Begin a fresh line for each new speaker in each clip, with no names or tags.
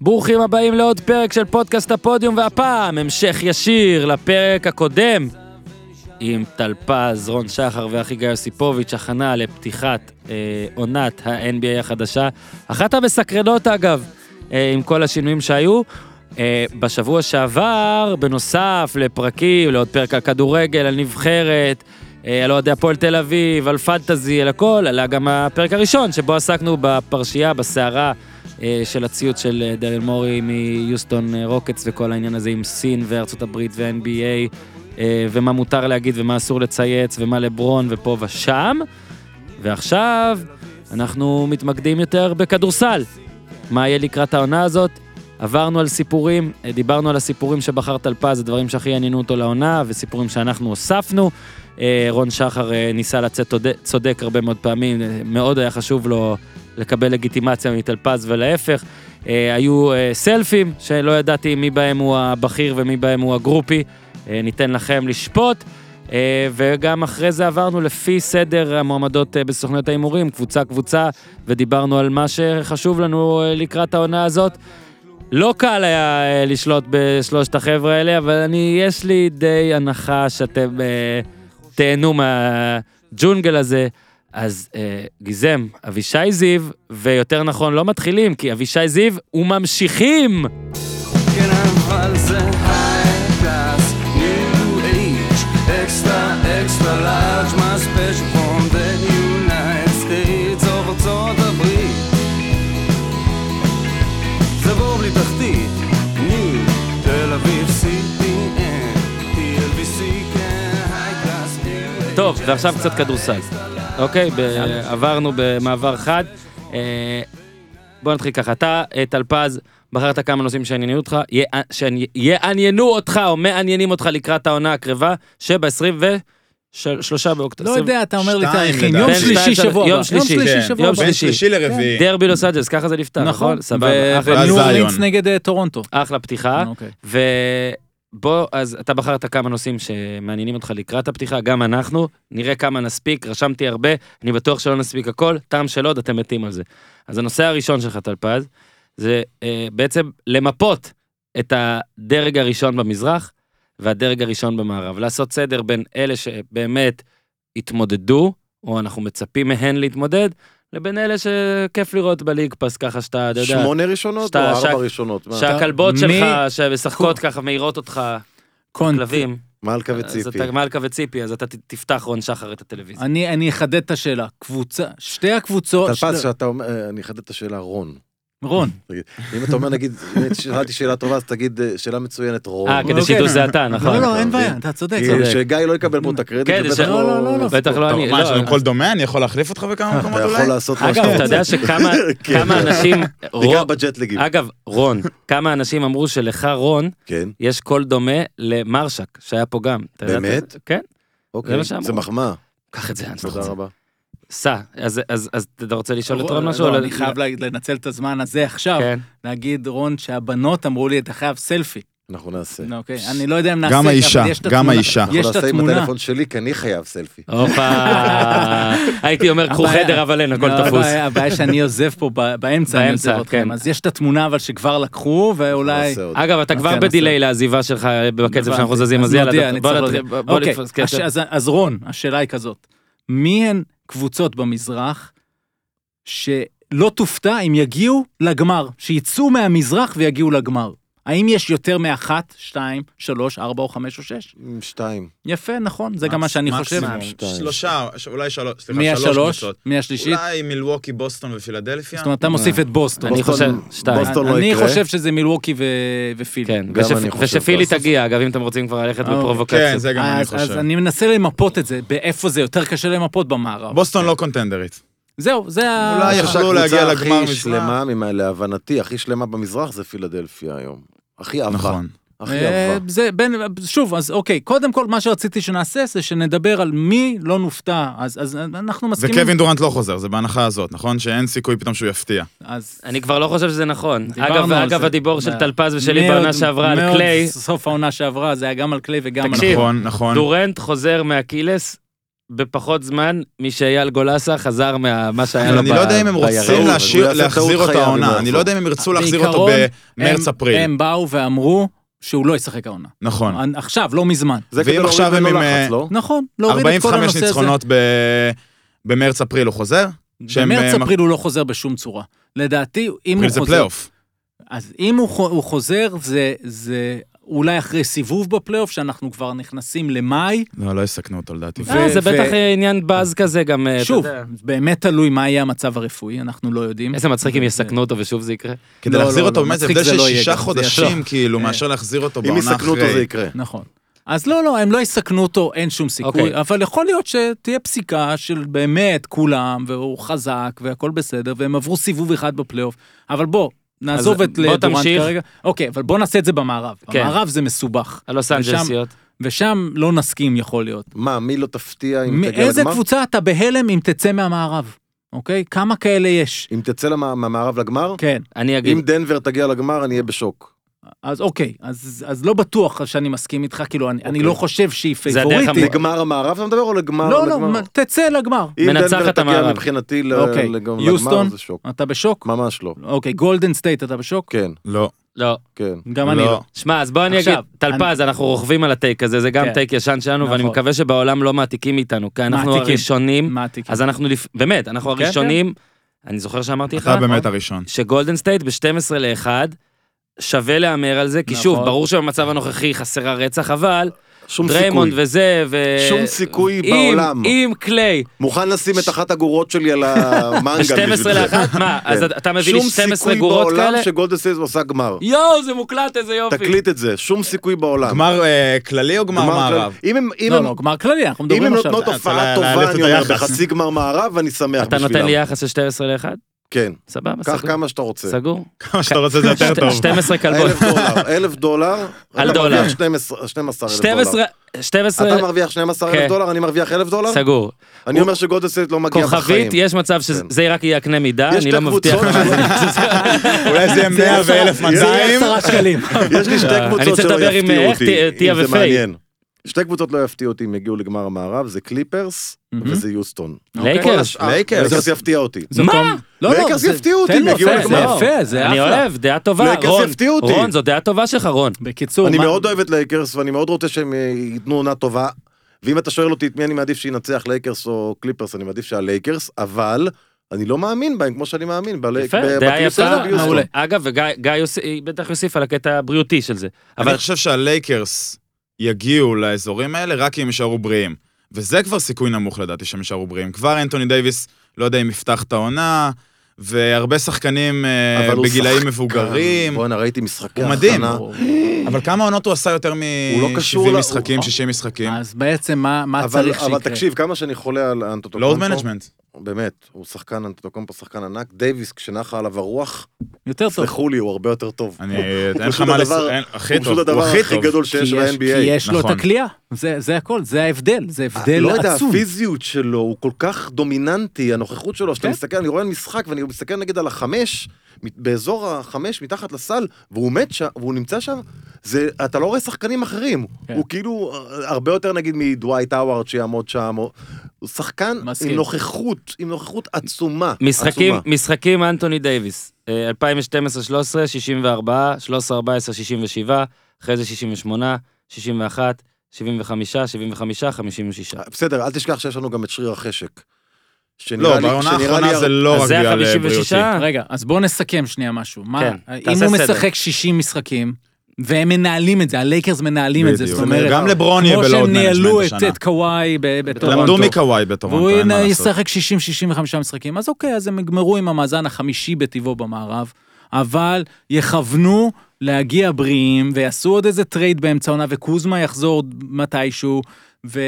ברוכים הבאים לעוד פרק של פודקאסט הפודיום, והפעם המשך ישיר לפרק הקודם עם טל פז, רון שחר ואחיגיא יוסיפוביץ', הכנה לפתיחת אה, עונת ה-NBA החדשה. אחת המסקרנות אגב, אה, עם כל השינויים שהיו. אה, בשבוע שעבר, בנוסף לפרקים, לעוד פרק על כדורגל, על נבחרת, אה, על אוהדי הפועל תל אביב, על פנטזי, על הכל, עלה גם הפרק הראשון, שבו עסקנו בפרשייה, בסערה אה, של הציוץ של אה, דרל מורי מיוסטון אה, רוקטס וכל העניין הזה עם סין וארצות הברית ו-NBA, אה, ומה מותר להגיד ומה אסור לצייץ ומה לברון ופה ושם. ועכשיו אנחנו מתמקדים יותר בכדורסל. מה יהיה לקראת העונה הזאת? עברנו על סיפורים, אה, דיברנו על הסיפורים שבחר טל פז, הדברים שהכי עניינו אותו לעונה, וסיפורים שאנחנו הוספנו. אה, רון שחר אה, ניסה לצאת צודק- צודק הרבה מאוד פעמים, אה, מאוד היה חשוב לו לקבל לגיטימציה מטל פז ולהפך. אה, היו אה, סלפים, שלא ידעתי מי בהם הוא הבכיר ומי בהם הוא הגרופי. אה, ניתן לכם לשפוט. אה, וגם אחרי זה עברנו לפי סדר המועמדות אה, בסוכניות ההימורים, קבוצה-קבוצה, ודיברנו על מה שחשוב לנו אה, לקראת העונה הזאת. לא קל היה אה, לשלוט בשלושת החבר'ה האלה, אבל אני, יש לי די הנחה שאתם אה, תהנו מהג'ונגל הזה. אז אה, גיזם, אבישי זיו, ויותר נכון, לא מתחילים, כי אבישי זיו וממשיכים!
כן, אבל זה high class, new age, extra, extra large, my special from the United States, או ארצות הברית. זה בור בלי תחתית, ניו, תל אביב, CPN, TLVC, כן, high class, new age,
טוב, ועכשיו
extra,
קצת כדורסל.
extra large.
אוקיי, ב- עברנו במעבר חד. אה, בוא נתחיל ככה, אתה, אה, טל פז, בחרת כמה נושאים שעניינו אותך, יע- שעני- יעניינו אותך או מעניינים אותך לקראת העונה הקרבה, שב-23 באוקטובר.
לא יודע, אתה אומר לי
שתיים,
תאריכים.
לדעתי.
יום
בין
שלישי
שתיים,
שבוע הבא.
יום
יום
שלישי.
שלישי
כן.
שבוע
יום
הבא.
בין
שלישי.
שלישי לרביעי.
דרבי לוס אג'לס, ככה זה נפתח, נכון?
נכון.
סבבה. אחלה.
ואז
ניו
זיון.
אורלינס נגד אה, טורונטו.
אחלה פתיחה.
אוקיי.
ובוא, אז אתה בחרת כמה נושאים שמעניינים אותך לקראת הפתיחה, גם אנחנו, נראה כמה נספיק, רשמתי הרבה, אני בטוח שלא נספיק הכל, טעם של עוד, אתם מתים על זה. אז הנושא הראשון שלך, טל פז, זה אה, בעצם למפות את הדרג הראשון במזרח והדרג הראשון במערב. לעשות סדר בין אלה שבאמת התמודדו, או אנחנו מצפים מהן להתמודד, לבין אלה שכיף לראות בליג פס ככה שאתה, אתה יודע,
שמונה ראשונות או
שאתה- שק-
ארבע ראשונות? מה?
שהכלבות
מי-
שלך שמשחקות ככה מעירות אותך,
קונט.
כלבים.
מלכה
אז
וציפי.
אתה מלכה וציפי, אז אתה ת- תפתח רון שחר את הטלוויזיה.
אני אני אחדד את השאלה. קבוצה, שתי הקבוצות...
טלפז,
שתי-
שאתה אומר, אה, אני אחדד את השאלה, רון.
רון.
תגיד, אם אתה אומר, נגיד, אם שאלתי שאלה טובה, אז תגיד, אה, שאלה מצוינת, רון.
אה, כדי
אוקיי.
שידעו שזה אתה,
לא,
נכון.
לא, אין
אתה
בעיה,
מבין?
אתה צודק.
כי
צודק.
שגיא לא יקבל פה את הקרדיט,
כן, זה
ובטח
ש-
לא, לא, לא, לא.
בטח לא
טוב,
אני.
מה, יש
לא,
לנו קול דומה? אני יכול להחליף אותך
אה,
בכמה
אתה
מקומות
יכול
אולי?
לעשות מה
אגב, אתה
שאתה רוצה.
יודע שכמה כמה אנשים,
בעיקר
רון- אה,
בג'טלגים.
אגב, רון, כמה אנשים אמרו שלך, רון,
כן,
יש קול דומה למרשק, שהיה פה גם. אתה ידעת
באמת?
את זה? כן, מה
אוקיי.
שאמרו.
זה מחמאה.
קח את זה, אני
תודה רבה.
סע, אז- אז אז אתה רוצה לשאול את רון
לא,
משהו? או
אני
ל-
חייב להגיד- לנצל את הזמן הזה עכשיו,
כן.
להגיד, רון, שהבנות אמרו לי, אתה חייב סלפי.
אנחנו נעשה.
נו, אוקיי, אני לא יודע אם נעשה,
גם
אבל
האישה,
יש את
גם
התמונה.
האישה.
אנחנו
יש את
נעשה עם
התמונה.
הטלפון שלי, כי אני חייב סלפי.
הופה, הייתי אומר קחו
הבעיה-
חדר אבל אין, הכל
לא,
תפוס.
הבעיה- הבעיה שאני עוזב פה ב- באמצע, אני
באמצע,
עוזב
כן.
אתכם. אז יש את התמונה אבל שכבר לקחו, ואולי...
נעשה עוד.
אגב, אתה
אז
כבר
כן,
בדיליי
אז-
לעזיבה שלך בקצב
הבנתי.
שאנחנו זזים, אז
נודיע,
יאללה,
אני
בוא
צריך
נתחיל. כן,
להודיע.
בוא
אוקיי,
נתפוס
אז-
קצב.
אז- אז רון, השאלה היא כזאת, מי הן קבוצות במזרח שלא תופתע אם יגיעו לגמר, שיצאו מהמזרח ויגיעו לגמר? האם יש יותר מאחת, שתיים, שלוש, ארבע או חמש או שש?
עם שתיים.
יפה, נכון, זה גם מה
מקס-
שאני חושב.
מקסימום.
שתיים.
שלושה, ש- אולי שלוש,
מי
סליחה, שלוש
השלוש?
קבוצות.
מי השלישית?
אולי מילווקי, בוסטון ופילדלפיה?
זאת אומרת, אתה מוסיף את בוסטון.
אני
בוסטון-
חושב, שתיים.
בוסטון לא
אני
יקרה.
חושב שזה מילווקי ו- ופיל.
כן,
גם
ושפ-
אני חושב
ושפילי
ככה.
תגיע, אגב, אם אתם רוצים כבר ללכת
אוקיי.
כן,
בפרובוקציות.
זה גם אני
אז, אז
חושב.
אני מנסה למפות את זה, באיפה זה יותר קשה למפות במערב.
בוסטון לא קונטנדרית.
זהו, זה ה...
אולי
אני חושב
יכלו להגיע
שהקבוצה
לגמר
הכי
מזמן.
שלמה, ממה- להבנתי, הכי שלמה במזרח זה פילדלפיה היום. הכי עבה.
נכון.
הכי
אה,
עבה.
זה בין, שוב, אז אוקיי, קודם כל מה שרציתי שנעשה זה שנדבר על מי לא נופתע, אז, אז אנחנו מסכימים.
וקווין דורנט לא חוזר, זה בהנחה הזאת, נכון? שאין סיכוי פתאום שהוא יפתיע.
אז
אני כבר לא חושב שזה נכון.
דיברנו
אגב,
על
אגב,
זה.
הדיבור של
מה-
טל פז ושלי
מאוד-
בעונה שעברה על
מאוד
קליי,
סוף העונה שעברה זה היה גם על קליי וגם על...
תקשיב,
נכון, נכון.
דורנט חוזר מהקילס, בפחות זמן משאייל גולסה חזר ממה שהיה לו
אני לא יודע אם הם
ביריב.
רוצים להשאיר-
הוא יעשה
להחזיר
טעות
אותה
חייו אם
העונה,
הוא
אני
יחזור.
לא יודע אם הם ירצו להחזיר אותו
בעיקרון, הם-
במרץ-אפריל.
הם באו ואמרו שהוא לא ישחק העונה.
נכון.
עכשיו, לא מזמן.
זה כדי
ואם
להוריד
עכשיו הם
ממנו
עם, אה,
לחץ, לא?
נכון, להוריד את כל
45
הנושא הזה.
ניצחונות ב... במרץ-אפריל הוא חוזר? שהם,
במרץ
אה, מק-
אפריל הוא לא חוזר בשום צורה. לדעתי, אם הוא
אפריל זה
חוזר...
פלייאוף.
אז אם הוא, חו- הוא חוזר, זה, זה אולי אחרי סיבוב בפלייאוף, שאנחנו כבר נכנסים למאי.
לא, לא יסכנו אותו לדעתי.
אה,
ו-
זה בטח
ו-
אה, עניין באז כזה גם, אה, אתה
שוב,
יודע.
באמת תלוי מה יהיה המצב הרפואי, אנחנו לא יודעים.
איזה מצחיק אם יסכנו אותו ושוב זה יקרה.
כדי
לא,
להחזיר
לא,
אותו,
לא,
באמת, זה
מצחיק
הבדל
זה
של
לא יהיה
שישה
גם, זה
חודשים,
יחזור.
כאילו,
אה.
מאשר להחזיר אותו
אם
בעונה
יסכנו אותו זה
אחרי.
יקרה.
נכון. אז לא, לא, הם לא יסכנו אותו, אין שום סיכוי,
אוקיי.
okay. אבל יכול להיות שתהיה פסיקה של באמת כולם, והוא חזק, והכל בסדר, והם עברו סיבוב אחד בפלייאוף. אבל בוא, נעזוב
אז
את
בוא
לדורנט
תמשיך.
כרגע. אוקיי, אבל בוא נעשה את זה במערב.
כן.
במערב זה מסובך,
הלוס אנג'לסיות.
ושם לא נסכים יכול להיות.
מה, מי לא תפתיע אם תגיע
מאיזה
לגמר?
קבוצה אתה בהלם אם תצא מהמערב, אוקיי? כמה כאלה יש?
אם תצא למה- מהמערב לגמר?
אוקיי.
כן,
אני אגיד,
אם דנבר תגיע לגמר, אני אהיה בשוק.
אז אוקיי, אז, אז לא בטוח שאני מסכים איתך, כאילו, אני, אני
אוקיי.
לא חושב שהיא
הדרך
פייבוריטית.
המ-
לגמר המערב אתה מדבר או לגמר?
לא, לא,
לגמר?
מה- תצא לגמר.
אם
מנצחת
דנבר תגיע
המערב.
מבחינתי ל-
אוקיי.
לגמר,
יוסטון?
זה שוק.
אתה בשוק?
ממש לא.
אוקיי, גולדן סטייט אתה בשוק?
כן,
לא,
לא.
כן.
גם אני לא.
לא.
שמע, אז בוא אני
עכשיו,
אגיד, טלפז, אנחנו רוכבים על הטייק הזה, זה גם
כן.
טייק ישן שלנו, ואני
נכון.
מקווה שבעולם לא מעתיקים איתנו, כי אנחנו
מעתיקים.
הראשונים,
מה כאילו- התיקים?
אז אנחנו, לפ- באמת, אנחנו
כן,
הראשונים, אני זוכר שאמרתי לך,
אה.
אתה באמת הראשון.
שגולדן סטייט ב-12 ל-1, שווה להמר על זה, כי שוב,
נכון.
ברור שבמצב הנוכחי חסרה רצח, אבל
שום
דריימונד
סיכוי.
וזה, ו...
שום סיכוי
אם-
בעולם.
אם קליי,
מוכן לשים את אחת הגורות שלי על המנגל בשביל זה.
ב-12 ל-1, מה, אז
כן.
אתה מביא לי 12
שום
גורות
סיכוי
כאלה?
בעולם שגולדן סטייט עושה גמר.
יואו, זה מוקלט, איזה יופי.
תקליט את זה, שום סיכוי בעולם.
גמר אה, כללי או גמר מערב?
אם הם- אם
לא,
הם-
לא, גמר כללי, אנחנו
אם
מדברים
הם
עכשיו.
נותנות
אה,
הופעה
אתה
טובה,
להעלות
אני
את
אומר,
היחס.
בחצי גמר מערב, אני שמח
אתה
בשבילם.
נותן לי יחס של 12 ל-1?
כן,
סבבה,
קח
סגור.
כמה שאתה רוצה.
סגור.
כמה שאתה רוצה זה יותר
שת-
טוב.
12 כלבות.
אלף דולר, אלף דולר.
על
אתה
דולר.
מרוויח 12 12,000 דולר.
12, 12,
אתה מרוויח 12,000
כן.
דולר, אני מרוויח 1,000 דולר?
סגור.
אני אומר שגולדן סטייט לא מגיע בחיים. כן.
כוכבית, יש מצב שזה רק יהיה הקנה מידה,
יש
אני
שתי
לא מבטיח.
קבוצות
אולי זה יהיה 100 ו-1,200.
זה יהיה עשרה שקלים.
יש לי שתי
אה, אני
קבוצות
צריך
שלא
לדבר עם,
יפתיעו
איך,
אותי,
ת- תיה
אם זה
ופיי.
מעניין. שתי קבוצות לא יפתיעו אותי אם יגיעו לגמר המערב, זה קליפרס
מהמם.
וזה יוסטון. כל
לייקרס.
השאר-
לייקרס.
לייקרס יפתיע אותי.
זה
מה?
טוב. לא, לא,
לייקרס
זה-
יפתיעו אותי,
תן לו,
יגיעו
זה-
יפה,
לגמר.
זה
לא.
יפה, זה
אני
אחלה.
אוהב, דעה טובה,
לייקרס
רון.
יפתיעו אותי.
רון, זו דעה טובה שלך, רון.
בקיצור,
אני
מה-
מאוד אוהב את לייקרס ואני מאוד רוצה שהם אה, ייתנו עונה טובה. ואם אתה שואל אותי את מי אני מעדיף שינצח לייקרס או קליפרס, אני מעדיף שהלייקרס, אבל אני לא מאמין בהם כמו שאני מאמין. בלי-
יפה,
ב-
דעה
בקליפרס
יפה,
וביוסטון.
מעולה. אגב, וגיא גיא יוס- בטח יוסיף על הקטע הבריאותי של זה. אבל
אני חושב שהלייקרס יגיעו לאזורים האלה רק אם יישארו בריאים. וזה כבר סיכוי נמוך לדעתי שהם יישארו בריאים. כבר אנטוני דייוויס, לא יודע אם יפתח את העונה, והרבה שחקנים אה,
אבל הוא
בגילאים
שחקן.
מבוגרים.
בואנה, ראיתי משחקי
הוא מדהים.
הכנה.
אבל כמה עונות הוא עשה יותר
הוא לא קשור
מ-70
ל-
משחקים,
הוא- אה,
60 משחקים?
אז בעצם מה מה
אבל,
צריך
אבל
שיקרה?
תקשיב, כמה שאני חולה על אנטוטוקומפו,
לואוד מנג'מנט.
באמת, הוא שחקן אנטוטוקומפו, שחקן ענק, דייוויס, כשנחה עליו הרוח,
יותר טוב.
סלחו לי, הוא הרבה יותר טוב.
אני,
הוא
אין לך
פשוט
מה
הדבר-
לס... אין- הכי
פשוט
טוב,
הדבר
הוא
הכי
הכי טוב.
גדול שיש
כי יש- כי
ב-NBA.
יש לו את
נכון.
הכלייה, זה זה הכל, זה ההבדל, זה הבדל
לא יודע,
עצום.
הפיזיות שלו, הוא כל כך דומיננטי, הנוכחות שלו, שאתה
כן.
מסתכל, אני רואה משחק ואני מסתכל נגד על החמש, מת- באזור החמש, מתחת לסל, והוא מת שם, והוא נמצא שם, זה, אתה לא רואה שחקנים אחרים.
כן.
הוא כאילו אה, הרבה יותר נגיד מדווייט האווארד שיעמוד שם, או... הוא שחקן
מסכים.
עם נוכחות, עם נוכחות עצומה.
משחקים,
עצומה.
משחקים אנטוני דייוויס. אה, 2012-13, 64, 13-14, 67, אחרי זה 68, 61, 75, 75, 56.
אה,
בסדר, אל תשכח שיש לנו גם את שריר החשק. שנראה
לא,
לי-
בעונה
שנראה לי
האחרונה זה
הר-
לא רק
אז זה
בגלל אה, בריאותי.
ה-56?
רגע, אז בואו נסכם שנייה משהו. מה,
כן,
אם
תעשה
הוא
סדר.
משחק 60 משחקים, והם מנהלים את זה, הלייקרס מנהלים את זה,
בדיוק.
זאת אומרת,
גם לברון יהיה
כמו
בלואוד
שהם ניהלו את
מנג'מנט השנה.
את קוואי ב- בטורונטו.
למדו מקוואי בטורונטו,
והוא
אין מה לעשות.
ישחק 60-65 משחקים, אז אוקיי, אז הם יגמרו עם המאזן החמישי בטבעו במערב, אבל יכוונו להגיע בריאים, ויעשו עוד איזה טרייד באמצע העונה, וקוזמה יחזור מתישהו, ו...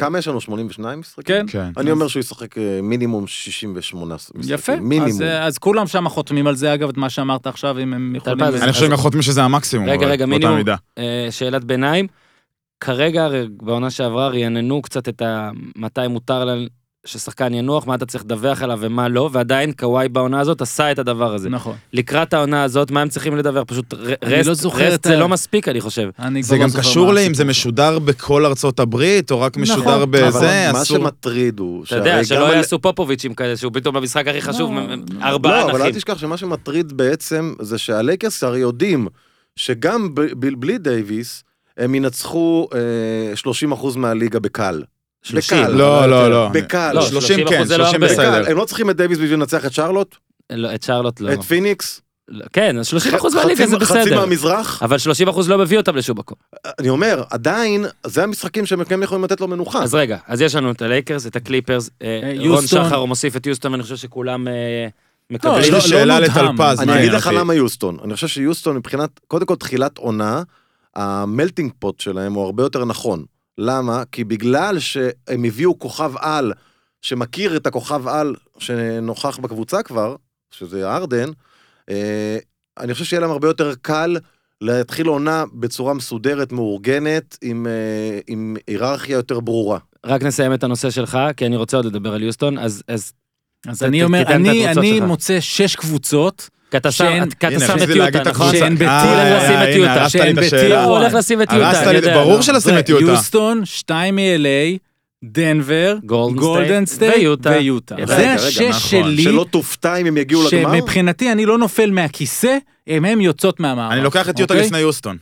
כמה יש לנו? 82 משחקים?
כן.
כן.
אני אומר שהוא ישחק אה, מינימום 68 משחקים.
יפה, אז, אה,
מינימום.
אז כולם שם חותמים על זה, אגב, את מה שאמרת עכשיו, אם הם יכולים...
טלפז,
אני חושב שהם חותמים שזה המקסימום.
רגע,
אבל
רגע,
באותה
מינימום.
מידה.
אה, שאלת ביניים. כרגע, הרי בעונה שעברה, רעננו קצת את ה... מתי מותר להם ששחקן ינוח, מה אתה צריך לדווח עליו ומה לא, ועדיין קוואי בעונה הזאת עשה את הדבר הזה.
נכון.
לקראת העונה הזאת, מה הם צריכים לדווח? פשוט ר-
אני
רסט,
לא זוכר
רסט
את
זה
ה-
לא מספיק, אני חושב.
אני
זה
כבר לא
גם
זוכר
קשור
מה
לאם זה
הסיפור שם.
משודר בכל ארצות הברית, או רק משודר
נכון,
בזה,
אבל מה
אסור.
שמטריד הוא,
אתה יודע, שלא
על-
יעשו פופוביצ'ים כאלה, שהוא פתאום במשחק הכי חשוב,
לא,
מ- מ-
לא.
ארבעה
לא, אבל אל
נחים.
תשכח שמה שמטריד בעצם זה שהלייקרס הרי יודעים שגם ב- ב- בלי דייוויס, הם ינצחו אה, 30% מהליגה בקל.
שלושים.
בקל.
לא, לא, לא.
בקל.
לא,
30
30%
כן,
זה לא
30
הרבה.
בקל.
בסדר.
הם לא צריכים את דייוויס בשביל לנצח את שרלוט,
לא, את שרלוט לא.
את פיניקס,
לא. כן, אז 30 אחוז
חצי-
מהליגה זה
חצי
בסדר.
מהמזרח.
אבל 30 אחוז לא מביא אותם לשום מקום.
אני אומר, עדיין, זה המשחקים שהם כן יכולים לתת לו מנוחה.
אז רגע, אז יש לנו את הלייקרס, את הקליפרס, אה,
אה,
רון
יוסטון.
שחר הוא מוסיף את יוסטון, ואני חושב שכולם אה,
לא,
יש
מקבלים.
לי
לא
שאלה
נדהם.
לטלפז,
אני
מה
אגיד
העניין
לך
אותי?
למה יוסטון. אני חושב שיוסטון מבחינת, קודם כל תחילת עונה, המלטינג פוט שלהם הוא הרבה יותר נכון. למה? כי בגלל שהם הביאו כוכב על, שמכיר את הכוכב על שנוכח בקבוצה כבר, שזה ארדן, אה, אני חושב שיהיה להם הרבה יותר קל להתחיל עונה בצורה מסודרת, מאורגנת, עם, אה, עם היררכיה יותר ברורה.
לא.
רק נסיים את הנושא שלך, כי אני רוצה עוד לדבר על יוסטון, אז אז-
אז
ת-
אני
ת-
אומר,
תיתן את
אני
הקבוצות
אני
שלך.
מוצא שש קבוצות
כי אתה שם
שאין-
כי אתה
הנה,
שם את
רציתי להגיד
יוטה,
את
נכון?
הקבוצה.
שהן
אה,
הוא הולך
אה,
לשים את
הנה,
יוטה,
הרסת לי
שהן
את
בטיר
השאלה.
הוא הולך לשים את יוטה,
הרסת
אני
לי-
יודע. לא.
ברור שלשים את יוטה.
יוסטון, שתיים מ-LA, דנבר,
גולדן
גולדן
סטייט
סטייט
ויוטה.
ויוטה.
רגע,
זה
רגע,
השש
נכון.
שלי,
שלא תופתע אם הם יגיעו לגמר.
שמבחינתי אני לא נופל מהכיסא, הם הם יוצאות מהמערב.
אני לוקח את יוטה
אוקיי?
לפני יוסטון,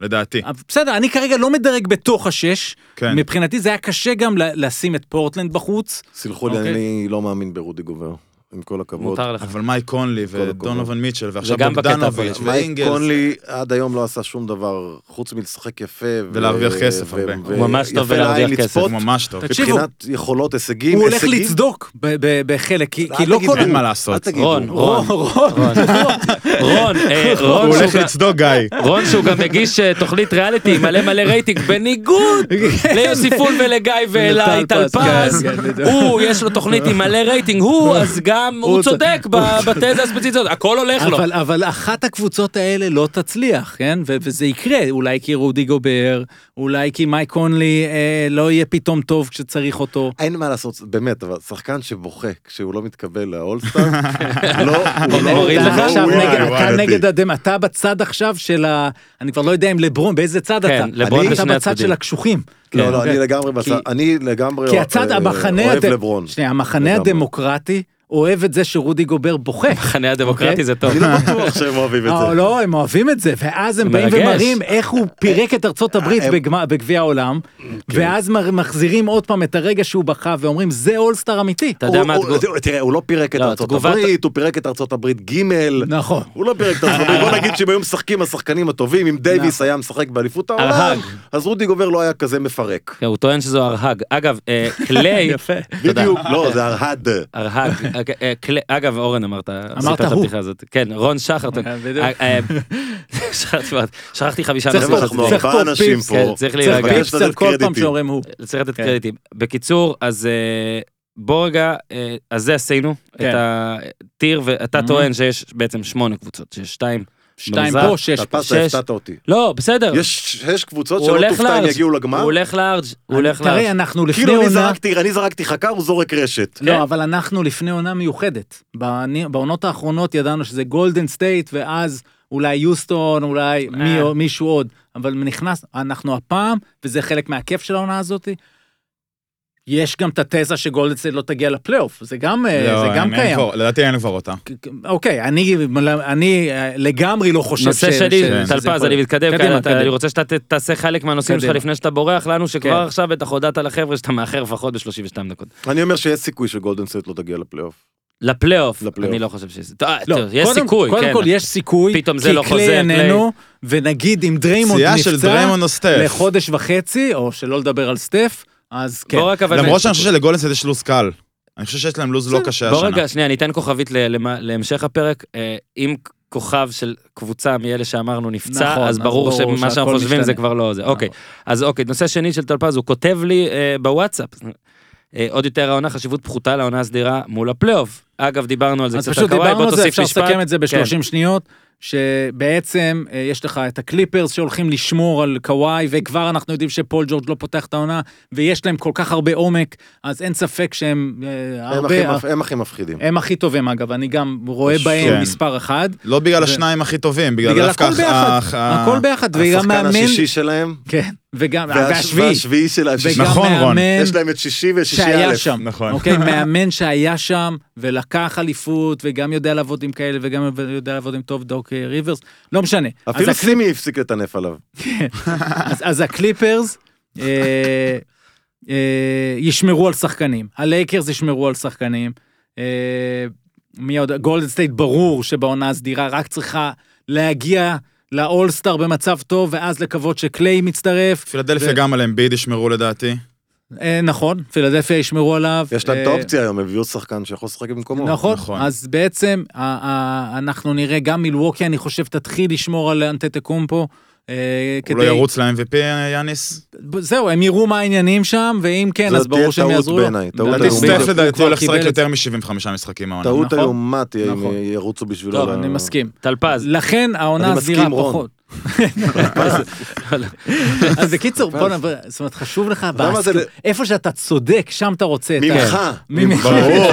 לדעתי.
אבל בסדר, אני כרגע לא מדרג בתוך השש.
כן.
מבחינתי זה היה קשה גם ל- לשים את פורטלנד בחוץ.
סלחו לי,
אוקיי.
אני לא מאמין ברודי גובר, עם כל הכבוד.
מותר לך.
אבל מייק קונלי
כל הכבוד.
ודונובל מיטשל, ועכשיו
גם בקטע
בוגדנוביץ'
הפוליטי.
מייק
ואינגלס.
קונלי עד היום לא עשה שום דבר חוץ מלשחק יפה. ו-
ולהרוויח כסף
ו-
הרבה.
ו-
הוא ממש טוב
יפה
בלהרוויח
לעין
כסף.
לצפות,
הוא ממש טוב.
תקשיב, תקשיבו.
מבחינת יכולות, הישגים,
הוא הולך
הישגים.
לצדוק ב- ב- בחלק, כי
אל
כי לא
תגידו.
כל...
אין מה
אל
לעשות.
תגידו.
רון, רון,
רון,
רון, רון, אה,
הוא
רון, שהוא
הולך
גם-
לצדוק, גיא.
רון שהוא גם מגיש אה, תוכנית ריאליטי עם מלא מלא רייטינג, בניגוד ליוסיפון ולגיא ואליי
ולטל כן. פז,
טלפז,
כן, כן, בדיוק.
הוא יש לו תוכנית עם מלא רייטינג, הוא אז גם, הוא
הוא צודק.
צודק ב- בתזה הספציפית הזאת, הכל הולך לו.
אבל, אבל אחת הקבוצות האלה לא תצליח, כן? ו- וזה יקרה, אולי כי רודי גובר, אולי כי מייק קונלי אה, לא יהיה פתאום טוב כשצריך אותו.
אין מה לעשות, באמת, אבל שחקן שבוכה כשהוא לא מתקבל לאולסטאר, לא, הוא
הנה,
לא,
מוריד
הוא
לך
לא
עכשיו
ווינר.
נגד-
נגד,
וואי,
אתה
וואי,
נגד
אותי.
הדמ... אתה בצד עכשיו של ה... אני כבר לא יודע אם לברון, באיזה צד
כן,
אתה?
לברון
אני-
בשני
אתה בצד
הצדדים.
של הקשוחים.
לא,
כן,
לא, אני
אוקיי.
לגמרי בצד,
כי-
אני לגמרי
כי הצד,
אה,
המחנה...
אוהב
הד-
לברון.
שנייה, המחנה
לגמרי.
הדמוקרטי אוהב את זה שרודי גובר בוכה.
המחנה הדמוקרטי
אוקיי.
זה טוב.
אני לא בטוח שהם אוהבים את
אה,
זה.
לא, הם אוהבים את זה, ואז הם
זה
באים
מרגש.
ומראים איך הוא פירק את ארצות הברית
אה,
בגמ- בגביע העולם,
כן.
ואז מר- מחזירים עוד פעם את הרגע שהוא בכה, ואומרים, זה אולסטאר אמיתי.
אתה יודע
הוא-
מה
הוא-
התגובה?
תראה, הוא לא פירק את
לא,
ארצות
תגובת-
הברית, הוא פירק את ארצות הברית ג'
נכון.
הוא לא פירק את הזמן, בוא נגיד שאם היו משחקים השחקנים הטובים, אם דייוויס היה משחק באליפות העולם,
ארהג.
אז רודי גובר לא היה כזה מפרק.
כן, הוא טוען שזו ארהג. אגב, אה, קליי, תודה.
בדיוק, לא, זה ארהד.
ארהג, אג- אה, קלי- אגב אורן אמרת, עשית את
הוא.
הבדיחה הזאת, כן רון שחר, אתה-
אה, בדיוק.
אה, אה, שכחתי כבר- שכחתי חמישה
צריך
נושאים
חבר'ה,
לעשות-
חשובים.
אנחנו
צריך
ארבעה
פה
אנשים
פיפס,
כן,
פה.
צריך
צריך
להירגע.
פיפס
לתת
על כל פעם
קרדיטים.
שאומרים הוא.
צריך לתת
כן.
קרדיטים. בקיצור, אז אה, בוא רגע, אה, אז זה עשינו, את
כן.
הטיר, ואתה
Mhm.
טוען שיש בעצם שמונה קבוצות, שיש שתיים.
שתיים
במזרח.
פה, שש פה.
טפסת, הפתעת אותי.
לא, בסדר.
יש שש קבוצות
הוא
שלא
הולך
תופתע אם
לארג'.
יגיעו
הוא
לגמר?
הולך לארג', הוא הולך
תראה,
לארג'.
אנחנו לפני
כאילו אני
עונה...
זרקתי, אני זרקתי חכה, הוא זורק רשת.
כן.
לא, אבל אנחנו לפני עונה מיוחדת. בעני- בעונות האחרונות ידענו שזה גולדן סטייט, ואז אולי יוסטון, אולי מי,
אה.
או- מישהו עוד. אבל נכנס, אנחנו הפעם, וזה חלק מהכיף של העונה הזאת, יש גם את התזה שגולדן סטייט לא תגיע לפלייאוף, זה גם, אה,
לא,
זה גם
אין- אין
קיים.
כבר- לדעתי אין כבר אותה.
כ- כ- אוקיי, אני, אני אה, לגמרי לא חושב
נושא שלי,
שזה
טלפז,
יכול-
אני מתקדם,
קדימה,
כאן, אתה-
קדימה.
אני רוצה שאתה ת- תעשה חלק מהנושאים שלך
קדימה.
לפני שאתה בורח לנו, שכבר
כן.
עכשיו בטח הודעת לחבר'ה שאתה מאחר לפחות ב-32 דקות.
אני אומר שיש סיכוי שגולדן סט לא תגיע לפלייאוף.
לפלייאוף,
לפלייאוף.
אני לא חושב שיש אה,
לא,
טוב, יש
קודם-
סיכוי,
קודם
כן.
כל יש סיכוי,
פתאום זה לא
כי
חוזר,
קליי איננו, ונגיד אם דריימונד
פציעה של דריימון
נפצע,
או סטף.
לחודש וחצי, או שלא לדבר על סטף, אז כן.
בוא רק אבל...
למרות שאני חושב שלגולדנסט יש לו"ז קל. אני חושב שיש להם לו"ז לא קשה
בוא
השנה.
רגע, שנייה, ניתן כוכבית ל- למה- להמשך הפרק. אה, אם כוכב של קבוצה מאלה שאמרנו
נכון,
נפצע, אז
אז
ברור
ברור
שמה שאנחנו
שהכל
חושבים זה
משתנה. נכון.
כבר לא זה. אוקיי, אז אוקיי, נושא שני של טלפז, הוא כותב לי אה, בוואטסאפ. אה, עוד יותר העונה חשיבות פחותה לעונה הסדירה מול הפלייאוף. אגב, דיברנו על זה
אז
קצת
פשוט
על קוואי, בוא
דיברנו על זה,
תוסיף
אפשר
משפט.
לסכם את זה
כן.
ב-30 שניות. שבעצם אה, יש לך את הקליפרס שהולכים לשמור על קוואי, וכבר אנחנו יודעים שפול ג'ורג' לא פותח את העונה, ויש להם כל כך הרבה עומק, אז אין ספק שהם אה,
הם
הרבה...
הכי מפ- הם הכי מפחידים.
הם הכי טובים אגב, אני גם רואה בהם
כן.
מספר אחד.
לא בגלל
ו-
השניים הכי טובים, בגלל אה,
בגלל
דווקא
הכל ביחד,
הח- ה-
הכל ביחד, וגם
אה, השחקן
מאמן,
השישי שלהם,
כן, וגם,
והש-
והשביעי,
והשביעי של השישי.
וגם
נכון, רון.
מאמן
יש להם את שישי ושישי א'.
שהיה שם,
נכון.
אוקיי, מאמן שהיה שם ולקח אליפות וגם יודע לעבוד עם כאלה וגם יודע לעבוד עם טוב דוק אה, ריברס, לא משנה. אז
אפילו
הקל-
סימי הפסיק לטנף עליו.
אז, אז הקליפרס אה, אה, ישמרו על שחקנים, הלייקרס ישמרו על שחקנים. אה, מי עוד? גולדן סטייט ברור שבעונה הסדירה רק צריכה להגיע לאולסטאר במצב טוב ואז לקוות שקליי מצטרף.
פילדלפיה
ו-
גם על אמביד ישמרו לדעתי.
אה, נכון, פילדלפיה ישמרו עליו.
יש להם את
אה,
האופציה היום, הביאו שחקן שיכול לשחק במקומו.
נכון,
נכון.
אז בעצם ה- ה- אנחנו נראה גם מילווקי, אני חושב, תתחיל לשמור על אנטטקומפו. אה,
הוא
כדי...
לא ירוץ ל-MVP, יאניס?
זהו, הם יראו מה העניינים שם, ואם כן,
זאת
אז
תהיה
ברור שהם
טעות
יעזרו לו.
בעיניי, טעות
לדעתי
לאומית.
סטף לדעתי
כבר
הולך לשחק
קיבל את-
יותר מ-75 משחקים העונה.
טעות
נכון.
איומה תהיה אם
נכון.
ירוצו בשבילו.
טוב,
ל-
אני מסכים.
טלפז.
לכן העונה
אני
הסדירה
מסכים, רון.
פחות. אז בקיצור, בוא נ... זאת אומרת, חשוב לך,
יודע מה זה-
בהסכם- איפה שאתה צודק, שם אתה רוצה את ה...
ממך.
ממך.
ברור.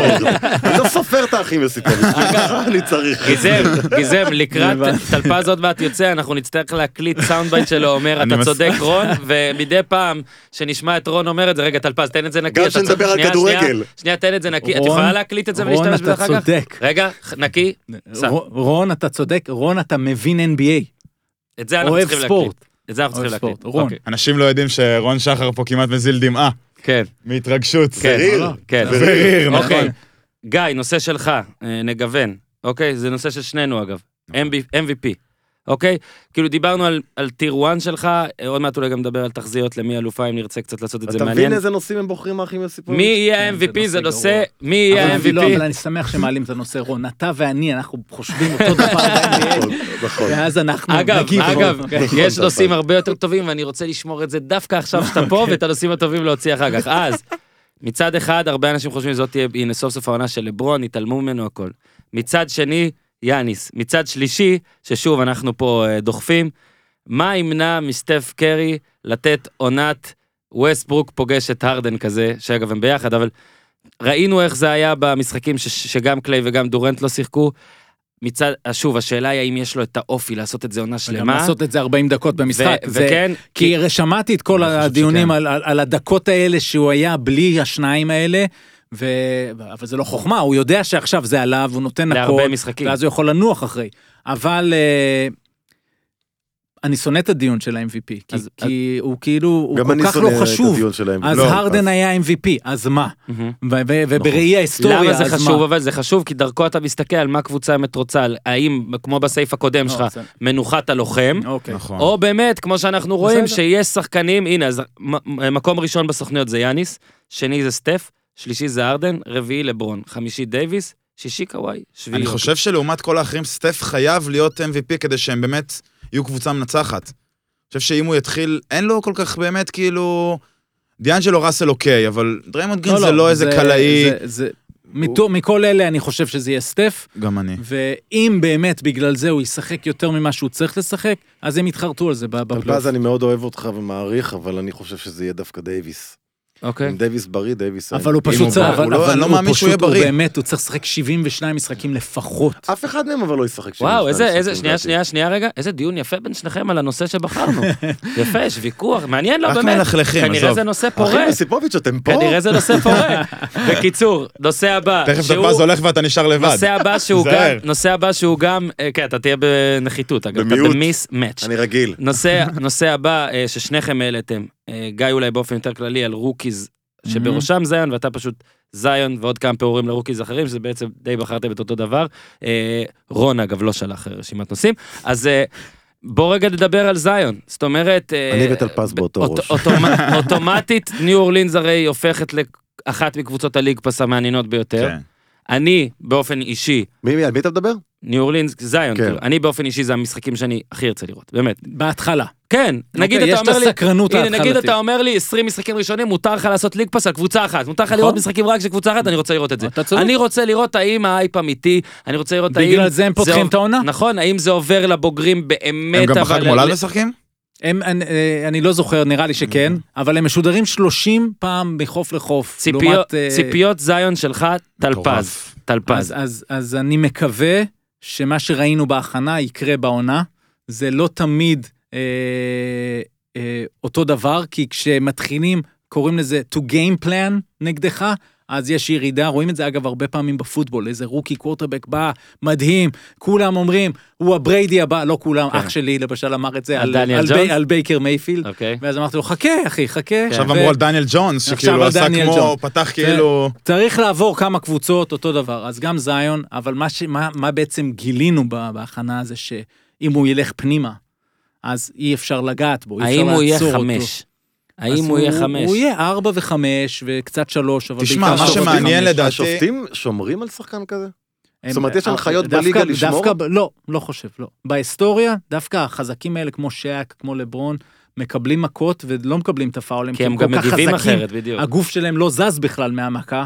אני לא סופר את האחים בסיטואציה. אני צריך.
גיזם, גיזם, לקראת טלפז עוד מעט יוצא, אנחנו נצטרך להקליט סאונדבייט שלו אומר,
אני
אתה
מס-
צודק רון, ומדי פעם שנשמע את רון אומר את זה, רגע טלפז, תן את זה נקי.
גם
אתה צודק."
כשנדבר על
שנייה,
כדורגל.
שנייה, שנייה, תן את זה נקי. את
רון,
יכולה להקליט את זה
רון,
ולהשתמש בזה
אתה
אחר כך?
צודק.
רגע, נקי, סע.
רון, רון, אתה צודק, רון, אתה מבין NBA.
את זה אנחנו
אוהב
צריכים להקליט.
ספורט.
את זה אנחנו
אוהב
צריכים להקליט.
ספורט. רון.
אוקיי,
אנשים לא יודעים שרון שחר פה כמעט מזיל דמעה,
כן,
מהתרגשות.
כן.
ריר.
כן.
זה ריר, נכון.
אוקיי, גיא, נושא שלך, אה, נגוון, אוקיי? זה נושא של שנינו אגב,
נכון.
MB- MVP, אוקיי? כאילו דיברנו על- על טיר 1 שלך, אה, עוד מעט אולי גם נדבר על תחזיות למי אלופה, אם נרצה קצת לעשות את זה
אתה מבין
מעניין.
איזה נושאים הם בוחרים האחים בסיטואציה?
מי יהיה
כן, זה
ה-MVP זה
נושא
נושא,
גרוע.
מי יהיה
אבל- לא, אבל
ה-MVP?
אני שמח שמעלים את הנושא, רון. אתה ואני, אנחנו חושבים אותו דבר ב-NBA,
נכון.
ואז אנחנו
אגב,
נגיב.
אגב,
רון.
יש נושאים הרבה יותר טובים ואני רוצה לשמור את זה דווקא עכשיו שאתה פה ואת הנושאים הטובים להוציא אחר כך. אז, מצד אחד, הרבה אנשים חושבים שזאת תהיה, הנה סוף סוף העונה של לברון, התעלמו ממנו הכל. מצד שני, יאניס. מצד שלישי, ששוב, אנחנו פה אה, דוחפים, מה ימנע מסטף קרי לתת עונת ווסטברוק פוגש את הרדן כזה, שאגב הם ביחד, אבל ראינו איך זה היה במשחקים ש- שגם קליי וגם דורנט לא שיחקו. מצד, שוב, השאלה היא האם יש לו את האופי לעשות את זה עונה
וגם
שלמה.
לעשות את זה 40 דקות במשחק.
ו-
זה-
וכן,
כי שמעתי את כל
אני חושב
הדיונים
שכן.
על, על, על הדקות האלה שהוא היה בלי השניים האלה, ו... אבל זה לא חוכמה, הוא יודע שעכשיו זה עליו, הוא נותן הכל,
להרבה משחקים.
ואז הוא יכול לנוח אחרי. אבל אה, אני שונא את הדיון של ה-MVP, כי,
אז-
כי הוא כאילו, הוא
גם
כל
אני
כך
שונא
לא
את
חשוב.
הדיון שלהם.
אז
לא,
הרדן
אז-
היה MVP, אז מה?
מהמם.
ו- ו- ובראי ההיסטוריה,
נכון. למה
אז
זה
מה?
חשוב אבל זה חשוב כי דרכו אתה מסתכל על מה קבוצה באמת רוצה על האם כמו בסעיף הקודם
לא,
שלך Hmm?
בסדר.
מנוחת הלוחם
אוקיי.
נכון.
או באמת כמו שאנחנו רואים
בסדר.
שיש שחקנים הנה אז מ- מ- מקום ראשון בסוכניות זה יאניס שני זה סטף שלישי זה ארדן רביעי לברון חמישי דייוויס שישי קוואי שביעי
אני
יוקיץ'.
חושב שלעומת כל האחרים, סטף חייב להיות MVP כדי שהם באמת יהיו קבוצה מנצחת. אני חושב שאם הוא יתחיל, אין לו כל כך באמת כאילו... דיאנג'לו ראסל אוקיי, אבל דריימונד גרין זה לא איזה קלעי.
זה- זה- מתו- מכל אלה אני חושב שזה יהיה סטף.
גם אני.
ואם באמת בגלל זה הוא ישחק יותר ממה שהוא צריך לשחק, אז הם יתחרטו על זה ב- בפלייאוף.
טלפז, אני מאוד אוהב אותך ומעריך, אבל אני חושב שזה יהיה דווקא דייוויס.
אוקיי
אם דייוויס בריא, דייוויס...
כן. אבל הוא
אם
פשוט
הוא
צריך,
בריא,
אבל
הוא לא-
אבל
אני לא
הוא
מאמין שהוא
פשוט,
יהיה
הוא
בריא.
באמת, הוא צריך לשחק 72 משחקים לפחות.
אף אחד מהם אבל לא ישחק.
וואו
72
איזה איזה
משחקים,
שנייה
לדעתי.
שנייה שנייה רגע איזה דיון יפה בין שניכם על הנושא שבחרנו יפה יש ויכוח מעניין לא
רק
באמת
מלכלכים,
כנראה
עזוב.
זה נושא
אחי
פורה
מסיפוביץ', אתם פה?
כנראה זה נושא פורה. בקיצור, נושא הבא,
תכף
שהוא-
דפז הולך ואתה נשאר לבד.
נושא הבא שהוא גם,
תיזהר.
נושא הבא שהוא גם, אה, כן, אתה תהיה בנחיתות, אגב, אתה
במיעוט.
במיס מאץ'.
אני רגיל.
נושא, נושא הבא אה, ששניכם העליתם, אה, גיא אולי באופן יותר כללי על רוקיז
Mhm.
שבראשם זיון ואתה פשוט זיון ועוד כמה פעורים לרוקיז אחרים שזה בעצם די בחרתם את אותו דבר. אה, רון אגב לא שלח אה, רשימת נושאים אז. אה, בוא רגע נדבר על זיון, זאת אומרת... אה,
אני וטלפז באותו
אוט-
ראש.
אוטומ- אוטומטית ניו אורלינס הרי הופכת לאחת מקבוצות הליג פס המעניינות ביותר.
כן.
אני באופן אישי
מי, מי, על מי אתה מדבר?
ניו אורלינס, זיון.
כן.
כאילו, אני באופן אישי, זה המשחקים שאני הכי ארצה לראות, באמת.
בהתחלה.
כן, נגיד
אוקיי,
אתה אומר
יש
לי...
את הסקרנות
הנה, נגיד
ההתחלתית.
אתה אומר לי, 20 משחקים ראשונים, מותר לך לעשות ליג פס על קבוצה אחת. מותר לך לראות משחקים רק של קבוצה אחת, אני רוצה לראות את זה.
נכון. אתה צודק.
אני רוצה לראות האם האייפ אמיתי, אני רוצה לראות האם...
בגלל זה הם פותחים
עוב-
את העונה?
נכון, האם זה עובר לבוגרים באמת,
הם גם
אבל-
בחג מולד משחקים?
כן. הם, אני, אה, אני לא זוכר, נראה לי שכן,
Mm-hmm.
אבל הם משודרים 30 פעם מחוף לחוף.
ציפיות-
לעומת, אה,
ציפיות זיון שלך, טלפז.
מטורף.
טלפז.
אז, אז, אז אני מקווה שמה שראינו בהכנה יקרה בעונה. זה לא תמיד אה, אה, אותו דבר, כי כשמתחילים, קוראים לזה to game plan נגדך, אז יש ירידה, רואים את זה אגב הרבה פעמים בפוטבול, איזה רוקי קוורטרבק בא, מדהים, כולם אומרים, הוא הבריידי הבא, לא כולם,
כן.
אח שלי למשל אמר את זה
על
על,
דניאל
על,
ג'ונס?
בי, על בייקר מייפילד,
אוקיי. כן.
ואז אמרתי לו, חכה אחי, חכה.
עכשיו אמרו על דניאל ג'ונס,
עכשיו
שכאילו
על
עשה
דניאל
כמו,
ג'ונס. כן.
פתח כאילו...
צריך לעבור כמה קבוצות, אותו דבר. אז גם זיון, אבל מה, ש, מה, מה בעצם גילינו ב- בהכנה זה שאם הוא ילך פנימה, אז אי אפשר לגעת בו, אי אפשר
האם הוא יהיה
לעצור אותו.
חמש?
אז
האם הוא יהיה חמש?
הוא יהיה ארבע וחמש וקצת שלוש, אבל
תשמע,
בעיקר
מה
שלוש
שמעניין
וחמש.
לדעתי-
השופטים שומרים על שחקן כזה?
הם-
זאת אומרת, יש
אה,
הנחיות
דווקא-
בליגה לשמור?
דווקא, ב- לא, לא חושב, לא. בהיסטוריה, דווקא החזקים האלה, כמו שק, כמו לברון, מקבלים מכות ולא מקבלים את הפאולים,
כי הם
כל
גם
כך
מגיבים
חזקים.
אחרת, בדיוק.
הגוף שלהם לא זז בכלל מהמכה,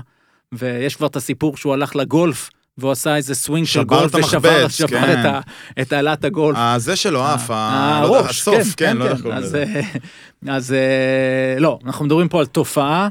ויש כבר את הסיפור שהוא הלך לגולף, והוא עשה איזה סווינג של
שבר
גולף,
את
ושבר
המחבץ,
שבר
כן.
את ה- את העלת הגולף.
הזה שלו עף, ה- לא יודע,
אה, הראש,
הסוף,
כן, כן,
לא יודע איך
כן.
קוראים
אז,
לזה.
אה, אז אה, לא, אנחנו מדברים פה על תופעה.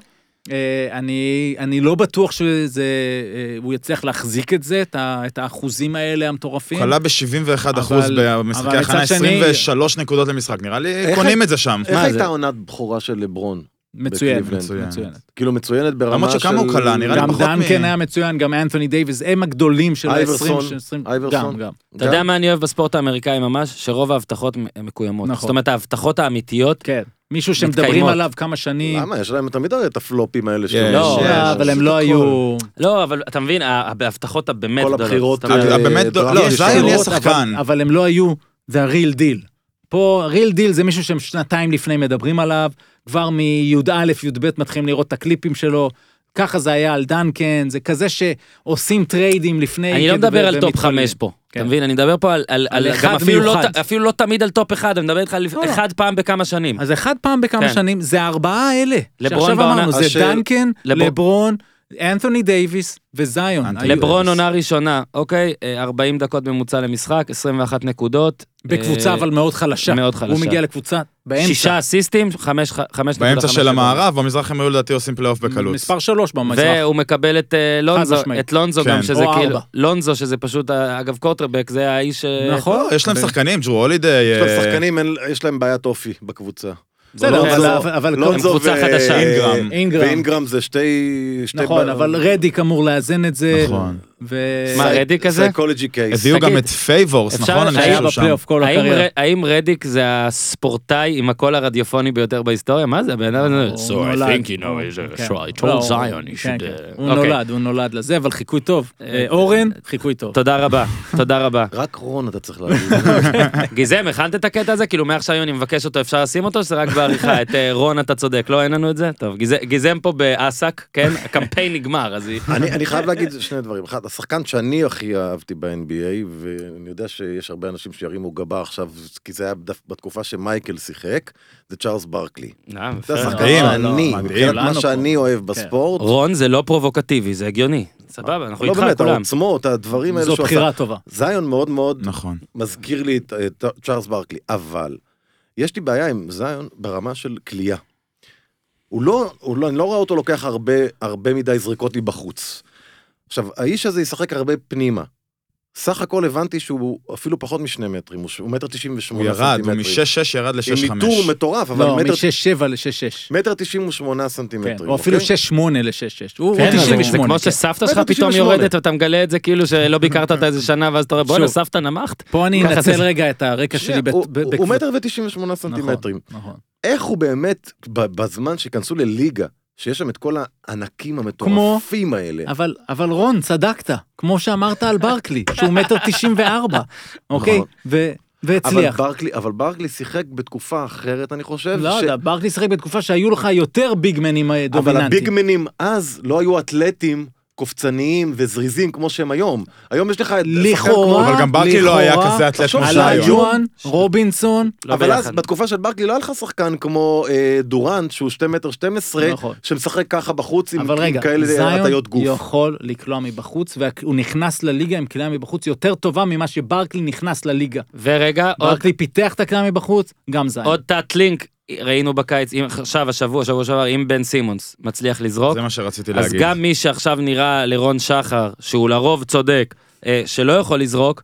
אה, אני, אני לא בטוח שזה, אה, הוא יצליח להחזיק את זה, את, ה, את האחוזים האלה המטורפים.
הוא עלה ב-71 אחוז
אבל-
במשחקי
אבל
הכנה,
מצד שני-
23 נקודות למשחק, נראה לי
איך
קונים את זה שם.
איך
מה
הייתה
זה?
עונת בכורה של לברון?
מצוינת,
בקליבלנד.
מצוין.
מצוינת.
כאילו מצוינת ברמה של...
למרות שכמה הוא קלע, כן. נראה לי
גם
פחות
דנקן
מ-
היה מצוין, גם אנתוני דייוויס, הם הגדולים של
אייברסון,
ה-20.
אייברסון.
גם, גם.
אתה יודע מה אני אוהב בספורט האמריקאי ממש? שרוב ההבטחות מ- מקוימות.
נכון.
זאת אומרת, ההבטחות האמיתיות,
כן. מישהו שמדברים
מתקיימות.
עליו כמה שנים.
למה? יש להם תמיד הרי את הפלופים האלה שלהם.
לא,
יש,
אה,
יש,
אבל
יש
הם
את
לא
הכל.
היו...
לא, אבל אתה מבין, ה- ההבטחות הבאמת
כל
גדולות.
הבחירות,
זאת אומרת,
אה,
אתה באמת לא-
דראפט
לא,
ראשון.
זיון יהיה
אבל-
שחקן.
אבל הם לא היו, זה הריל דיל. פה הריל דיל זה מישהו שהם שנתיים לפני מדברים עליו, כבר מי"א, י"ב מתחילים לראות את הקליפים שלו. ככה זה היה על דנקן, זה כזה שעושים טריידים לפני...
אני לא
כן,
מדבר
ו-
על טופ
ומתחברים.
חמש פה. אתה
כן.
מבין? אני מדבר פה על- על... על-
אחד
גם אפילו לא
מיוחד.
ת- אפילו לא תמיד על טופ אחד, אני מדבר איתך על
לא, לא.
אחד פעם בכמה שנים.
אז אחד פעם בכמה
כן.
שנים, זה הארבעה האלה.
לברון
שעכשיו
בעונה- אה,
אמרנו, זה
אשר-
דנקן,
לברון-
לברון, אנתוני דייוויס וזיון.
אנתוני
היו-
לברון עונה ראשונה, אוקיי, אה, 40 דקות ממוצע למשחק, 21 נקודות.
בקבוצה
אה,
אבל מאוד חלשה.
מאוד חלשה.
הוא מגיע לקבוצה באמצע.
שישה אסיסטים, חמש ח- חמש נקודה
באמצע
חמש
של
ריבאונד.
המערב, במזרח הם היו לדעתי עושים פלייאוף בקלות.
מספר שלוש במזרח.
והוא מקבל את אה, לונזו,
משמעית.
את לונזו
כן.
גם, שזה
או
כאילו,
ארבע.
לונזו שזה פשוט, אה, אגב קורטרבק, זה האיש... אה,
נכון.
לא, יש להם שחקנים, ג'רו הולידיי.
יש להם
אה,
שחקנים, אין- יש להם בעיית אופי בקבוצה.
בסדר,
לא,
אבל-
לא,
אבל- אבל
לונזו
הם קבוצה
ו-
חדשה.
אינגרם.
אינגרם.
ואינגרם זה שתי... שתי
נכון,
ב-
אבל רדיק אמור לאזן את זה.
נכון.
ו...
מה, רדי כזה?
Psychology case.
הביאו
תגיד,
גם את פייבורס,
אפשר-
נכון? אני
היה
חושב
שהיה
שהוא שם.
בפלייאוף כל
האם,
הקריירה.
ר- האם רדיק זה הספורטאי עם הקול הרדיופוני ביותר בהיסטוריה? מה זה הבן אדם הזה?
הוא
So I
נולד.
think you know, he's a-
כן.
sure, I
לא, הוא-
told Zion, you
כן,
should...
כן.
uh,
הוא
אוקיי.
נולד, הוא נולד לזה, אבל חיקוי טוב. אה, אורן, חיקוי טוב.
תודה רבה, תודה רבה.
רק רון אתה צריך להגיד.
גיזם, הכנת את הקטע הזה? כאילו מעכשיו אם אני מבקש אותו אפשר לשים אותו? שזה רק בעריכה. את אה, רון אתה צודק, לא אין לנו את זה? טוב, גיז- גיזם פה באסק, כן? הקמפיין נגמר, אז היא...
אני אני חייב להגיד שני דברים. אחד, השחקן שאני הכי אהבתי ב-NBA, ואני יודע שיש הרבה אנשים שירימו גבה עכשיו, כי זה היה דף- בתקופה שמייקל שיחק, זה צ'ארלס ברקלי.
אה,
זה
יפה.
השחקן
מדהים,
שאני,
מדהים.
מבחינת מה
לנו
שאני
פה. כן.
אוהב בספורט.
רון זה לא פרובוקטיבי, זה הגיוני. סבבה, אנחנו
לא
איתך
באמת,
כולם.
העוצמות, הדברים האלה
זו
שהוא עשה.
בחירה טובה.
זיון מאוד מאוד
נכון.
מזכיר לי את את צ'ארלס ברקלי, אבל יש לי בעיה עם זיון ברמה של כליאה. הוא לא, הוא לא, אני לא רואה אותו לוקח הרבה, הרבה מדי זריקות מבחוץ. עכשיו, האיש הזה ישחק הרבה פנימה. סך הכל הבנתי שהוא אפילו פחות משני מטרים, הוא ש- הוא מטר תשעים
הוא
ושמונה
ירד,
סנטימטרים.
הוא מ-6-6 ירד
נכון, עם ניטור
ל-6-5.
מטורף, אבל
לא,
מטר,
מ-6-7 ל-6-6.
מטר תשעים ושמונה סנטימטרים.
כן, או אפילו 6-8
אוקיי?
ל-6-6. הוא
כן, אבל
98.
זה כמו
כן.
שסבתא שלך
לא בטח
פתאום
98.
יורדת ואתה מגלה את זה כאילו שלא ביקרת אותה איזה שנה ואז אתה רואה בואנה
שוב.
סבתא נמכת?
פה אני
ככה
אנצל
זה-
רגע את הרקע
שנייה,
שלי. בת-
הוא-
ב-
הוא- הוא
בקבוצה.
מטר ותשעים ושמונה סנטימטרים.
נכון, נכון.
איך הוא באמת, ב- בזמן שייכנסו לליגה, שיש שם את כל הענקים המטורפים האלה,
כן. אבל, אבל רון, צדקת, כמו שאמרת על ברקלי, שהוא מטר תשעים וארבע, אוקיי?
נכון.
ו-
אבל
והצליח.
ברקלי, אבל ברקלי שיחק בתקופה אחרת, אני חושב.
לא יודע, ברקלי שיחק בתקופה שהיו לך יותר ביגמנים אה,
אבל
דומיננטיים.
הביגמנים אז לא היו אתלטים קופצניים וזריזים כמו שהם היום. היום יש לך... את- שחקן כמו-
לכאורה,
אבל גם ברקלי לא היה
לכאורה,
כזה אתלט
תחשוב
כמו
על
שהיום.
היום.
אלאג'ואן, רובינסון,
לא
אבל אז
ביחד.
בתקופה של ברקלי לא היה לך שחקן כמו אה, דורנט שהוא 2 מטר 12
נכון.
שמשחק ככה בחוץ עם,
אבל רגע,
עם כאלה
זיון
הטיות גוף.
יכול לקלוע מבחוץ, והוא נכנס לליגה עם קליעה מבחוץ יותר טובה ממה שברקלי נכנס לליגה.
ורגע, עוד
ברקלי פיתח את הקליעה מבחוץ, גם זיון.
עוד תת-לינק ראינו בקיץ, אם עכשיו, השבוע, שבוע שעבר, אם בן סימונס מצליח לזרוק,
זה מה שרציתי
אז
להגיד.
גם מי שעכשיו נראה לרון שחר, שהוא לרוב צודק, אה, שלא יכול לזרוק,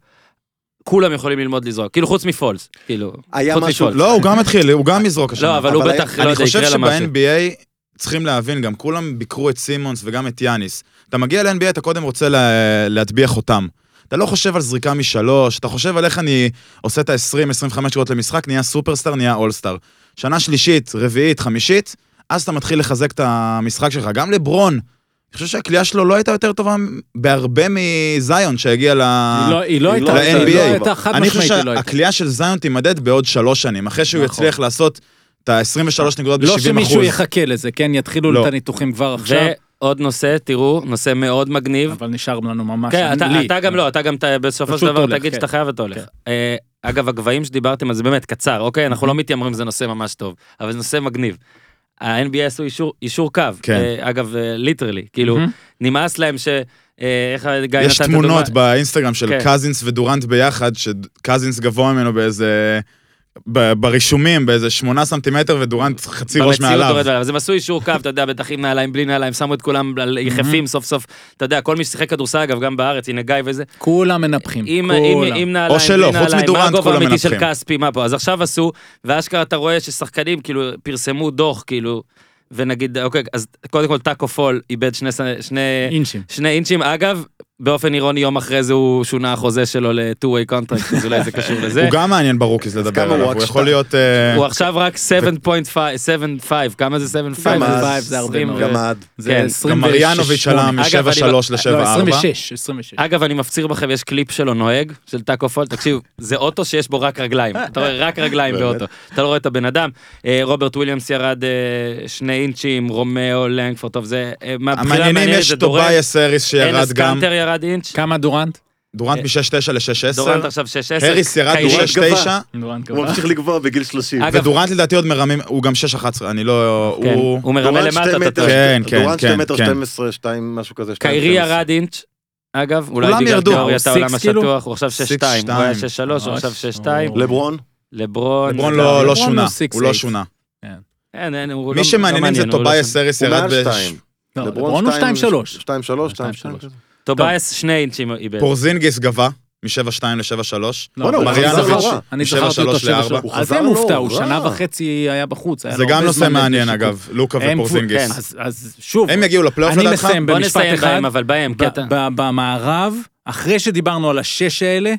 כולם יכולים ללמוד לזרוק, כאילו חוץ מפולס, כאילו,
היה
חוץ
משהו-
מפולס.
לא, הוא גם התחיל, הוא גם יזרוק השנה.
לא, אבל הוא
אבל
בטח, לא
אני
יודע,
חושב
יקרה לה משהו.
שב-NBA צריכים להבין, גם כולם ביקרו את סימונס וגם את יאניס. אתה מגיע ל-NBA, אתה קודם רוצה לה- להטביע חותם. אתה לא חושב על זריקה משלוש, אתה חושב על איך אני עושה את ה-20-25 שעות למשחק, נהיה סופרסטאר, נהיה אולסטאר. שנה שלישית, רביעית, חמישית, אז אתה מתחיל לחזק את המשחק שלך. גם לברון, אני חושב שהקליעה שלו לא הייתה יותר טובה בהרבה מזיון שהגיע ל...
היא לא- היא לא
היא
הייתה,
לא
היא
ל-NBA.
לא הייתה חד
אני חושב
משמעית, היא לא הייתה.
שהקליעה של זיון תימדד בעוד שלוש שנים, אחרי שהוא
נכון.
יצליח לעשות את ה-23 נקודות ב-70
לא
אחוז.
שמישהו יחכה לזה, כן? יתחילו
לא.
את הניתוחים כבר עכשיו,
ועוד נושה, תראו, נושא מאוד מגניב.
אבל נשאר לנו ממש,
כן, אתה,
לי.
אתה גם לא, אתה גם ת, בסופו של
פשוט
דבר
הולך,
תגיד
כן.
שאתה חייב ואתה הולך. אה, אגב, הגבהים שדיברתם על זה באמת קצר, אוקיי? אנחנו לא מתיימרים שזה נושא ממש טוב, אבל זה נושא מגניב. ה-NBA עשו אישור, אישור קו,
כן.
אה, אגב, ליטרלי, כאילו,
מהמם.
נמאס להם ש... אה, איך גיא נתן
יש
את הדוגמה?
תמונות באינסטגרם של
כן.
קזינס ודורנט ביחד, שקזינס גבוה ממנו באיזה... ב- ברישומים, באיזה שמונה סנטימטר, ודורנט חצי ראש
במציאות
מעליו.
יורד מעליו. אז הם עשו אישור קו, אתה יודע, בטח עם נעליים, בלי נעליים, שמו את כולם על יחפים סוף סוף. אתה יודע, כל מי ששיחק כדורסל, אגב, גם בארץ, הנה גיא וזה,
כולם מנפחים,
אם, אם,
כולם.
אם נעליים,
שלא,
בלי
חוץ
נעליים,
מדורנט
מה הגובה
כולם
האמיתי של
מנצחים.
כספי, מה פה? אז עכשיו עשו, ואשכרה אתה רואה ששחקנים כאילו פרסמו דוח, כאילו, ונגיד, אוקיי, אז קודם כל טאקו פול איבד שני, סנ- שני,
אינצ'ים.
שני אינצ'ים, אגב, באופן אירוני יום אחרי זה הוא שונה החוזה שלו ל-2way contract, אז אולי זה קשור לזה.
הוא גם מעניין ברוקיס לדבר
כמה הוא?
עליו,
רק
הוא יכול
שתיים.
להיות... אה,
הוא עכשיו רק 7.5, כמה זה 7.5?
גם אז,
זה הרבה מאוד.
גמד.
זה
כן.
26.
גם מריאנוביץ' עלה
לא,
אגב, אני-
מ-7-3 ל-7-4.
26, 26.
אגב, אני מפציר בכם, יש קליפ שלו נוהג, של טאקו פול, תקשיב, זה אוטו שיש בו רק רגליים, אתה רואה רק רגליים
באמת?
באוטו, אתה לא רואה את הבן אדם. אה, רוברט וויליאמס ירד אה, שני אינצ'ים, רומאו, לנגפורד, טוב, זה אה, מהבחינה
המעניינים
המעניינת,
יש
זה דורנט,
טובייס אריס שירד
אנס
גם,
קנטר ירד אינץ',
כמה דורנט?
דורנט מ-6-9
דורנט
ל-6-10,
עכשיו 6-10,
האריס ירד
קיירי-
דורנט גבה.
מ-6-9,
דורנט
הוא ממשיך לגבוה בגיל 30.
אגב,
ודורנט לדעתי עוד מרמים, הוא גם 6-11, אני לא...
כן,
הוא...
הוא מרמה
דורנט שתי
למטה, אתה
מטר,
טועה.
כן, כן,
דורנט
כן,
2 מטר
כן.
12, 2 משהו כזה. שתיים,
קיירי
שתיים עשרה.
ירד אינץ', אגב, אולי
כולם
בגלל
ירדו.
תיאוריית
הוא
העולם
סיקס, כאילו?
השטוח, הוא עכשיו 6-2,
סיקס,
הוא היה 6-3,
שתיים. לא.
הוא עכשיו
ממש.
6-2,
לברון?
לברון,
לברון
זה
לא,
גם-
לא
לברון
שונה,
הוא six
הוא לא
eight.
שונה.
אין, אין, הוא לא-
מי
לא
שמעניינים זה
מעניין, הוא לא
טובייס
שם.
אריס
הוא
ירד
מעל 2.
ב...
לא, לברון הוא 2-3.
2 3 2
2-3.
3
טובייס שני אינצ'ים איבד.
פורזינגיס גבה, מ-7-2 ל-7-3.
כן. לא,
הוא
מריאנוביץ'
חזר לא רע.
אני
משבע
זכרתי אותו
שלוש לארבע.
7-3.
הוא
אז
חזר
זה
לא
מופתע, הוא
רע.
שנה וחצי היה בחוץ. היה
זה
לו
גם
הרבה
נושא
זמן
מעניין
לשיקום.
אגב, לוקה
הם כבו-
ופורזינגיס.
כן, אז- אז שוב,
הם יגיעו לפלייאוף
אני
לדעתך?
מסיים
בוא
במשפט
נסיים
אחד.
בהם, אבל בהם,
ב-
קטע.
ב- במערב, אחרי שדיברנו על השש האלה,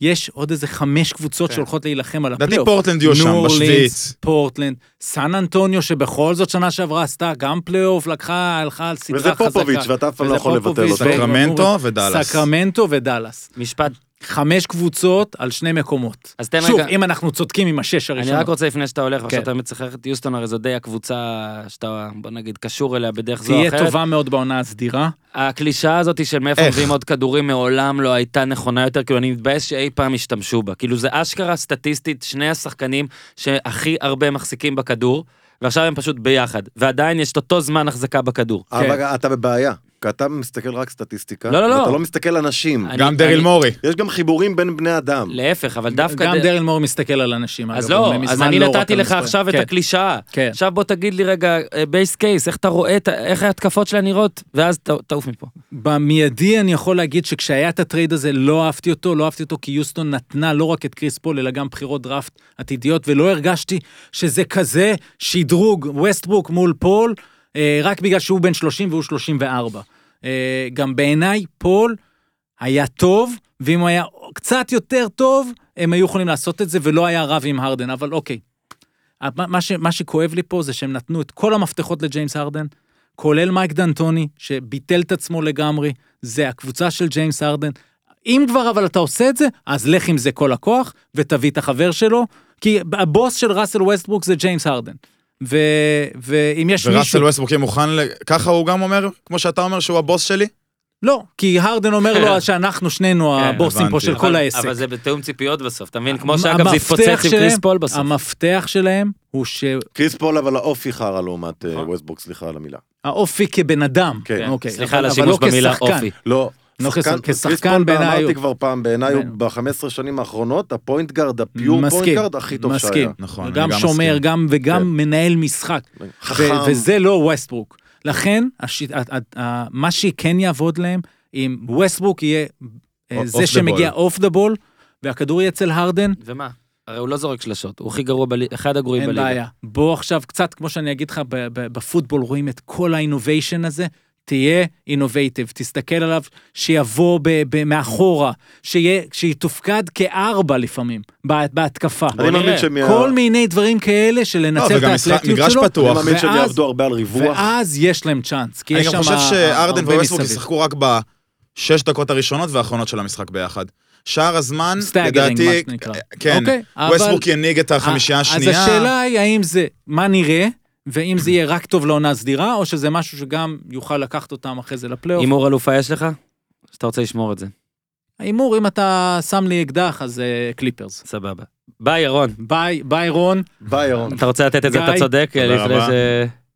יש עוד איזה חמש קבוצות
כן.
שהולכות להילחם על
לדעתי
הפלייאוף.
פורטלנד יהיו שם,
ניו
בשביעית.
אורלינס, פורטלנד, סן אנטוניו שבכל זאת שנה שעברה עשתה גם פלייאוף, לקחה, הלכה על סדרה
וזה
חזקה.
פופוביץ', ואתה אף פעם לא
וזה
יכול לבטל
פופוביץ',
אותו.
סקרמנטו
ו-
ודאלאס.
סקרמנטו ודאלאס.
משפט,
חמש קבוצות על שני מקומות.
אז תן
שוב,
רגע-
אם אנחנו צודקים עם השש
אני רק
הראשונות.
רוצה לפני שאתה הולך, ועכשיו
כן.
אתה באמת צריך ללכת יוסטון, הרי זו די הקבוצה שאתה, בוא נגיד, קשור אליה בדרך זו או
תהיה
אחרת.
טובה מאוד בעונה הסדירה.
הקלישאה הזאת של מאיפה
איך?
מביאים עוד כדורים מעולם לא הייתה נכונה יותר, כאילו אני מתבאס שאי פעם השתמשו בה. כאילו זה אשכרה סטטיסטית, שני השחקנים שהכי הרבה מחזיקים בכדור, ועכשיו הם פשוט ביחד, ועדיין יש את אותו זמן החזקה בכדור.
אבל אתה בבעיה. כי אתה מסתכל רק סטטיסטיקה.
לא, לא, לא.
ואתה לא מסתכל אנשים.
אני- לא.
גם דריל
אני-
מורי.
יש גם חיבורים בין בני אדם.
להפך, אבל דווקא...
גם
ד-
דרל מור מסתכל על אנשים.
אז
אגב,
לא,
הוא
אז
מזמן
אני
לא רק
נתתי
על
לך
מספרים.
עכשיו את
כן.
הקלישאה.
כן.
עכשיו בוא תגיד לי רגע, בייס קייס, איך אתה רואה, את ה- איך ההתקפות שלה נראות, ואז ת- תעוף מפה.
במיידי אני יכול להגיד שכשהיה את הטרייד הזה לא אהבתי אותו, לא אהבתי אותו כי יוסטון נתנה לא רק את קריס פול אלא גם בחירות דראפט עתידיות ולא הרגשתי שזה כזה שדרוג ווסטברוק מול פול אה, רק בגלל שהוא בן 30 והוא 34. אה, גם בעיניי פול היה טוב ואם הוא היה קצת יותר טוב הם היו יכולים לעשות את זה ולא היה רב עם הרדן אבל אוקיי. מה- מה, ש, מה שכואב לי פה זה שהם נתנו את כל המפתחות לג'יימס הרדן, כולל מייק דנטוני, שביטל את עצמו לגמרי, זה הקבוצה של ג'יימס הרדן. אם כבר אבל אתה עושה את זה, אז לך עם זה כל הכוח, ותביא את החבר שלו, כי הבוס של ראסל ווסטברוק זה ג'יימס הרדן. ו, ואם יש מישהו...
וראסל ווסטבורק יהיה מוכן, ל- ככה הוא גם אומר, כמו שאתה אומר, שהוא הבוס שלי?
לא, כי הרדן אומר לו שאנחנו שנינו
כן,
הבוסים פה
הבנתי.
של כל
אבל-
העסק.
אבל זה בתיאום ציפיות בסוף, אתה מבין? כמו שאגב זה
המפתח
התפוצץ עם
שלהם-
קריס פול בסוף.
המפתח שלהם הוא שהאופי
קריס פול אבל האופי חרא לעומת אה, ווסטבורק, סליחה על המילה.
כבן אדם.
כן.
אוקיי.
סליחה על
אבל- אבל
השימוש
לא
במילה
כשחקן.
אופי.
לא,
לא, כשחקן-
קריס
כשחקן
פול,
בעיניי הוא-
אמרתי כבר פעם, בעיניי הוא ב-15 שנים האחרונות, הפוינט גארד, הפיור פוינט
מסכים,
גארד הכי טוב שהיה.
מסכים.
נכון,
גם
אני גם
שומר,
מסכים. כן.
גם וגם מנהל משחק.
חכם.
ו- וזה לא ווסטברוק. לכן, השיט- ה- ה- ה- מה שכן יעבוד להם, אם ווסטברוק יהיה אה,
אוף
זה
דה
שמגיע
בול.
אוף דה בול, והכדור יהיה אצל הרדן,
ומה? הרי הוא לא זורק שלשות, הוא הכי גרוע, בלי- אחד הגרועים
אין
בליגה.
בעיה. בוא עכשיו קצת, כמו שאני אגיד לך, ב- ב- בפוטבול רואים את כל האינוביישן הזה, תהיה אינובייטיב, תסתכל עליו, שיבוא ב- ב- מאחורה, שיהיה- שיתופקד כארבע לפעמים, בה- בהתקפה.
אני מאמין
נראה.
שהם
כל
יעבדו
מיני דברים כאלה של
אה, לא,
לנצל את
וגם משחק-
האתלטיות
מגרש
שלו,
פתוח.
ואז-
הרבה על ריווח.
ואז יש להם צ'אנס, כי
אני
יש
גם
שם
חושב שארדן
הרבה
וווסטבורק
מסביב.
ישחקו רק בשש דקות הראשונות והאחרונות של המשחק ביחד. שאר הזמן,
סטאגרינג, מה
לדעתי,
שנקרא.
כן,
אוקיי, אבל-
ווסטבורק ינהיג את החמישייה השנייה.
אה, אז השאלה היא האם זה, מה נראה, ואם זה יהיה רק טוב לעונה סדירה, או שזה משהו שגם יוכל לקחת אותם אחרי זה לפלייאוף.
הימור אלופה יש לך? שאתה רוצה לשמור את זה,
ההימור, אם אתה שם לי אקדח, אז אה, קליפרס.
סבבה. ביי ירון,
ביי, ביי רון.
ביי, ירון.
אתה רוצה לתת את זה,
גיא.
אתה צודק, לפני
רבה.
ש...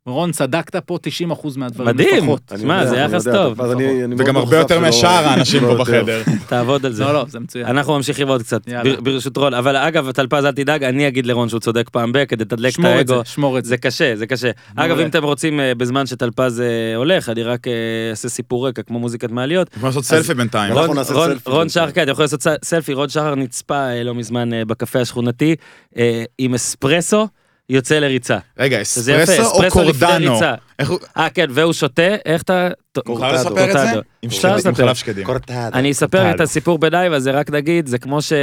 רון, צדקת פה 90% מהדברים.
מדהים,
לפחות.
אני
שמע,
יודע,
זה
אני
יחס
יודע,
טוב,
אז אני- אני
וגם
מאוד
הרבה
מאוכזב
יותר
שלא-
משאר האנשים
לא
פה
יותר.
בחדר.
תעבוד על זה.
לא, לא, זה מצוין.
כן. אנחנו ממשיכים עוד קצת,
יאללה.
בר- ברשות רון, אבל אגב, טלפז אל תדאג, אני אגיד לרון שהוא צודק פעם ב, כדי לתדלק את
שמור את זה,
האגו.
שמור את זה.
זה קשה, זה קשה. אגב,
מעולה.
אם אתם רוצים, אה, בזמן שטלפז אה, הולך, אני רק אה, אעשה סיפור רקע, כמו מוזיקת מעליות.
אנחנו לעשות סלפי בינתיים.
אה, אנחנו
רון-
נעשה
רון-
סלפי
רון
בינתיים.
שחר, כן, אתה יכול לעשות ס- סלפי, רון שחר נצפה אה, לא מזמן אה, בקפה השכונתי, אה, עם אספרסו, יוצא לריצה.
רגע,
שזה יפה,
אספרסו או
אספרסו לפני
קורדנו?
ריצה.
איך הוא...
אה, כן, והוא שותה, איך אתה...
מותר
קורטדו.
לספר את זה?
קורטדו.
עם
אפשר
שקדים, עם
לספר.
חלב שקדים.
קורטדו.
אני אספר את
טל.
הסיפור בלייב, אז זה רק נגיד, זה כמו ש...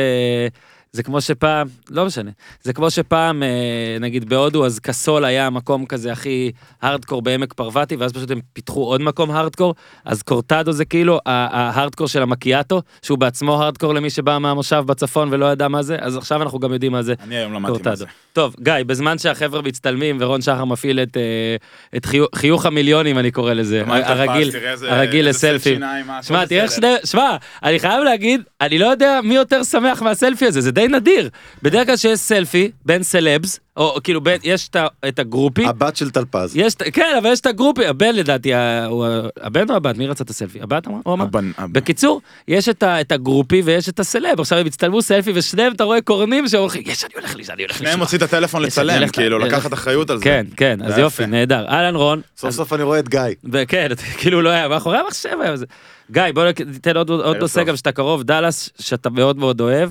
זה כמו שפעם, לא משנה, זה כמו שפעם, אה, נגיד בהודו, אז קסול היה המקום כזה הכי הארדקור בעמק פרווטי, ואז פשוט הם פיתחו עוד מקום הארדקור, אז קורטדו זה כאילו ה- ההארדקור של המקיאטו, שהוא בעצמו הארדקור למי שבא מהמושב בצפון ולא ידע מה זה, אז עכשיו אנחנו גם יודעים מה זה.
אני היום למדתי מה
קורטדו.
זה.
טוב, גיא, בזמן שהחבר'ה מצטלמים ורון שחר מפעיל את, אה, את חיו- חיוך המיליונים, אני קורא לזה, הרגיל, הרגיל לסלפים. שמע, תראה איך שני... שמע, אני חייב להגיד, אני לא יודע מי יותר שמח מהסלפי הזה, זה די נדיר. בדרך כלל שיש סלפי בין סלבס, או או כאילו בין, יש את ה- את הגרופי,
הבת של טלפז.
יש, את- כן, אבל יש את הגרופי, הבן לדעתי, ה- הוא ה- הבן או הבת? מי רצה את הסלפי? הבת אמרה? הוא אמר.
הבן- הבן.
בקיצור, יש את ה- את הגרופי ויש את הסלב, עכשיו הם הצטלמו סלפי ושניהם אתה רואה קורנים שאומרים, יש, אני הולך לזה, אני הולך
שניהם
לשם.
הוציא את הטלפון
יש, אני
לצלם,
הולך-
כאילו,
אני
לקחת
הולך-
אחריות על זה.
כן, כן, אז
זה
יופי,
יפה.
נהדר. אהלן רון,
סוף סוף אני רואה את גיא.
וכן, כאילו לא היה מאחורי המחשב היה זה. גיא, בוא נק- ניתן עוד- עוד
ערב
נושא
טוב.
גם שאתה קרוב, דאלאס, שאתה מאוד מאוד אוהב.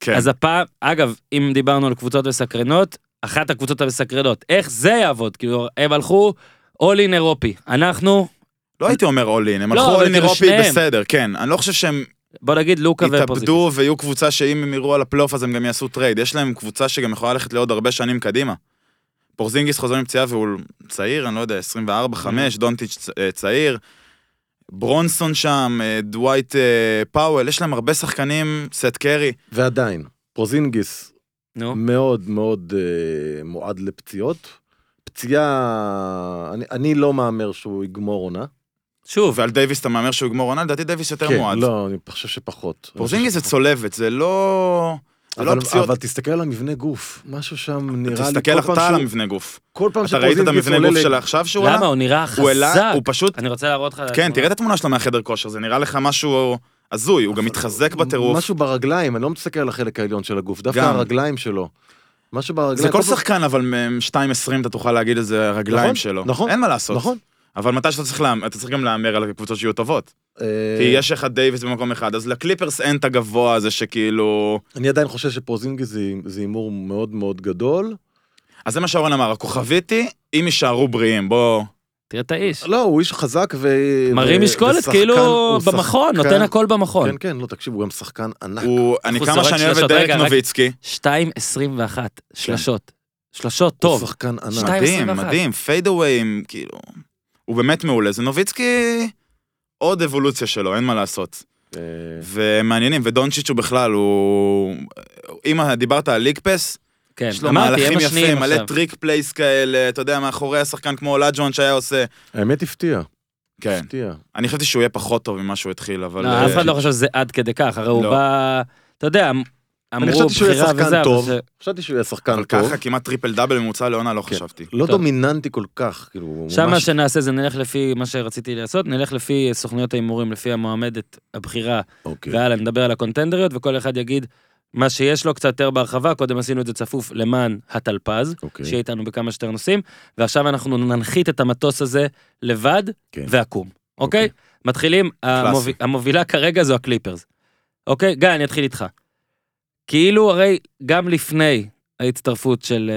כן.
אז הפעם, אגב, אם דיברנו על קבוצות מסקרנות, אחת הקבוצות המסקרנות, איך זה יעבוד? כאילו, הם הלכו אול אין אירופי. אנחנו,
לא הייתי אומר אולין, הם
לא,
הלכו
אבל
אולין
כאילו
אירופי
שניהם.
בסדר, כן. אני לא חושב שהם
בוא נגיד לוקה ופוזיטיב.
יתאבדו ויהיו קבוצה שאם הם יראו על הפלייאוף אז הם גם יעשו טרייד. יש להם קבוצה שגם יכולה ללכת לעוד הרבה שנים קדימה. פורזינגיס חוזר מפציעה והוא צעיר, אני לא יודע,
Mm.
24-5, דונטיץ' צ- אה, צעיר. ברונסון שם, אה, דווייט אה, פאוול, יש להם הרבה שחקנים, סט קרי.
ועדיין, פרוזינגיס
נו,
מאוד מאוד אה, מועד לפציעות. פציעה, אני- אני לא מהמר שהוא יגמור עונה.
שוב,
ועל דייוויס אתה מהמר שהוא יגמור עונה, לדעתי דייוויס יותר מועד.
לא, אני חושב שפחות.
פורזינגיס זה צולבת, זה לא... זה לא
אבל-
הפציעות.
אבל תסתכל על המבנה גוף, משהו שם נראה לי...
תסתכל
כל פעם
אתה על
שהוא-
המבנה גוף.
כל פעם
אתה ראית את
שפרוזינגיס
המבנה
עולה
גוף
ל-
שלה עכשיו שהוא עלה?
למה? הוא נראה חזק.
הוא העלה, הוא פשוט
אני רוצה להראות לך...
כן, תראה את התמונה שלו מהחדר כושר, זה נראה לך משהו הזוי, הוא גם התחזק בטירוף.
משהו ברגליים, אני לא מסתכל על החלק העליון של הגוף, דווקא
גם.
הרגליים שלו. משהו ברגליים.
זה כל
פעם-
שחקן, אבל מ-2.20 אתה תוכל להגיד את זה, הרגליים
נכון,
שלו.
נכון,
אין מה לעשות.
נכון.
אבל מתי שאתה צריך, לה... אתה צריך גם להמר על הקבוצות שיהיו טובות.
אה,
כי יש לך דייוויס במקום אחד, אז לקליפרס אין את הגבוה הזה שכאילו...
אני עדיין חושב שפרוזינגיס זה- זה הימור מאוד מאוד גדול.
אז זה מה שאורן אמר, הכוכבית היא, אם יישארו בריאים, בוא...
תראה את האיש.
לא, הוא איש חזק ו...
אה,
מרים
ו-
משקולת,
ושחקן-
כאילו
הוא
במכון,
שחקן-
נותן הכל במכון.
כן, כן, לא, תקשיב, הוא גם שחקן ענק.
הוא... אני
הוא
כמה
זורק
שאני אוהב את
שלשות,
דרק
רגע, רק-
נוביצקי.
2.21, שלשות. שלשות,
הוא
טוב.
שחקן ענק.
שתיים.
מדהים,
21.
מדהים, פיידאוויים, כאילו... הוא באמת מעולה. זה נוביצקי... עוד אבולוציה שלו, אין מה לעשות.
כן.
אה,
ומעניינים, ודונצ'יץ' הוא בכלל, הוא... אם דיברת על ליג פס,
כן,
יש לו
אמרתי,
מהלכים
הם
יפים,
השניים
מלא
עכשיו.
טריק פלייס כאלה, אתה יודע, מאחורי השחקן כמו אולג'ון שהיה עושה.
האמת הפתיע.
כן.
מפתיע.
אני חשבתי שהוא יהיה פחות טוב ממה שהוא התחיל, אבל...
לא,
אה,
אף אחד לא חשב שזה עד כדי כך, הרי הוא
לא.
בא... אתה יודע,
אני
אמרו
חשבתי שהוא יהיה
בחירה וזה,
שחקן
אבל
טוב,
זה...
חשבתי שהוא יהיה שחקן
אבל
טוב.
ככה כמעט טריפל דאבל ממוצע לעונה לא
כן.
חשבתי.
לא
טוב.
דומיננטי כל כך, כאילו, הוא
שם מה
ממש...
שנעשה זה נלך לפי מה שרציתי לעשות, נלך לפי סוכנויות ההימורים, לפי המועמדת הבכירה,
אוקיי.
והלאה נדבר על הקונטנדריות, וכל אחד יגיד מה שיש לו קצת יותר בהרחבה, קודם עשינו את זה צפוף למען הטלפז,
אוקיי.
שיהיה איתנו בכמה שיותר נושאים, ועכשיו אנחנו ננחית את המטוס הזה לבד
כן.
ועקום, אוקיי? מתחילים, המוביל, המובילה כרגע זו הקליפרס. אוקיי? גיא, אני אתחיל איתך. כאילו הרי גם לפני ההצטרפות של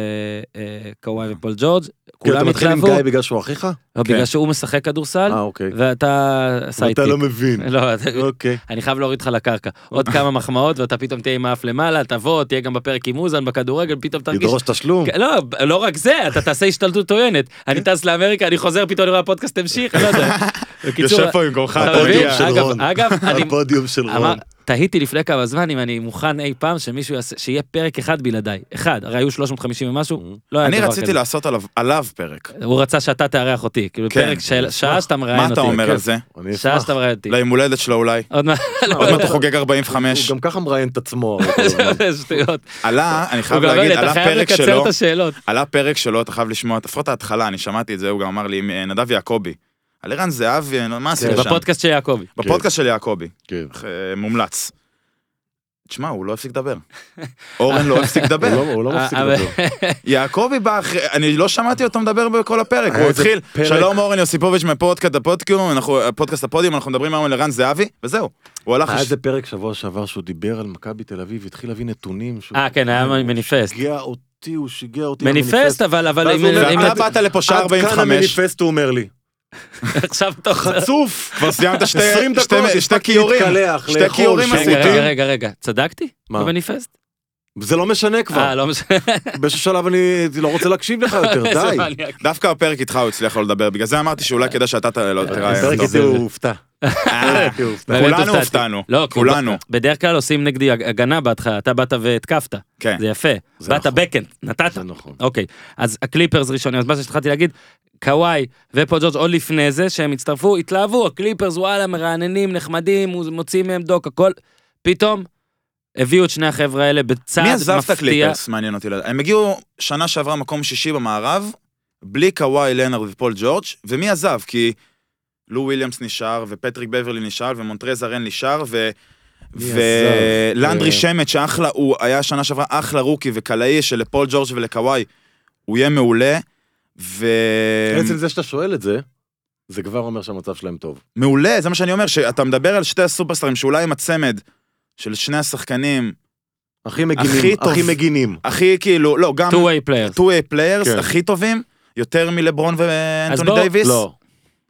אה, אה, קוואי ופול ג'ורג',
כאילו,
כולם
אתה מתחיל עם
התלהבו,
גיא בגלל שהוא אחיך?
לא, בגלל שהוא משחק כדורסל,
אה, אוקיי.
ואתה סייטיק.
ואתה לא מבין.
לא, אתה-
אוקיי.
אני חייב להוריד אותך לקרקע. עוד כמה מחמאות ואתה פתאום תהיה עם האף למעלה, תבוא, תהיה גם בפרק עם אוזן בכדורגל, פתאום תרגיש...
לדרוש תשלום?
לא, לא רק זה, אתה תעשה השתלטות טוענת. אני טס לאמריקה, אני חוזר, פתאום אני רואה הפודקאסט המשיך, אני לא יודע. בקיצור,
יושב פה במקומך,
אתה
אתה
מבין?
יודע.
הפודיום של
אגב-
רון.
אגב, אני
הפודיום של
אמר,
רון.
תהיתי לפני כמה זמן אם אני מוכן אי פעם שמישהו יעשה, שיהיה פרק אחד בלעדיי. אחד, הרי היו 350 ומשהו, לא היה
אני
דבר
רציתי
כזה.
לעשות עליו- עליו פרק.
הוא רצה שאתה תארח אותי, כאילו
כן.
פרק של שעה שאתה מראיין
מה
אותי. כן.
אתה אומר על זה? לא-
אני
שעה
אשמח.
שאתה מראיין אותי.
ליום הולדת שלו אולי.
עוד מעט,
עוד מעט הוא
לא,
חוגג 45.
הוא גם ככה מראיין את עצמו. אבל כל הזמן.
שטויות.
עלה, אני
הוא
חייב
גם
לא
להגיד,
אומר, אתה
עלה
חייב
פרק
לקצר
שלו,
את השאלות.
עלה פרק שלו, אתה חייב לשמוע, לפחות ההתחלה, אני שמעתי את זה, הוא גם אמר לי, עם אה, נדב יעקבי. על ערן זהבי, אני לא- מה עשית שם?
בפודקאסט של יעקבי.
בפודקאסט של יעקבי.
כן.
אה, מומלץ. תשמע, הוא לא הפסיק לדבר. אורן לא הפסיק
הוא
לדבר.
לא- הוא לא מפסיק
אבל-
לדבר.
יעקבי בא אחרי, אני לא שמעתי אותו מדבר בכל הפרק,
היה
הוא
איזה
התחיל,
פרק-
שלום אורן יוסיפוביץ' מפודקאסט הפודקיום, אנחנו, אה, פודקאסט הפודיום, אנחנו מדברים היום על ערן זהבי, וזהו. הוא הלך,
היה
לש-
איזה פרק שבוע שעבר שהוא דיבר על מכבי תל אביב, התחיל להביא נתונים. שהוא-
אה, כן, היה מניפסט.
הוא שיגע אותי, הוא שיגע אותי.
מניפסט, אבל, אבל
ואז
אם, לא-
הוא אומר,
אם
ואתה
"אה,
אתה-
באת לפה שעה
עד כאן
45,
המניפסט, הוא אומר לי.
עכשיו אתה...
חצוף!
כבר סיימת שתי-
20
שתי-
דקות,
שתי
הספקתי
כיורים,
להתקלח,
שתי
לאכול,
כיורים
שירותים.
רגע, כן, רגע,
עשית.
רגע, רגע, צדקתי?
מה?
במניפסט?
זה לא משנה
אה,
כבר.
לא משנה.
באיזשהו שלב אני לא רוצה להקשיב לך יותר,
איזה
די.
מניאק.
דווקא הפרק איתך הוא הצליח לא לדבר, בגלל זה אמרתי שאולי כדאי שאתה ת- לא תראה
הפרק
אותו.
הזה הוא הופתע.
אה,
הפרק הוא הופתע.
באמת
כולנו
הופתעתי.
הופתענו,
לא, כי הוא
כולנו.
ב- בדרך כלל עושים נגדי הג- הגנה בהתחלה, אתה באת והתקפת.
כן.
זה יפה.
זה
באת
נכון.
בקן, נתת.
זה נכון.
אוקיי, אז הקליפרס ראשונים, אז מה שהתחלתי להגיד, קוואי ופול ג'ורג' עוד לפני זה, שהם הצטרפו, התלהבו, הקליפרס וואלה, מרעננים, נחמדים, מוציאים מהם דוק, הכל. פתאום הביאו את שני החבר'ה האלה בצעד
מי
מפתיע.
עזב את הקליפרס? מעניין אותי לדעת. הם הגיעו שנה שעברה מקום שישי במערב, בלי קוואי לנארד ופול ג'ורג', ומי עזב? כי לו וויליאמס נשאר, ופטריק בברלי נשאר, ומונטרז ארן נשאר, ו...
עזב?
ולנדרי
אה.
שמט, שאחלה, הוא היה שנה שעברה אחלה רוקי וקלעי שלפול ג'ורג' ולקוואי, הוא יהיה מעולה, ו...
עצם זה שאתה שואל את זה, זה כבר אומר שהמצב שלהם טוב.
מעולה, זה מה שאני אומר, שאתה מדבר על שתי הסופרסטרים, שאולי עם הצמד של שני השחקנים,
הכי
הכי
מגינים,
טוב.
הכי מגינים.
הכי כאילו, לא, גם...
two-way players.
two-way players
כן.
הכי טובים, יותר מלברון ואנטוני
בוא-
דייוויס?
לא.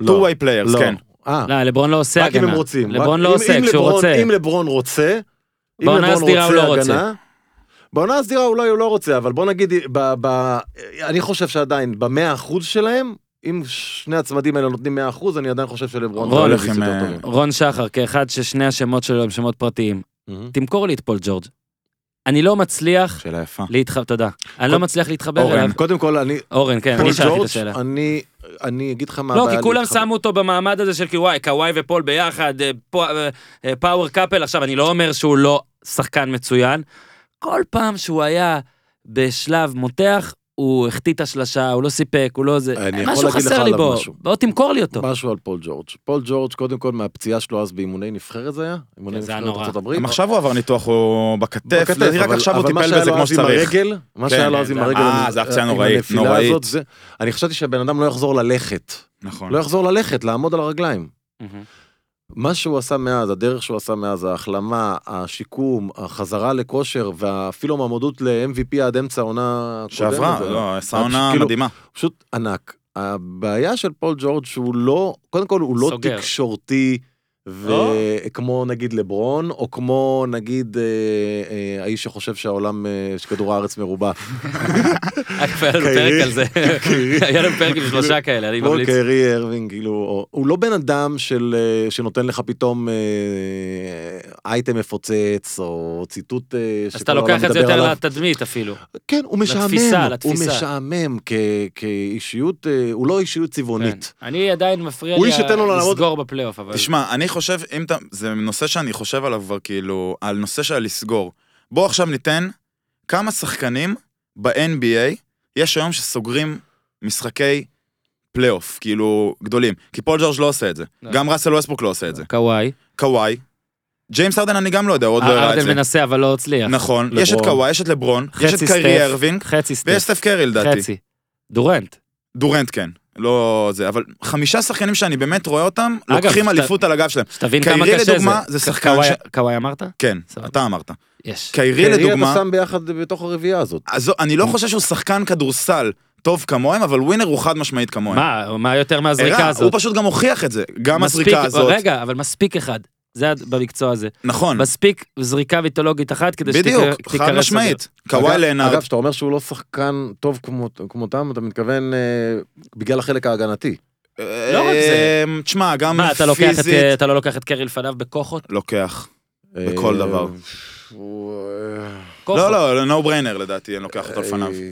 לא.
two-way players,
לא.
כן.
אה,
לא, לברון לא עושה
רק
הגנה.
אם הם רוצים. רק-
לברון לא
אם-
עושה,
אם
כשהוא
לברון-
רוצה.
אם לברון רוצה, אם
בעונה
לברון
הסדירה הוא לא רוצה.
הגנה, בעונה הסדירה אולי הוא לא רוצה, אבל בוא נגיד, ב- ב- אני חושב שעדיין, במאה אחוז שלהם, אם שני הצמדים האלה נותנים 100 אחוז, אני עדיין חושב שלברון לא
רון,
דייוויס
הולך עם,
יותר
אה,
טובים.
רון שחר, כאחד ששני השמות שלו הם שמות פרטיים,
מהמם.
תמכור לי את פול ג'ורג'. אני לא מצליח
שאלה יפה.
להתחבר, תודה. אני לא מצליח להתחבר אליו.
אורן, קודם כל, אני,
אורן, כן,
פול
אני שאלתי את
ג'ורג',
השאלה.
אני- אני אגיד לך מה
לא,
הבעיה.
כי כולם
להתחבר.
שמו אותו במעמד הזה של כאילו וואי, קוואי ופול ביחד, אה, פו- אה, אה, פאוור קאפל. עכשיו, אני לא אומר שהוא לא שחקן מצוין. כל פעם שהוא היה בשלב מותח, הוא החטיא את השלשה, הוא לא סיפק, הוא לא זה.
אני יכול
משהו
להגיד לך
חסר לי
עליו
בו.
משהו.
בוא תמכור לי אותו.
משהו על פול ג'ורג'. פול ג'ורג', קודם כל, מהפציעה שלו אז באימוני נבחרת זה היה? אימוני
כן, זה היה
נבחרת
נורא.
ארצות הברית?
גם עכשיו הוא עבר ניתוח הוא בכתף,
בכתף,
לדעתי רק
אבל-
עכשיו הוא
אבל מה
טיפל
שהיה
בזה
לו
כמו
אז עם
שצריך.
הרגל, מה
כן,
שהיה לו
כן,
אז עם
זה-
הרגל,
אה,
עם-
זה הפציעה
עם
נוראית,
הנפילה
נוראית.
הזאת, זה- אני חשבתי שהבן אדם לא יחזור ללכת,
נכון.
לא יחזור ללכת, לעמוד על הרגליים.
מהמם.
מה שהוא עשה מאז, הדרך שהוא עשה מאז, ההחלמה, השיקום, החזרה לכושר, ואפילו המועמדות ל-MVP עד אמצע העונה הקודמת.
שעברה,
זה-
לא, עשה עונה
כאילו,
מדהימה.
פשוט ענק. הבעיה של פול ג'ורג' שהוא לא, קודם כל הוא לא
סוגר. לא?
תקשורתי וכמו נגיד לברון, או כמו נגיד אה, אה, האיש שחושב שהעולם, אה, שכדור הארץ מרובע,
היה לנו פרק
קיירי.
על זה, היה לנו פרק עם שלושה כאלה, אני
כמו
ממליץ.
קרי ארווינג, כאילו, או- הוא לא בן אדם של, אה, שנותן לך פתאום אה, אייטם מפוצץ, או ציטוט אה,
אז
שכל
אתה
העולם
לוקח את זה
מדבר
יותר
עליו.
לתדמית אפילו.
כן, הוא משעמם.
לתפיסה, לתפיסה.
הוא משעמם כ- כאישיות, אה, הוא לא אישיות צבעונית.
כן. אני עדיין מפריע
הוא
לי
איש שתן לו לעמוד-
לסגור בפלייאוף, אבל...
תשמע, אני חושב, אם אתה... זה נושא שאני חושב עליו כבר, כאילו, על נושא של לסגור. בוא עכשיו ניתן כמה שחקנים ב-NBA יש היום שסוגרים משחקי פלייאוף, כאילו, גדולים. כי פול ג'ורג' לא עושה את זה.
לא.
גם ראסל ווסטברוק לא עושה את זה.
קוואי.
קוואי. ג'יימס ארדן אני גם לא יודע, הוא עוד לא הראה את
ארדן
זה.
מנסה אבל לא הצליח.
נכון. יש את
אה, לברון.
קוואי, יש את לברון, יש את
חצי
קיירי
סטף.
ארווינג,
חצי
ויש
סטף.
סטף קרי לדעתי.
חצי. דורנט.
דורנט כן. לא זה, אבל חמישה שחקנים שאני באמת רואה אותם, לוקחים
אתה-
אליפות על הגב שלהם.
שתבין
קיירי
כמה קשה זה.
לדוגמה, זה שחקן
קוואי-
ש-
קוואי אמרת? כן,
כן,
סבבה.
אתה אמרת.
יש.
קיירי לדוגמה,
אתה שם ביחד בתוך הרביעייה הזאת.
אז אני לא חושב שהוא שחקן כדורסל טוב כמוהם, אבל ווינר הוא חד משמעית כמוהם.
מה, מה יותר מהזריקה
הראה,
הזאת?
הוא פשוט גם הוכיח את זה, גם
מספיק-
הזריקה הזאת.
רגע, אבל מספיק אחד. זה הד- במקצוע הזה.
נכון,
מספיק זריקה מיתולוגית אחת כדי
בדיוק,
שתיקרא-
חד
תיקרא סביר.
משמעית. קוואי
אגב-
לנארד,
אגב, כשאתה אומר שהוא לא שחקן טוב כמו- כמותם, אתה מתכוון אה, בגלל החלק ההגנתי.
לא רק זה.
אמ, תשמע, גם
מה, אתה לוקח את, אה,
פיזית,
אתה לא לוקח את קרי לפניו בכוחות?
לוקח.
אה,
בכל דבר.
הוא, אה,
כוחות.
לא, לא, נו בריינר לדעתי, אני לוקח אותו לפניו.
אה,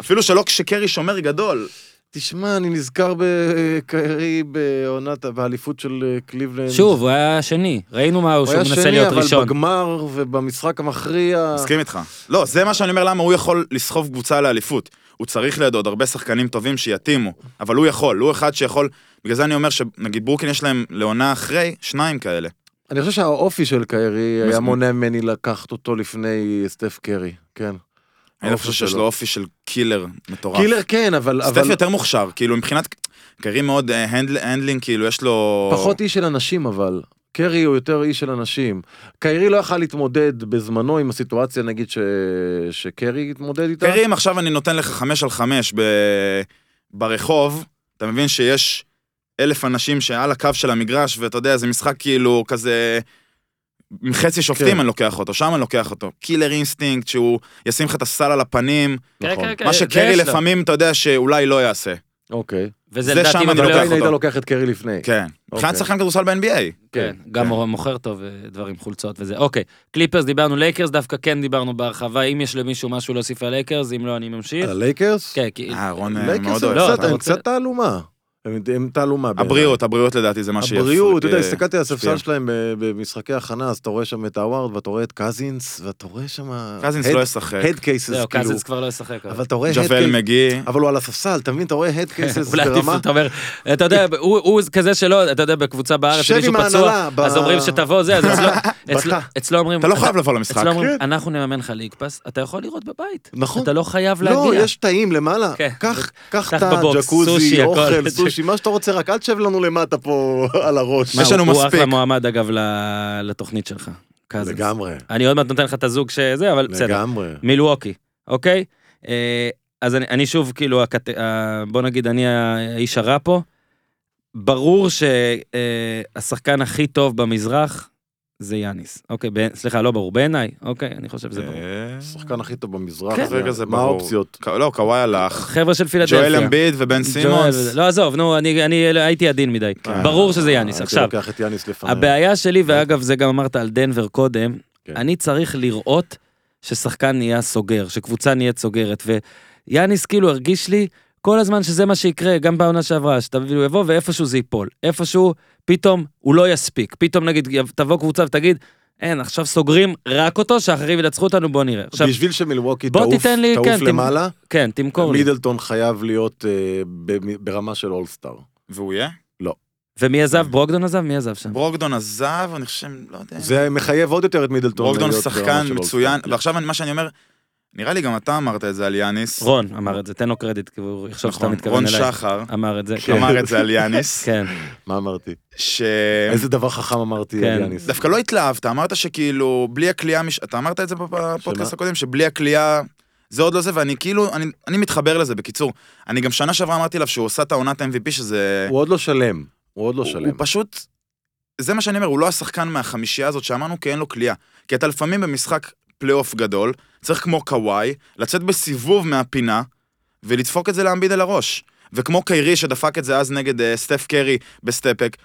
אפילו שלא כשקרי שומר גדול.
תשמע, אני נזכר בקרי בעונת, באליפות של אה, קליבלנד.
שוב, הוא היה שני. ראינו מה הוא,
הוא
שהוא
היה
מנסה
שני,
להיות
אבל
ראשון.
בגמר ובמשחק המכריע.
מסכים איתך. לא, זה מה שאני אומר למה הוא יכול לסחוב קבוצה לאליפות. הוא צריך לידו עוד הרבה שחקנים טובים שיתאימו, אבל הוא יכול, הוא אחד שיכול... בגלל זה אני אומר שנגיד ברוקין יש להם לעונה אחרי, שניים כאלה.
אני חושב שהאופי של קרי היה
מסכים.
מונע ממני לקחת אותו לפני סטף קרי, כן.
אני לא חושב שיש לו אופי של קילר מטורף.
קילר כן, אבל...
סטף
אבל-
יותר מוכשר, כאילו מבחינת... קרי מאוד אה, הנדל- הנדלינג, כאילו יש לו...
פחות איש של אנשים אבל. קרי הוא יותר איש של אנשים. קיירי לא יכל להתמודד בזמנו עם הסיטואציה, נגיד, ש... שקרי התמודד איתה.
קרי, אם עכשיו אני נותן לך חמש על חמש ב- ברחוב, אתה מבין שיש אלף אנשים שעל הקו של המגרש, ואתה יודע, זה משחק כאילו כזה... עם חצי שופטים
כן.
אני לוקח אותו, שם אני לוקח אותו. קילר אינסטינקט, שהוא ישים לך את הסל על הפנים,
כן,
נכון.
כן, כן,
מה
זה
שקרי
יש לו.
לפעמים, אתה יודע, שאולי לא יעשה.
אוקיי.
וזה
זה
לדעתי לא עם
שם אני לוקח
הפלייאוף.
אולי היית
אותו.
לוקח את קרי לפני.
כן. מבחינת שחקן כדורסל ב-NBA.
כן,
כן,
גם
כן.
הוא מוכר טוב אה, דברים, חולצות וזה. אוקיי, קליפרס דיברנו, לייקרס דווקא כן דיברנו בהרחבה, אם יש למישהו משהו להוסיף על לייקרס, אם לא אני ממשיך.
על הלייקרס?
כן, כי...
אה, רון אה,
לייקרס
מאוד
הם
אוהב.
לא,
קצת-
אתה
הם
רוצה-
קצת תעלומה. הם- הם תעלומה. בעיניי.
הבריאות, הבריאות לדעתי זה מה שיפ-
הבריאות, אתה יודע,
אה,
הסתכלתי על הספסל
ישפיע.
שלהם ב- במשחקי הכנה, אז אתה רואה שם את האווארד, ואתה רואה את קזינס, ואתה רואה שם...
קזינס לא ישחק.
הד קייסס,
זהו,
כאילו.
קזינס כבר לא ישחק. אבל.
אבל אתה רואה הד
ג'וול מגי.
אבל הוא על הספסל, אתה מבין? אתה רואה הד קייסס
אולי עדיף,
ברמה...
אתה אומר, אתה יודע, הוא- הוא כזה שלא, אתה יודע, בקבוצה בארץ,
שב
מישהו
עם
פצוע,
ההנהלה, ב-
אז אומרים שתבוא זה, אז אצלו- אצלו-
בתא.
אצלו אומרים,
אתה לא חייב לבוא למשחק. כן.
אצלו אה, אומרים, אנחנו נממן לך ליג פס, אתה יכול לראות בבית.
נכון.
אתה לא חייב
לא,
להגיע.
יש תאים למעלה.
כן.
קח, קח
קח
תא,
בבוקס, סושי,
ג'קוזי,
הכל.
אוכל, סושי, מה שאתה רוצה, רק אל תשב לנו למטה פה על הראש.
מה,
יש לנו
הוא- הוא
מספיק.
אחלה מועמד, אגב, ל- לתוכנית שלך. קזינס.
לגמרי,
אני עוד מעט נותן לך את הזוג שזה, אבל בסדר.
לגמרי.
מילווקי, אוקיי? אה, אז אני, אני שוב, כאילו, הקט... ה... בוא נגיד, אני האיש הרע פה. ברור שהשחקן הכי טוב במזרח זה יאניס. אוקיי, ב... סליחה, לא ברור, בעיניי, אוקיי, אני חושב שזה ברור.
אה,
השחקן הכי טוב במזרח.
כן.
כרגע זה
מה
ברור.
האופציות?
ק- לא, קוואי הלך.
חבר'ה של פילדלפיה.
ג'ואל אמביד ובן סימונס.
ג'ואל- לא, עזוב, נו, אני, אני הייתי עדין מדי.
כן.
ברור שזה יאניס.
אה,
הייתי
עכשיו,
לוקח את יאניס לפניו.
הבעיה שלי,
כן.
ואגב, זה גם אמרת על דנבר קודם,
כן.
אני צריך לראות ששחקן נהיה סוגר, שקבוצה נהיית סוגרת, ויאניס כאילו הרגיש לי כל הזמן שזה מה שיקרה, גם בעונה שעברה, שתביאו יבוא ואיפשהו זה ייפול. איפשהו, פתאום הוא לא יספיק. פתאום נגיד, יב- תבוא קבוצה ותגיד, אין, עכשיו סוגרים רק אותו, שאחרים ינצחו אותנו, בוא נראה. עכשיו,
בשביל שמילווקי
בוא
תעוף
תיתן לי,
תעוף
כן, תמ-
למעלה,
כן, תמכור לי.
מידלטון חייב להיות אה, במ- ברמה של אולסטאר.
והוא יהיה?
ומי עזב? ברוקדון עזב? מי עזב שם?
ברוקדון עזב, אני חושב, לא יודע.
זה מחייב עוד יותר את מידלטון.
ברוקדון
להיות
שחקן
ברמה של
מצוין,
All-Star.
ועכשיו אני- מה שאני אומר, נראה לי גם אתה אמרת את זה על יאניס.
רון אמר את זה, תן לו קרדיט, כי הוא יחשוב שאתה
נכון,
מתכוון
רון
אליי.
שחר
אמר את זה. כן.
אמר את זה על יאניס.
כן,
מה אמרתי?
ש...
איזה דבר חכם אמרתי
כן.
על יאניס.
דווקא לא התלהבת, אמרת שכאילו, בלי הכלייה, מש- אתה אמרת את זה בפודקאסט
שמה?
הקודם, שבלי הכלייה, זה עוד לא זה, ואני כאילו, אני- אני מתחבר לזה, בקיצור. אני גם שנה שעברה אמרתי לו שהוא עושה את העונת MVP, שזה...
הוא עוד לא שלם. הוא עוד לא
הוא-
שלם.
הוא פשוט זה מה שאני אומר, הוא לא השחקן מהחמישייה הזאת שאמרנו כי אין לו כליאה. כי אתה לפעמים במשחק פלייאוף גדול, צריך כמו קוואי, לצאת בסיבוב מהפינה, ולדפוק את זה לאמביד על הראש. וכמו קיירי שדפק את זה אז נגד אה, סטף קרי בסטפק,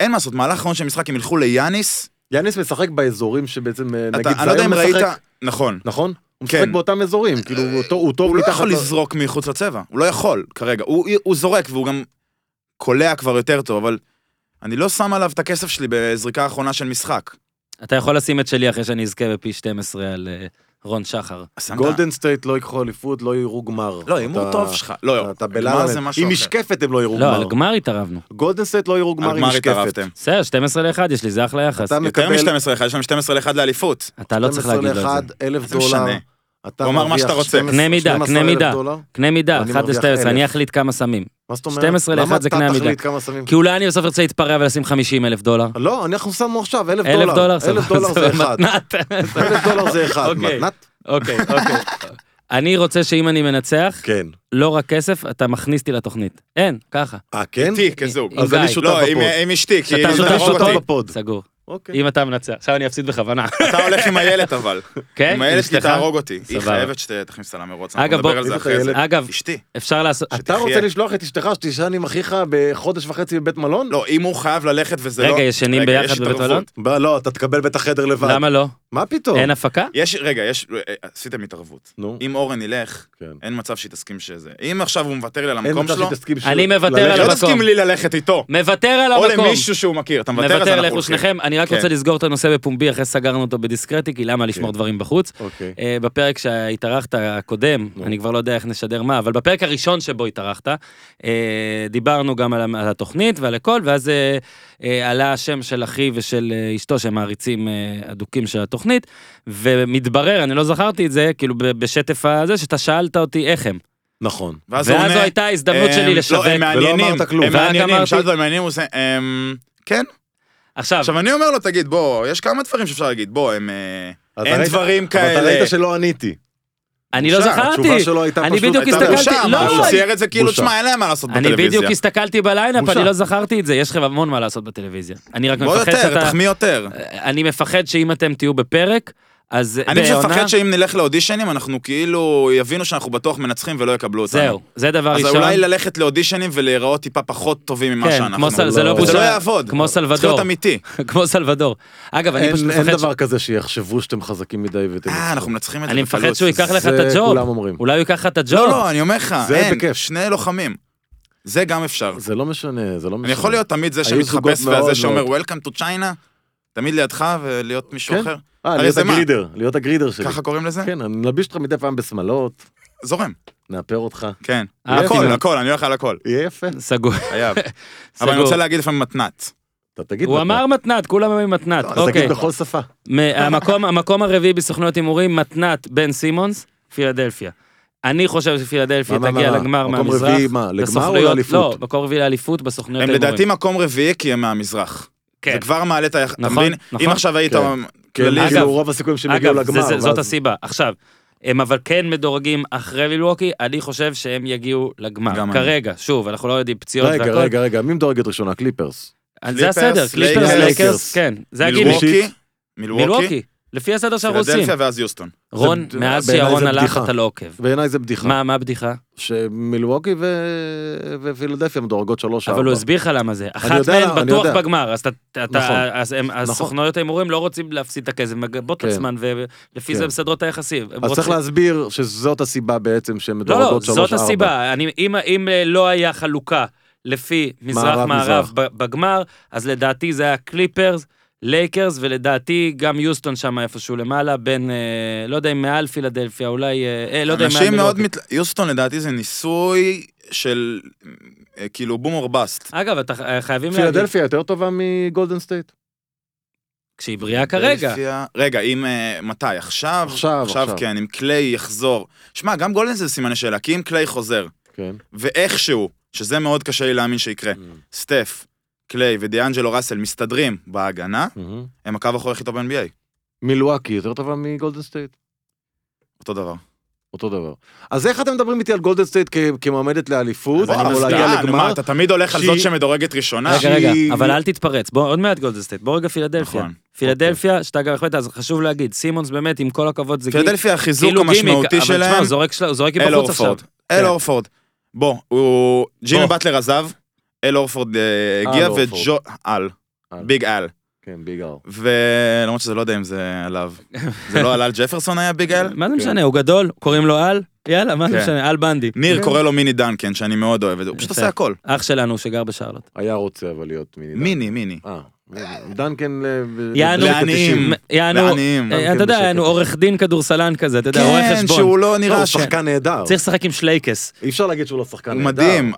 אין מה לעשות, מהלך אחרון של משחק, הם ילכו ליאניס,
יאניס משחק באזורים שבעצם, אה,
אתה,
נגיד,
אני לא יודע
זיון
אם
משחק,
ראית... נכון.
נכון? הוא
כן.
משחק באותם אזורים, כאילו, הוא טוב- הוא טוב
הוא לא
מתחת...
יכול
ל-
לזרוק מחוץ לצבע, הוא לא יכול כרגע. הוא, הוא זורק והוא גם קולע כבר יותר טוב, אבל אני לא שם עליו את הכסף שלי בזריקה האחרונה של משחק.
אתה יכול לשים את שלי אחרי שאני אזכה בפי 12 על אה, רון שחר.
שמת-
גולדן סטייט לא ייקחו אליפות, לא יראו גמר.
לא, הימור
אתה-
טוב שלך. לא,
אתה
גמר זה
בלאללה.
משהו
עם
אחר.
משקפת הם לא יראו
לא, על
גמר.
גמר התערבנו.
גולדן סטייט לא יראו
על
גמר עם
גמר
משקפת.
התערבתם.
בסדר, 12 ל-1 יש לי, זה אחלה יחס.
אתה
יותר
מקבל
מ-12 ל-1, יש להם 12 ל-1 לאליפות.
אתה לא צריך להגיד לו את זה.
12,001, אלף
זה משנה.
דולר. אתה
הוא אמר מה
מרוויח
שאתה רוצה.
12,000
קנה מידה, קנה
12,000
מידה.
דולר?
קנה מידה,
אני
1
מרוויח
ל-12, אני
אלף.
אחליט כמה שמים.
מה זאת אומרת?
12 לאחד
למה
זה קנה
אתה
מידה.
תחליט כמה שמים?
כי אולי אני בסוף ארצה להתפרע ולשים 50 אלף דולר.
לא, אנחנו שמנו עכשיו אלף דולר.
אלף דולר,
אלף דולר זה אחד.
מתנת.
אלף דולר זה אחד.
אוקיי.
מתנת?
אוקיי, אוקיי. אני רוצה שאם אני מנצח,
כן.
לא רק כסף, אתה מכניס אותי לתוכנית. אין, ככה.
אה, כן?
איתי, כזוג.
עם
אז אני
גיא.
שותף
לא, עם-
בפוד.
עם אשתי, כי
שאתה
היא
שותף
תהרוג
שותף
אותי.
בפוד.
סגור.
אוקיי.
אם אתה מנצח. עכשיו אני אפסיד בכוונה.
אתה הולך עם איילת אבל.
כן?
עם איילת היא
אשתך?
תהרוג אותי. היא
סבבה.
חייבת שתכניס אותה למרוץ.
אגב,
אנחנו
בוא-
נדבר על זה
איזה
אחרי זה.
איילת?
אגב,
אשתי.
אפשר לעשות...
אתה רוצה
שתחיה.
לשלוח את אשתך שתישן עם אחיך בחודש וחצי בבית מלון?
לא, אם הוא חייב ללכת וזה לא...
רגע, ישנים
רגע, יש
ביחד בבית
התערבות.
מלון?
ב- לא, אתה תקבל בטח חדר לבד.
למה לא?
מה פתאום?
אין הפקה?
יש, רגע, יש... אה, עשיתם התערבות.
נו,
אם אורן ילך,
כן.
אין מצב שהיא תסכים שזה. אם עכשיו הוא מוותר לי על
אין
המקום
מצב
שלו,
שתסכים ש-
אני מוותר
ללכת.
על
לא
המקום.
תסכים לי ללכת איתו.
מוותר על
או
המקום.
למישהו שהוא מכיר. אתה מוותר, אז
מוותר,
אנחנו
לכו
הולכים.
שניכם. אני רק
כן.
רוצה לסגור את הנושא בפומבי אחרי סגרנו אותו בדיסקרטי, כי למה לשמור
כן.
דברים בחוץ?
אוקיי.
אה, בפרק שהתארחת הקודם,
נו.
אני כבר לא יודע איך נשדר מה, אבל בפרק הראשון שבו התארחת, אה, דיברנו גם על, על התוכנית ועל הכל, ואז אה, אה, עלה השם של אחי ושל אה, אשתו שהם מעריצים אה, אדוקים של התוכנית, ומתברר, אני לא זכרתי את זה, כאילו ב- בשטף הזה, שאתה שאלת אותי איך הם.
נכון.
ואז הוא
ואז
עונה,
זו הייתה ההזדמנות
אמ,
שלי לשווק.
לא, הם
ולא
מעניינים,
אמרת כלום.
הם
ואז
מעניינים,
אמרתי-
שאלת אותם מעניינים, הוא עושה, אמ, כן.
עכשיו,
עכשיו אני אומר לו, תגיד, בוא, יש כמה דברים שאפשר להגיד, בוא, הם... אה,
אז
אין
ראית-
דברים
אבל אתה ראית
כאלה.
שלא עניתי.
אני לא
בושה,
זכרתי.
התשובה שלו הייתה
אני
פשוט-
בדיוק
הייתה
הסתכלתי-
בושה,
לא,
אבל הוא
אני-
צייר את זה כאילו,
בושה.
תשמע, אין להם מה לעשות
אני בדיוק
בטלוויזיה.
הסתכלתי בליינאפ,
בושה.
אני לא זכרתי את זה, יש לכם המון מה לעשות בטלוויזיה. אני רק
בוא
מפחד
יותר,
שאתה... אה,
תחמיא יותר.
אני מפחד שאם אתם תהיו בפרק, אז
אני פשוט
בעונה-
מפחד שאם נלך לאודישנים, אנחנו כאילו יבינו שאנחנו בטוח מנצחים ולא יקבלו אותנו.
זהו, זה דבר
אז
ראשון.
אולי ללכת לאודישנים ולהיראות טיפה פחות טובים ממה
כן,
שאנחנו.
כמו סל- זה לא
זה לא
בושה.
יעבוד.
כמו
צריך להיות
סלבדור,
אמיתי.
כמו סלבדור. אגב, אני
אין
פשוט
אין
מפחד, ש-
דבר כזה שיחשבו שאתם חזקים מדי ואתם...
אה, אנחנו מנצחים את זה
אני מפחד
בקלות.
שהוא ייקח לך
זה
את הג'וב.
כולם אומרים.
אולי הוא ייקח לך את
לא,
הג'וב.
לא, אני אומר לך,
זה
אין,
בכיף.
שני לוחמים. זה גם אפשר.
זה לא משנה, זה לא משנה.
אני יכול להיות תמיד זה
היו זוגות
שמתחפש
מאוד
והזה שאומר
מאוד.
Welcome to China, תמיד לידך ולהיות מישהו
כן.
אחר.
אה,
הרי
להיות
זה מה?
הגרידר, להיות הגרידר שלי.
ככה קוראים לזה?
כן, אני מלביש אותך מדי פעם בשמלות,
זורם.
נאפר אותך.
כן.
אהבתי
הכל,
מאוד.
הכל, אני הולך על הכל.
יהיה יפה.
סגור.
חייב. אבל
סגור.
אני רוצה להגיד לפעמים מתנת.
אתה תגיד...
הוא
בטח.
אמר מתנת, כולם אומרים מתנת.
לא, אז
אוקיי.
תגיד בכל שפה.
מ- המקום- המקום הרביעי בסוכנויות הימורים, מתנת בן סימונס, פילדלפיה. אני חושב שפילדלפיה
מה, מה,
תגיע
מה?
לגמר
מקום
מהמזרח.
רביעי, מה, לגמר או
בסוכנויות-
לאליפות?
לא, מקום רביעי לאליפות בסוכנויות
הם
הימורים.
לדעתי מקום רביעי כי הם מהמזרח.
כן.
זה כבר מעלה את ה... אתה
נכון,
מבין?
נכון.
אם עכשיו היית...
כן. כן,
כללי-
אגב,
כאילו רוב הסיכויים שהם יגיעו
אגב,
לגמר.
זה, זה, זאת
ואז-
הסיבה. עכשיו, הם אבל כן מדורגים אחרי מילווקי, אני חושב שהם יגיעו
גם
לגמר.
אני.
כרגע, שוב, אנחנו לא יודעים פציעות
רגע,
והכל.
רגע, רגע, מי מדורגת ראשונה? קליפרס.
אז
קליפרס,
זה הסדר, קליפרס,
לייקרס.
לייקרס, כן, זה הגיל.
מילווקי.
מילווקי,
מילווקי, לפי הסדר שאנחנו עושים.
פילדלפיה ואז יוסטון.
רון,
זה-
מאז
בעיניי
שירון
זה
הלך
בדיחה.
אתה לא עוקב.
בעיניי זה
נכון.
בדיחה.
מה, מה הבדיחה?
שמילווקי ו... ופילדלפיה מדורגות שלוש ארבע.
אבל הוא הסביר לך למה זה. אחת
יודע,
מהן
אני
בטוח
יודע.
בגמר, אז אתה- אתה-
נכון.
אז הם- אז
נכון.
סוכנויות ההימורים לא רוצים להפסיד את הכסף, הם מגבות
כן.
עצמן, ולפי
כן.
זה מסדרות את היחסים. הם
אז צריך
רוצים-
להסביר שזאת הסיבה בעצם שהן
לא, לא,
מדורגות שלוש ארבע.
זאת הסיבה. אני, אם, אם אה, לא היה חלוקה לפי
מערב,
מזרח-מערב
מזרח.
ב- בגמר, אז לדעתי זה היה קליפרס, לייקרס, ולדעתי גם יוסטון שם איפשהו למעלה, בין, אה, לא יודע אם מעל פילדלפיה, אולי, אה, אה, לא יודע אם מעל
אנשים מאוד...
מילווקי.
מת- יוסטון לדעתי זה ניסוי של אה, כאילו בום אור בסט.
אגב, אתה אה, חייבים להגיד,
פילדלפיה יותר טובה מגולדן סטייט.
כשהיא בריאה כרגע,
פילדלפיה- רגע, אם... אה, מתי? עכשיו?
עכשיו,
עכשיו
עכשיו.
כן, אם קליי יחזור. שמע, גם גולדן זה סימני שאלה, כי אם קליי חוזר,
כן.
ואיכשהו, שזה מאוד קשה לי להאמין
כן.
שיקרה, סטף, קליי ודיאנג'לו ראסל מסתדרים בהגנה,
מהמם.
הם הקו האחורי הכי טוב ב-NBA.
מילואקי יותר טובה מגולדן סטייט.
אותו דבר.
אותו דבר. אז איך אתם מדברים איתי על גולדן סטייט כ- כמועמדת לאליפות?
אז אני אה,
או
מזדהה,
להגיע
נו, מה,
לגמר?
אתה תמיד הולך על
שהיא-
זאת שמדורגת ראשונה.
רגע, רגע,
שהיא-
אבל אל תתפרץ, בוא עוד מעט גולדסטייט, בוא רגע פילדלפיה.
נכון.
כאילו,
פילדלפיה, שאתה גם החלטת, אז חשוב להגיד, סימונס באמת, עם כל הכבוד, זה גיל,
פילדלפיה, החיזוק
כאילו גימיק,
המשמעותי
אבל תשמע,
שלהם,
הוא זורק של- הוא זורק
אל
מבחוץ עכשיו.
אורפורד.
כן.
אל אורפורד. בוא, הוא... ג'ימי
בוא.
באטלר עזב, אל אורפורד אה, הגיע,
אל אורפורד.
וג'ו... על.
על.
ביג על.
כן, ביגר.
ולמרות שזה לא יודע אם זה עליו. זה לא על על ג'פרסון היה ביג על?
מה זה
כן.
משנה, הוא גדול, קוראים לו על, יאללה, מה זה
כן.
משנה, על בנדי.
ניר קורא לו מיני דנקן, שאני מאוד אוהב את זה, הוא פשוט
יפה.
עושה הכל.
אח שלנו שגר בשרלוט.
היה רוצה אבל להיות מיני. דן.
מיני, מיני.
אה, כן, מיני. דנקן ל... ב-
יענו,
בדקה
לעניים.
90.
יענו,
לעניים.
אה,
כן,
אתה יודע,
בשקט.
יענו עורך דין כדורסלן כזה, אתה יודע, רואה
כן,
חשבון.
שהוא לא
לא,
נראה
הוא
ש...
שחקן נהדר.
צריך לשחק עם שלייקס.
אי אפשר להגיד שהוא לא שחקן
הוא
נהדר.
מדהים,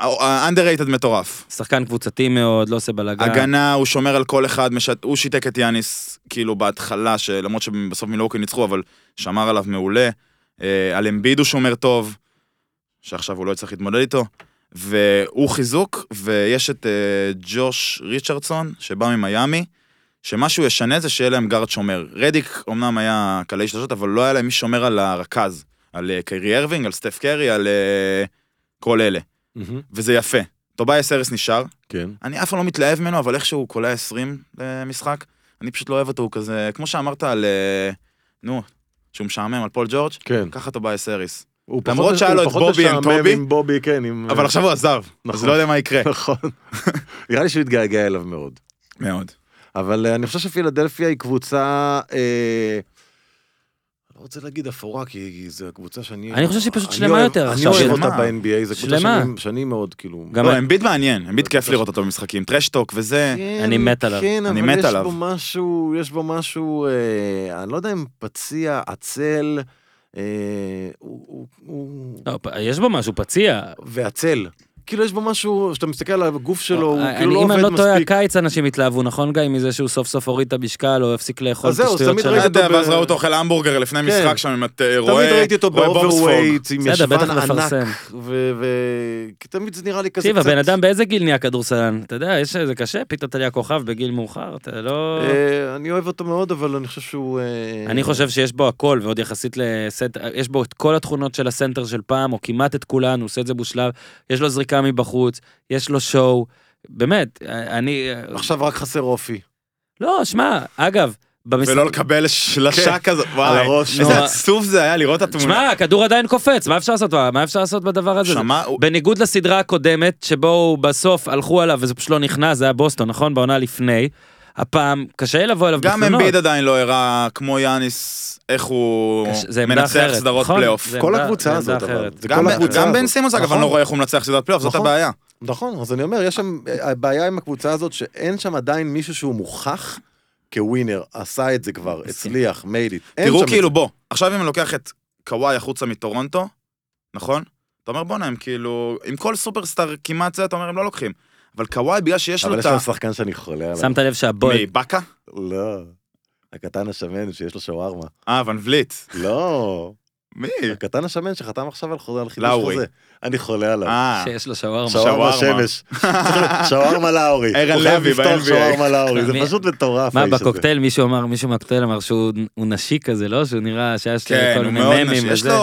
אנדררייטד מטורף.
שחקן קבוצתי מאוד, לא עושה בלאגן.
הגנה, הוא שומר על כל אחד, משת- הוא שיתק את יאניס, כאילו בהתחלה, שלמרות שבסוף מילואוקי ניצחו, אבל שמר עליו מעולה. אה, על אמביד הוא שומר טוב, שעכשיו הוא לא יצטרך להתמודד איתו. והוא חיזוק, ויש את אה, ג'וש ריצ'רדסון, שבא ממיאמי, שמה שהוא ישנה זה שיהיה להם גארד שומר. רדיק אמנם היה קלעי שלושות, אבל לא היה להם מי שומר על הרכז, על אה, קיירי ארווינג, על סטף קרי, על אה, כל אלה.
מהמם,
וזה יפה. טובייס ארס נשאר,
כן.
אני אף פעם לא מתלהב ממנו, אבל איכשהו הוא קולע 20 למשחק, אני פשוט לא אוהב אותו, הוא כזה, כמו שאמרת על... אה, נו, שהוא משעמם על פול ג'ורג',
כן.
ככה טובייס אריס.
הוא
למרות
פחות-
שהיה
הוא
לו את
פחות
בובי and
משעמם
טובי.
עם בובי, כן. עם-
אבל עכשיו הוא עזב, אז
נכון.
לא יודע מה יקרה.
נכון. נראה לי שהוא התגעגע אליו מאוד.
מאוד.
אבל אה, אני חושב שפילדלפיה היא קבוצה... אה, לא רוצה להגיד אפורה, כי כי זו קבוצה שאני...
אני חושב שהיא פשוט
אני
שלמה
אוהב-
יותר
אני
עכשיו.
אוהב אותה
שלמה.
ב-NBA, זו קבוצה
שלמה.
שאני- שאני מאוד, כאילו...
גם
לא, אמביט מעניין, אמביט כיף לראות אותו במשחקים, טרשטוק וזה.
כן,
אני מת עליו.
כן,
אני
אבל
מת
יש
עליו.
בו משהו, יש בו משהו, אה, אני לא יודע אם פציע, עצל, אה, הוא- הוא- הוא...
לא, פ- יש בו משהו פציע.
ועצל. כאילו יש בו משהו, כשאתה מסתכל על הגוף שלו, הוא
אני-
כאילו לא
אם אני
עובד
לא טועה,
מספיק.
הקיץ אנשים התלהבו, נכון גיא, מזה שהוא סוף סוף הוריד את המשקל, או הפסיק לאכול
אז
את
זהו, אז
השטויות
תמיד
לא
שלו.
ראיתי-
יודע,
אותו ב-
ואז ראו אותו אוכל המבורגר לפני
כן.
משחק שם, אם את אה, רואה...
תמיד ראיתי אותו
רואה בובס פוג.
באוברווייט, עם
בסדר, בטח
ישבן ענק,
מפרסם.
ו- ו- כי תמיד זה נראה לי כזה
תקשיב,
קצת...
הבן אדם באיזה גיל נהיה כדורסלן? אתה יודע, יש- זה קשה, פתאום אתה נהיה כוכב בגיל מאוחר, אתה לא...
אה, אני אוהב אותו מאוד, אבל אני חושב שהוא... אה,
אני חושב שיש בו הכל, ועוד יחסית לסנטר, יש בו את כל התכונות של הסנטר של פעם, או כמעט את כולן, הוא עושה את זה בשלב, יש לו זריקה מבחוץ, יש לו שואו, באמת, אה, אני...
עכשיו רק חסר אופי.
לא, שמע, אגב, במשחק...
ולא לקבל שלשה כזאת,
כן. על
וואי,
הראש.
איזה
נו.
עצוב זה היה לראות את התמונה.
שמע, הכדור עדיין קופץ, מה אפשר לעשות? מה אפשר לעשות בדבר הזה?
לא- שמע, הוא-
בניגוד לסדרה הקודמת, שבו הוא בסוף הלכו עליו וזה פשוט לא נכנס, זה היה בוסטון, נכון? בעונה לפני. הפעם קשה לבוא אליו
גם
בתלונות.
אמביד עדיין לא הראה, כמו יאניס, איך הוא
קשה- זה עמדה
מנצח
אחרת,
סדרות
נכון?
פלייאוף.
זה
כל
עמדה-
הקבוצה
זה עמדה
הזאת, אבל.
אחרת.
זה
גם,
כל הקבוצה
גם בן
הזאת.
סימוס אגב,
נכון.
אני לא רואה איך הוא מנצח סדרת פלייאוף, זאת
נכון.
הבעיה.
נכון, אז אני אומר, יש שם, הבעיה עם הקבוצה הזאת, שאין שם עדיין מישהו שהוא מוכח כווינר, עשה את זה כבר, הצליח, made it. אין
תראו
שם
כאילו,
את
בוא, עכשיו אם אני לוקח את קוואי החוצה מטורונטו, נכון? אתה אומר בואנה, הם כאילו, עם כל סופרסטאר כמעט זה, אתה אומר, הם לא לוקחים. אבל קוואי, בגלל שיש
זה.
לו
אבל
את
יש
ה...
שם שחקן שאני חולה עליו.
שמת לב שהבוי,
מבאקה?
לא. הקטן השמן שיש לו שווארמה.
אה, ון וליט.
לא.
מי?
אה.
הקטן השמן שחתם עכשיו על חוזה, על חידוש
לאורי.
חוזה. אני חולה עליו.
אה,
שיש לו שווארמה.
שווארמה
שווארמה.
שמש. שווארמה לאורי.
ערן
הוא חייב
לוי
לפתוח
ב-NBA.
שווארמה לאורי, זה
מי-
פשוט מטורף.
מה,
האיש הזה.
בקוקטייל מישהו אמר, מישהו מהקוקטייל אמר שהוא הוא נשי כזה, לא? שהוא נראה שהיה שלו
כן,
כל
הוא
מיני
מאוד
ממים
נשי. יש
וזה.
לו...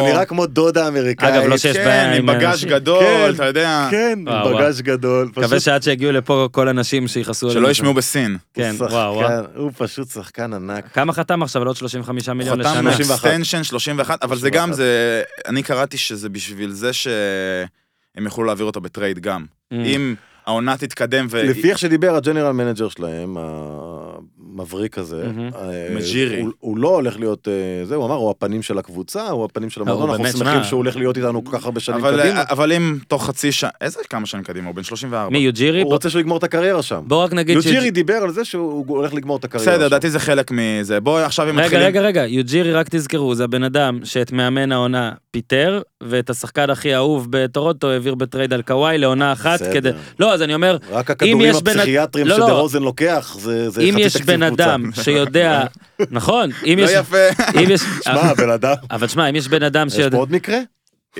הוא נראה אה, כמו דודה אמריקאית.
אגב, לא שיש
כן,
בעיה
עם
עם
בגאז'
אנשים.
גדול,
כן.
אתה יודע.
כן, עם
וואו,
בגאז' גדול.
מקווה
פשוט
שעד שיגיעו לפה כל הנשים שיכעסו עלינו.
שלא ישמעו בסין.
הוא
כן,
שחקן,
וואו, וואו.
הוא פשוט שחקן ענק.
כמה חתם עכשיו? על עוד 35 מיליון
הוא חתם
לשנה.
31.
אקסטנשן 31, אבל זה גם
31.
זה, אני קראתי שזה בשביל זה שהם יוכלו להעביר אותו בטרייד גם.
Mm.
אם העונה תתקדם ו...
לפי איך שדיבר הג'נרל מנג'ר שלהם, המבריק הזה,
מהמם.
אה,
מג'ירי.
הוא- הוא לא הולך להיות, אה, זה, הוא אמר, הוא הפנים של הקבוצה, הוא הפנים של המועדון,
אה, הוא
אנחנו
באמת, אה,
שמחים
שמע.
שהוא הולך להיות איתנו כל כך הרבה שנים
אבל,
קדימה.
אבל אם תוך חצי שנה, איזה כמה שנים קדימה? הוא בן 34.
מי, יוג'ירי?
הוא רוצה שהוא יגמור את הקריירה שם.
בוא רק נגיד... שיוג'ירי-
יוג'ירי דיבר על זה שהוא הולך לגמור את הקריירה
בסדר,
שם.
לדעתי זה חלק מזה. בואי עכשיו הם
רגע,
מתחילים...
רגע, רגע, יוג'ירי, רק תזכרו, זה הבן אדם שאת מאמן העונה פיטר, ואת השחקן הכי אהוב בטורונטו העביר בטרייד על קוואי לעונה אחת
בסדר.
כדי... לא, אז אני אומר,
רק הכדורים
יש בן-
הפסיכיאטרים
לא, לא.
שדה-רוזן לוקח, זה זה
אם
חצי
יש
תקציב
בן
קבוצה.
אדם שיודע... נכון, אם
לא
יש...
יפה.
אם יש...
שמע, בן אדם,
אבל שמע, אם יש בן אדם
יש פה
שיודע...
עוד מקרה?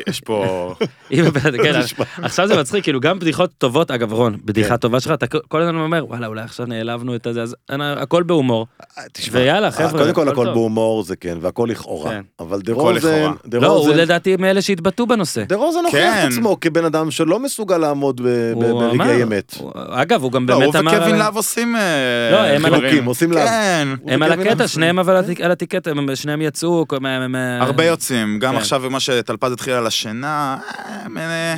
יש פה...
אם
לא
הבן- כן, עכשיו זה מצחיק, כאילו גם בדיחות טובות, אגב רון,
כן.
בדיחה טובה שלך, אתה כל הזמן אומר, וואלה, אולי עכשיו נעלבנו את הזה, אז אנ- הכל בהומור,
תשמע,
ויאללה, חבר'ה,
אה, קודם כל הכל
טוב.
בהומור זה כן, והכל לכאורה.
כן.
אבל דה רוזן,
לכאורה.
דה
לא, הוא
רוזן,
לדעתי מאלה שהתבטאו בנושא.
דה רוזן הוכיח
כן.
את עצמו כבן אדם שלא מסוגל לעמוד ב- ב-
הוא
ברגעי
אמר-
אמת.
הוא- אגב, הוא גם
לא,
באמת
הוא
אמר...
וקווין
עליי-
להב עושים... אה,
לא, הם על-
חיבורים.
חילוקים, עושים להב.
כן,
הם על
וקווין כן. להב
הקטע,
עושים.
שניהם אבל על הטיקט, הם- שניהם יצאו, כל- מה- מה-
הרבה יוצאים. גם
כן.
עכשיו, מה שטלפז התחיל על השינה, אה, מ- אה,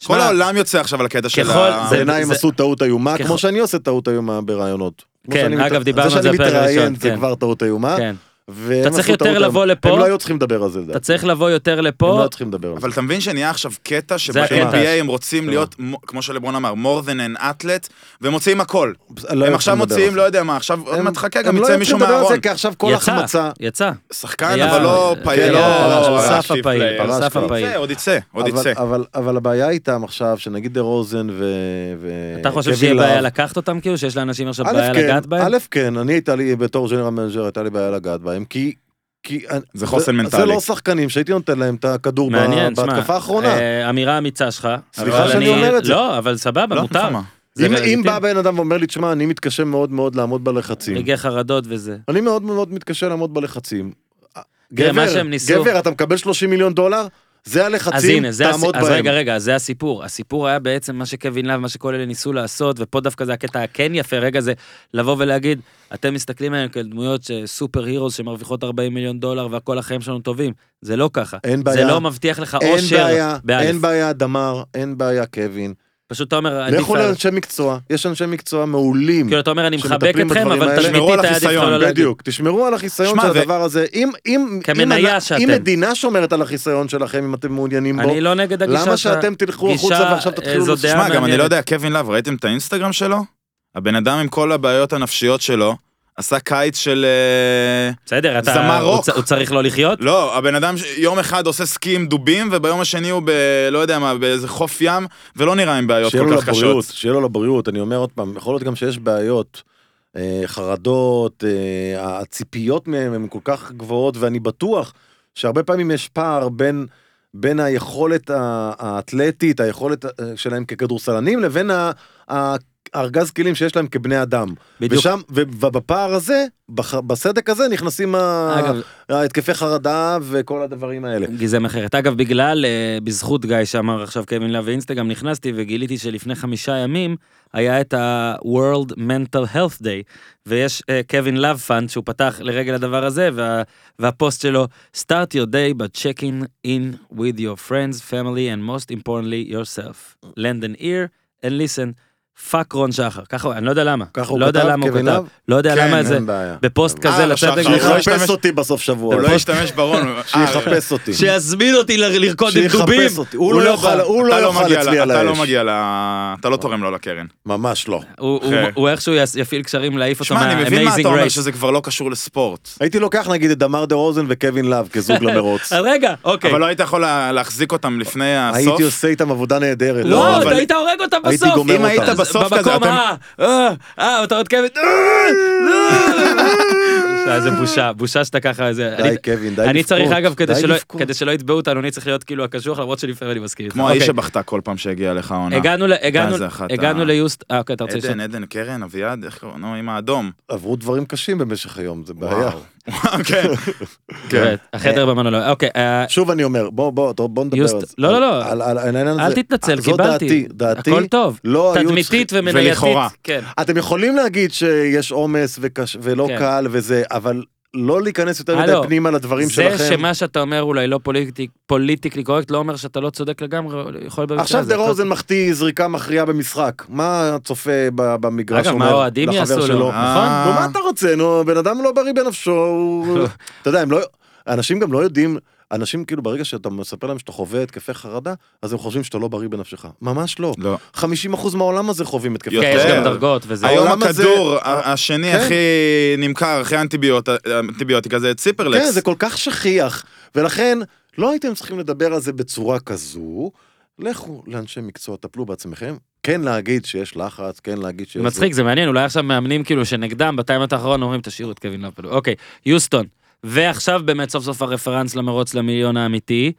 שמע,
כל העולם יוצא עכשיו על הקטע של
ככל-
ה...
זה-
בעיניי הם עשו טעות איומה,
ככל-
כמו שאני עושה טעות איומה ברעיונות. כמו
כן,
שאני מת-
אגב, דיברנו על זה
זה
בפרק
שאני מתראיין
הראשון,
זה
כן.
כבר טעות איומה.
כן.
והם
אתה צריך
עשו
יותר
טעות
לבוא
איומה.
לפה?
הם לא היו צריכים לדבר על זה, לדעתי.
אתה צריך לבוא יותר
הם
לפה,
לא צריכים לדבר על זה.
אבל אתה מבין שנהיה עכשיו קטע
הקטע.
שב-NBA הם רוצים
כן.
תודה.
להיות, מו- כמו שלברון אמר, more than an athlete, והם מוציאים הכל.
לא
הם
היו
עכשיו
צריכים לדבר
מוציאים,
על
לא יודע מה, עכשיו עוד
הם-
מעט חכה,
הם
גם
לא
יצא
היו
מישהו
צריכים לדבר על זה,
מהארון.
כי עכשיו כל
יצא,
החמצה... כן,
יצא.
שחקן,
היה-
אבל לא
כן,
פעיל,
היה-
לא...
על
סף הפעיל,
player.
על סף
כאילו.
הוא
הפעיל.
אה,
יצא, עוד יצא, עוד
אבל-
יצא.
אבל- אבל הבעיה איתם עכשיו, שנגיד דה רוזן ו... ו-
אתה חושב
קווין
שיהיה
להב-
בעיה לקחת אותם כאילו? שיש לאנשים עכשיו
אה, א',
בעיה
כן,
לגעת בהם?
א', כן, אני הייתה לי, בתור ג'נרל מנג'ר הייתה לי בעיה לגעת בהם, כי... כי
זה חוסן
זה
מנטלי.
לא שחקנים שהייתי נותן להם את הכדור ב-
מעניין, שמע,
בהתקפה האחרונה.
אה, אמירה אמיצה שלך.
סליחה
אבל
שאני
אני-
אומר את זה.
לא, אבל סבבה,
לא,
מותר.
נשמה.
זה
אם- אם
לגיטימי.
בא בן אדם ואומר לי, תשמע, אני מתקשה מאוד מאוד לעמוד בלחצים.
רגעי חרדות וזה.
אני מאוד מאוד מתקשה לעמוד בלחצים.
תראה, מה
גבר,
שהם ניסו-
גבר, אתה מקבל 30 מיליון דולר? זה
אז
הלחצים,
הנה, זה הס...
תעמוד
אז
בהם.
רגע, רגע, אז זה הסיפור. הסיפור היה בעצם מה שקווין להב, מה שכל אלה ניסו לעשות, ופה דווקא זה הקטע הכן יפה, רגע, זה לבוא ולהגיד, אתם מסתכלים עליהם כאל דמויות ש- סופר הירוס שמרוויחות 40 מיליון דולר והכל החיים שלנו טובים. זה לא ככה.
אין
זה
בעיה.
לא מבטיח לך
אין
אושר.
בעיה,
באלף.
אין בעיה, דמר, אין בעיה, קווין.
פשוט אתה אומר, עדיף...
לכו
על-
לאנשי מקצוע, יש אנשי מקצוע מעולים.
כאילו, אתה אומר, אני מחבק
שמטפלים
אתכם, לא,
בדברים
אבל
האלה.
תשמרו
תשמרו
על
על
החיסיון,
החיסיון,
לא בדיוק, תשמרו על החיסיון
שמע,
של
ו-
הדבר הזה. אם- אם
כמניה
אם אנ-
שאתם.
אם מדינה שומרת על החיסיון שלכם, אם אתם מעוניינים בו,
אני לא נגד הגישה
למה
שלך.
שאתם תלכו
גישה,
החוצה ועכשיו
אה,
תתחילו...
זו
לס-
דעה
שמע, גם אני
מעניינת.
לא יודע, קווין לאב, ראיתם את האינסטגרם שלו? הבן אדם עם כל הבעיות הנפשיות שלו, עשה קיץ של... אה,
בסדר, אתה...
זמר
הוא
רוק.
צ- הוא צריך לא לחיות?
לא, הבן אדם ש- יום אחד עושה סקי עם דובים, וביום השני הוא ב... לא יודע מה, באיזה חוף ים, ולא נראה עם בעיות
שיהיה לו
כל כך
לבריאות,
קשות.
שיהיה לו לבריאות, אני אומר עוד פעם, יכול להיות גם שיש בעיות, אה, חרדות, אה, הציפיות מהם הן כל כך גבוהות, ואני בטוח שהרבה פעמים יש פער בין... בין היכולת ה- האתלטית, היכולת אה, שלהם ככדורסלנים, לבין ה- ה- הארגז כלים שיש להם כבני אדם.
בדיוק.
ושם, ו- ובפער הזה, בח- בסדק הזה נכנסים ה-
אגב,
ההתקפי חרדה וכל הדברים האלה.
גיזם אחרת. אגב, בגלל, אה, בזכות גיא שאמר עכשיו קווין להב אינסטגרם, נכנסתי וגיליתי שלפני חמישה ימים היה את ה-World Mental Health Day, ויש אה, קווין להב פאנד שהוא פתח לרגל הדבר הזה, וה, והפוסט שלו, Start your day by checking in with your friends, family and most importantly yourself. Lend an ear and listen. פאק רון שחר, ככה הוא, אני לא יודע למה,
ככה הוא
לא יודע
כתב,
למה הוא
קווין
כתב,
להב?
לא יודע
כן,
למה
אין
זה,
בעיה.
בפוסט
אה,
כזה
עכשיו,
לצאת
עכשיו,
נגדך,
לא השתמש-
שיחפש אותי בסוף שבוע.
הוא לא ישתמש ברון. אה,
שיחפש אותי.
שיזמין אותי ל- לרקוד עם דובים,
שיחפש אותי. הוא לא יוכל,
בא.
הוא לא
אתה לא
יוכל
מגיע ל-
אצלי על
אתה לא
האש.
מגיע ל... אתה לא תורם לו לקרן.
ממש לא.
הוא, הוא,
אחרי.
הוא איכשהו יס- יפעיל קשרים להעיף אותו
שמע, אני מבין מה
מה-Amazing
אתה אומר,
Race. אוקיי.
שזה כבר לא קשור לספורט.
הייתי לוקח נגיד את דמר דה רוזן וקווין להב כזוג
אה,
למרוץ.
אז רגע, אוקיי.
אבל לא היית יכול לה- להחזיק אותם לפני הסוף?
הייתי עושה איתם עבודה נהדרת.
לא,
לא,
אתה
אבל-
היית הורג אותה בסוף.
הייתי גומר
אם היית
אותם.
בסוף כזה,
במקום
אתם-
ה... אה, אה, אתה עוד כאבת... זה אה, בושה, בושה שאתה ככה... איזה-
די,
אני-
קווין, די
אני
לבכות,
צריך אגב, כדי
די
שלא-
לבכות.
כדי שלא יתבעו אותנו, אני צריך להיות כאילו הקשוח, למרות שלפעמים אני מסכים איתך.
כמו האיש
אוקיי.
שבכתה כל פעם שהגיעה לך העונה.
הגענו ל- הגענו-
זה אחת
הגענו
ה-
ליוסט... אה, אוקיי, אתה רוצה לשאול?
עדן, עדן, קרן, אביעד, איך קוראים לו? עם האדום.
עברו דברים קשים במשך היום, זה בעיה.
כן.
באמת, כן, החדר במנולוג. אוקיי, אה,
שוב אני אומר, בוא, בוא, טוב, בוא נדבר
יוסט-
על זה.
לא, לא, לא.
על- על- על העניין הזה.
אל תתנצל,
זו
קיבלתי.
דעתי, דעתי.
הכל טוב.
לא היו
תדמיתית
צריכים-
ומנייתית.
ולכאורה.
כן.
אתם יכולים להגיד שיש עומס וקש- ולא
כן.
קל וזה, אבל לא להיכנס יותר מדי
הלו,
פנימה לדברים
זה
שלכם.
שמה שאתה אומר אולי לא פוליטיק, פוליטיקלי קורקט, לא אומר שאתה לא צודק לגמרי, יכול במקרה
עכשיו
הזה.
דה רוזן מחטיא זריקה מכריעה במשחק. מה הצופה ב- במגרש
אגב,
אומר
מה האוהדים
לחבר
יעשו לו?
שלו?
נכון?
אה.
נו, מה אתה רוצה? נו, בן אדם לא בריא בנפשו, הוא... אתה יודע, הם לא... אנשים גם לא יודעים... אנשים כאילו ברגע שאתה מספר להם שאתה חווה התקפי חרדה, אז הם חושבים שאתה לא בריא בנפשך. ממש לא.
לא.
50% מהעולם הזה חווים התקפי
כן,
יותר.
יש גם
חרדה.
דרגות וזה.
היום
העולם הזה-
הכדור ה- השני
כן.
הכי נמכר, הכי אנטיביוט- אנטיביוטיקה, זה ציפרלקס.
כן, זה כל כך שכיח. ולכן, לא הייתם צריכים לדבר על זה בצורה כזו. לכו לאנשי מקצוע, טפלו בעצמכם. כן להגיד שיש לחץ, כן להגיד שיש...
מצחיק, זה מעניין, אולי עכשיו מאמנים כאילו שנגדם, בטיימת האחרון אומרים תשאירו את קווין לאב. אוקיי, יוסטון. ועכשיו באמת סוף סוף הרפרנס למרוץ למיליון האמיתי.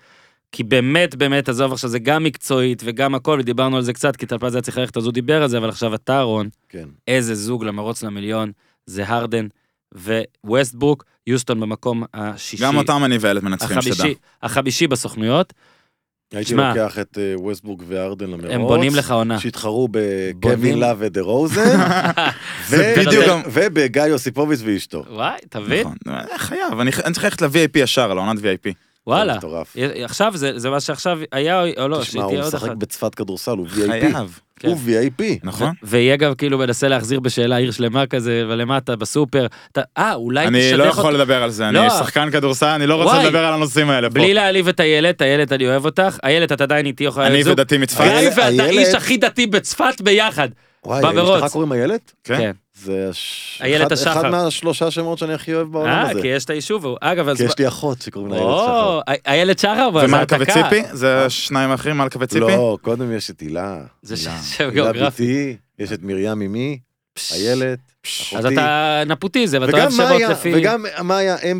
כי באמת, באמת, עזוב עכשיו, זה גם מקצועית וגם הכל, ודיברנו על זה קצת, כי טלפז היה צריך ללכת, אז הוא דיבר על זה, אבל עכשיו אתה, רון,
כן.
איזה זוג למרוץ למיליון, זה הרדן וווסטברוק, יוסטון במקום השישי.
גם אותם אני ואלת מנצחים, שתדע.
החמישי, החמישי בסוכנויות,
הייתי
שמע,
לוקח את אה, ווסטבורג וארדן למרוץ.
הם בונים לך עונה.
שהתחרו
בונים.
בקווין לאב ודה רוזן,
זה בדיוק גם-
ובגיא יוסיפוביץ ואשתו.
וואי, תבין,
נכון, אה, חייב, אני אני צריך ללכת ל-VIP ישר, לעונת VIP.
וואלה.
מטורף.
עכשיו זה, זה מה שעכשיו היה, או לא,
תשמע,
שתהיה
הוא
עוד
משחק
אחת.
בצפת כדורסל, הוא VIP.
חייב,
כן.
הוא VIP.
נכון?
ויהיה גם כאילו מנסה להחזיר בשאלה עיר שלמה כזה, ולמטה בסופר. אתה- אה, אולי
אני
תשדך
לא
אותו-
יכול לדבר על זה, אני
לא.
שחקן כדורסל, אני לא רוצה
וואי.
לדבר על הנושאים האלה פה.
בלי להעליב את איילת, איילת אני אוהב אותך, איילת את עדיין איתי יכולה
אני
לזוג.
ודתי מצפת,
גיא
איילת-
ואתה
איילת-
איש הכי דתי בצפת ביחד.
וואי,
במרוץ.
אשתך קוראים איילת?
כן?
זה הש-
איילת
אחד-
השחר.
אחד מהשלושה שמות שאני הכי אוהב בעולם
אה,
הזה.
כי יש את היישוב ההוא. אגב, אז...
כי יש לי אחות שקוראים לה איילת שחר.
או, אי- איילת שחר, אבל זה
ומלכה
העתקה.
וציפי? זה השניים האחרים, מלכה וציפי?
לא, קודם יש את הילה.
זה ש-
הילה.
שם
הילה
גיאוגרפי.
ביתי, יש את מרים אמי, איילת,
אז
אחותי.
אתה אה, נפוטיזם, ואתה
וגם
אוהב שמות
מאיה,
לפי...
וגם מאיה MBT. אין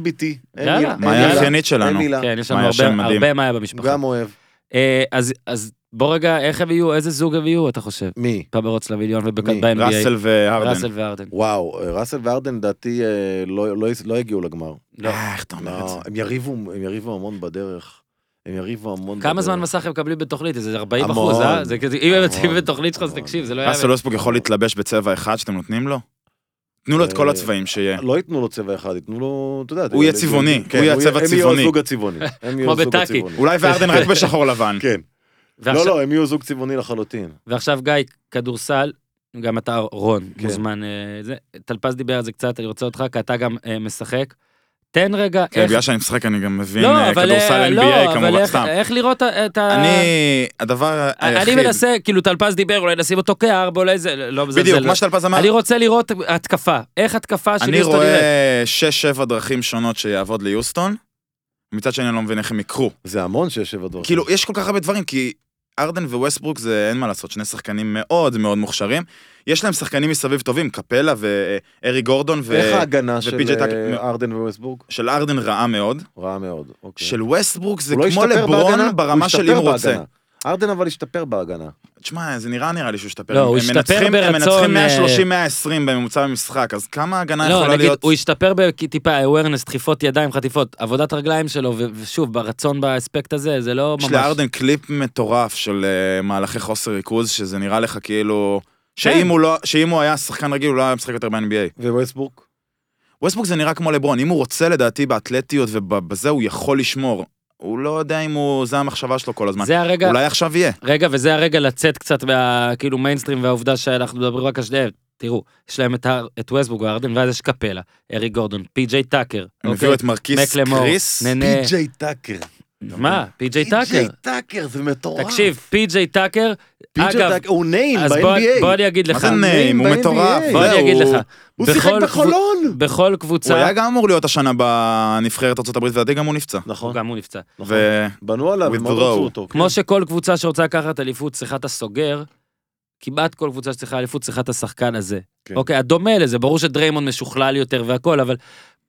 יאללה.
מילה- אין
מאיה
מילה.
האחיינית שלנו.
אין מילה.
כן, יש לנו
מאיה, שם
הרבה-
מדהים.
הרבה מאיה במשפחה.
גם אוהב.
אה, אז- אז בוא רגע, איך הביאו, איזה זוג הביאו, אתה חושב?
מי?
במרוץ למיליון
מי?
וב-NBA.
ראסל והרדן.
ראסל והרדן.
וואו, אה, ראסל וארדן לדעתי אה, לא- לא- לא הגיעו לגמר.
לא.
אה, איך אתה אומר את זה?
לא, הם יריבו, הם יריבו המון בדרך. הם יריבו המון בדרך.
כמה זמן מסך הם מקבלים בתוכנית? איזה 40
המון.
אחוז, אה? זה כזה, אם הם יוצאים
המון.
בתוכנית שלך, אז
המון.
תקשיב, זה לא
ראסל
יאמן.
אוסבורג יכול להתלבש בצבע אחד שאתם נותנים לו? תנו לו את כל
אה,
הצבעים שיהיה.
לא ייתנו לו צבע אחד, ייתנו לו, אתה יודע.
הוא יהיה צבעוני,
כן,
הוא יהיה הצבע
הם יהיו
צבעוני.
הזוג הצבעוני. הם יהיו
כמו
הזוג
בטאקי.
הצבעוני.
אולי וארדן רק בשחור לבן.
כן.
ועכשיו-
לא, לא, הם יהיו זוג צבעוני לחלוטין.
ועכשיו גיא, כדורסל, גם אתה רון,
כן.
מוזמן. אה, זה. טלפז דיבר על זה קצת, אני רוצה אותך, כי אתה גם אה, משחק. תן רגע,
כן, בגלל שאני משחק אני גם מבין
לא,
אה,
אבל, אה,
כדורסל
לא,
NBA
אבל
כמובן,
איך-
סתם.
איך לראות את ה...
אני, הדבר
אני
היחיד,
מנסה, כאילו טלפז דיבר, אולי נשים אותו כארבע, אולי זה, לא מזלזל.
בדיוק,
לא.
מה שטלפז אמר,
אני רוצה לראות התקפה, איך התקפה של
אני
יוסטון נראית.
רואה 6-7 דרכים שונות שיעבוד ליוסטון, מצד שני אני לא מבין איך הם
אוקיי.
יקרו.
זה המון שיש שבע דברים.
כאילו, יש כל כך הרבה דברים, כי ארדן וווסטברוק זה אין מה לעשות, שני שחקנים מאוד מאוד מוכשרים. יש להם שחקנים מסביב טובים, קפלה וארי גורדון, ו...
אה,
איך ההגנה של
ופי.ג'יי טאק-
אה, ארדן וווסטבורג?
של ארדן רעה מאוד,
כן.
רעה מאוד. אוקיי.
של ווסטברוק זה
הוא לא
כמו
השתפר בהגנה,
לברון
הוא
ברמה של אם
השתפר
רוצה.
בהגנה. ארדן אבל השתפר בהגנה.
תשמע, זה נראה נראה לי שהוא השתפר.
לא,
הם-
הוא
הם
השתפר
מנצחים-
ברצון,
הם
אה,
מנצחים 130-120 בממוצע במשחק, אז כמה הגנה
לא,
יכולה
נגיד,
להיות...
הוא השתפר בטיפה awareness, דחיפות ידיים, חטיפות, עבודת רגליים שלו, ו- ושוב, ברצון באספקט הזה, זה לא ממש...
יש לארדן קליפ מטורף של אה, מהלכי חוסר ריכוז, שזה נראה לך כאילו...
כן.
שאם הוא לא- שאם הוא היה שחקן רגיל, הוא לא היה משחק יותר ב-NBA.
וווסטבורג?
ווסטבוק זה נראה כמו לברון, אם הוא רוצה לדעתי באתלטיות ובזה הוא יכול לשמור. הוא לא יודע אם הוא, זה המחשבה שלו כל הזמן.
זה הרגע,
אולי עכשיו יהיה.
רגע, וזה הרגע לצאת קצת מה... כאילו מיינסטרים והעובדה שאנחנו מדברים רק על שניהם. תראו, יש להם את, הר- את ווסטבורג והרדן, ואז יש קפלה, ארי גורדון, פי.ג'יי טאקר.
הם הביאו את מרקיס
אוקיי. מקלמור,
קריס.
ננה,
פי.ג'יי טאקר.
מה? פי.ג'יי אה, טאקר.
טאקר זה מטורף.
תקשיב, פי.ג'יי טאקר,
פי.ג'יי
אגב,
טאקר, הוא נעים
אז בוא,
ב-NBA.
בוא אני אגיד
מה
לך,
זה נעים? הוא
ב-NBA.
מטורף.
בוא
זה,
אני אגיד
הוא-
לך,
הוא שיחק
בכל
בחולון.
בכל
הוא
קבוצה,
היה גם אמור להיות השנה בנבחרת ארה"ב, ולדעתי גם הוא נפצע.
נכון,
הוא גם הוא נפצע.
נכון.
ו...
בנו עליו,
With
הם מאוד
the row.
רצו אותו. כן.
כמו שכל קבוצה שרוצה לקחת אליפות צריכה את הסוגר, כמעט כל קבוצה שצריכה אליפות צריכה את השחקן הזה.
כן.
אוקיי, הדומה לזה, ברור שדריימון משוכלל יותר והכל, אבל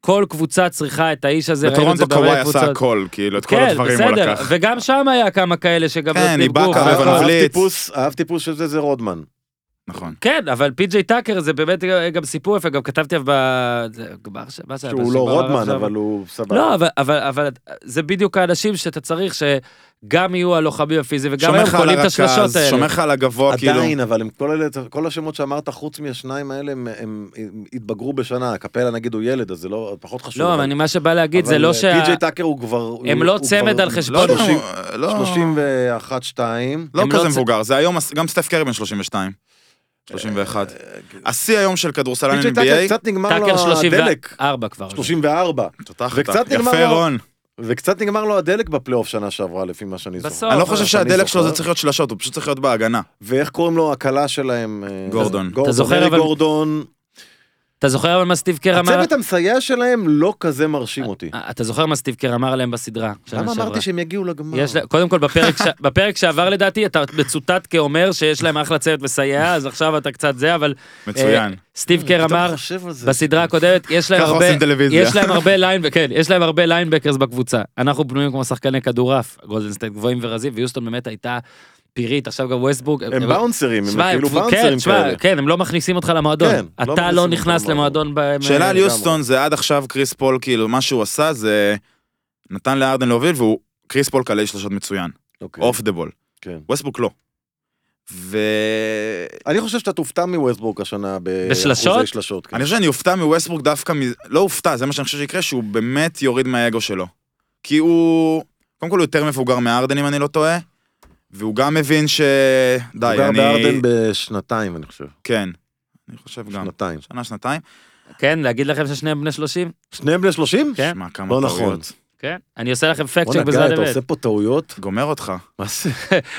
כל קבוצה צריכה את האיש הזה, ראינו את זה
בטורונטו
בהרבה
קוואי עשה
קבוצות.
הכל, כאילו, את כל
כן,
הדברים הוא
בסדר,
לקח.
וגם שם היה כמה כאלה שגם
כן,
נותנים
איבאקה
גוף.
ו-
והכל.
ון
האב
וליט.
טיפוס- האב טיפוס של זה זה רודמן.
נכון.
כן, אבל פי.ג'יי טאקר זה באמת גם סיפור יפה, גם כתבתי עליו ב... זה- מה זה היה?
שהוא
בשבוע
לא
עכשיו?
רודמן, אבל הוא סבבה.
לא, אבל, אבל, אבל זה בדיוק האנשים שאתה צריך שגם יהיו הלוחמים הפיזיים וגם
שומר
הם
לך על
קולים את השלשות
הרכז,
האלה.
שומר לך על הגבוה, כאילו.
עדיין, אבל הם כל אלה- כל השמות שאמרת, חוץ מהשניים האלה, הם- הם הם התבגרו בשנה. קפלה נגיד הוא ילד, אז זה לא, פחות חשוב.
לא, אבל אני, מה שבא להגיד זה
אה,
לא שה...
פי.ג'יי טאקר הוא כבר...
הם
הוא-
לא
הוא
צמד
כבר
על חשבון-
לא,
30
לא, לא.
31-2.
לא
הם לא
כזה
צ-
מבוגר, זה היום, גם סטף קרי בן 32. 31. השיא היום של כדורסלן
פי.ג'יי טאקר
NBA,
קצת נגמר לו
טאקר
הדלק.
34 כבר.
34.
תותח
וקצת
אותה.
נגמר
יפה
לו-
רון.
וקצת נגמר לו הדלק בפלייאוף שנה שעברה, לפי מה שאני זוכר.
בסוף.
אני לא
אבל
חושב
אני
שהדלק שלו
זוכר.
זה צריך להיות שלשות, הוא פשוט צריך להיות בהגנה.
ואיך קוראים לו הכלה שלהם? אה,
גורדון.
אתה זוכר,
אלי
אבל-
גורדון.
אתה זוכר אבל מה סטיב קר אמר?
הצוות המסייע שלהם לא כזה מרשים אותי.
אה, אתה זוכר מה סטיב קר אמר עליהם בסדרה? שנה
למה
שעברה?
אמרתי שהם יגיעו לגמר?
יש, לה- קודם כל, בפרק, ש... בפרק שעבר לדעתי, אתה מצוטט כאומר שיש להם אחלה צוות מסייע, אז עכשיו אתה קצת זה, אבל
מצוין.
סטיב קר
אה, פתאום
אמר
חושב על זה.
בסדרה הקודמת, יש להם
ככה
הרבה,
עושים טלוויזיה.
יש להם הרבה ליינבקר, כן, יש להם הרבה ליינבקרס בקבוצה. אנחנו בנויים כמו שחקני כדורעף, גולדנסטייט גבוהים ורזים, ויוסטון באמת הייתה פירית, עכשיו גם ווסטבורג. אה,
הם באונסרים, הם
שמע,
כאילו
פשוט- כן,
באונסרים
שמע,
כאלה.
כן, הם לא מכניסים אותך למועדון.
כן, לא
אתה
מכניסים
לא
אותך
נכנס
למועדון.
למועדון בהם...
שאלה על
אה,
יוסטון זה עד עכשיו קריס פול, כאילו, מה שהוא עשה זה נתן לארדן להוביל, והוא, קריס פול כלל שלושות מצוין,
אוקיי,
אוף דה בול.
כן.
ווסטבוק לא. ואני
אני חושב שאתה תופתע מווסטבורק השנה
בשלשות?
באחוזי שלשות. כן.
אוקיי. חושב שאני אופתע מווסטבוק דווקא, מ- לא אופתע, זה מה שאני חושב שיקרה, שהוא באמת יוריד מהאגו שלו. כי הוא, קודם כל הוא יותר מבוגר מארדן אם אני לא טועה, והוא גם מבין ש... די,
הוא גר
אני...
בארדן בשנתיים, אני חושב.
כן, אני חושב גם.
שנתיים.
שנה, שנתיים.
כן, להגיד לכם ששניהם בני 30?
שניהם בני 30?
כן.
שמע, כמה
לא נכון.
טעויות.
כן. אני עושה לכם פקט צ'ק
בואנה, גיא,
בזמן
אתה
אמת.
עושה פה טעויות?
גומר אותך.
מה זה?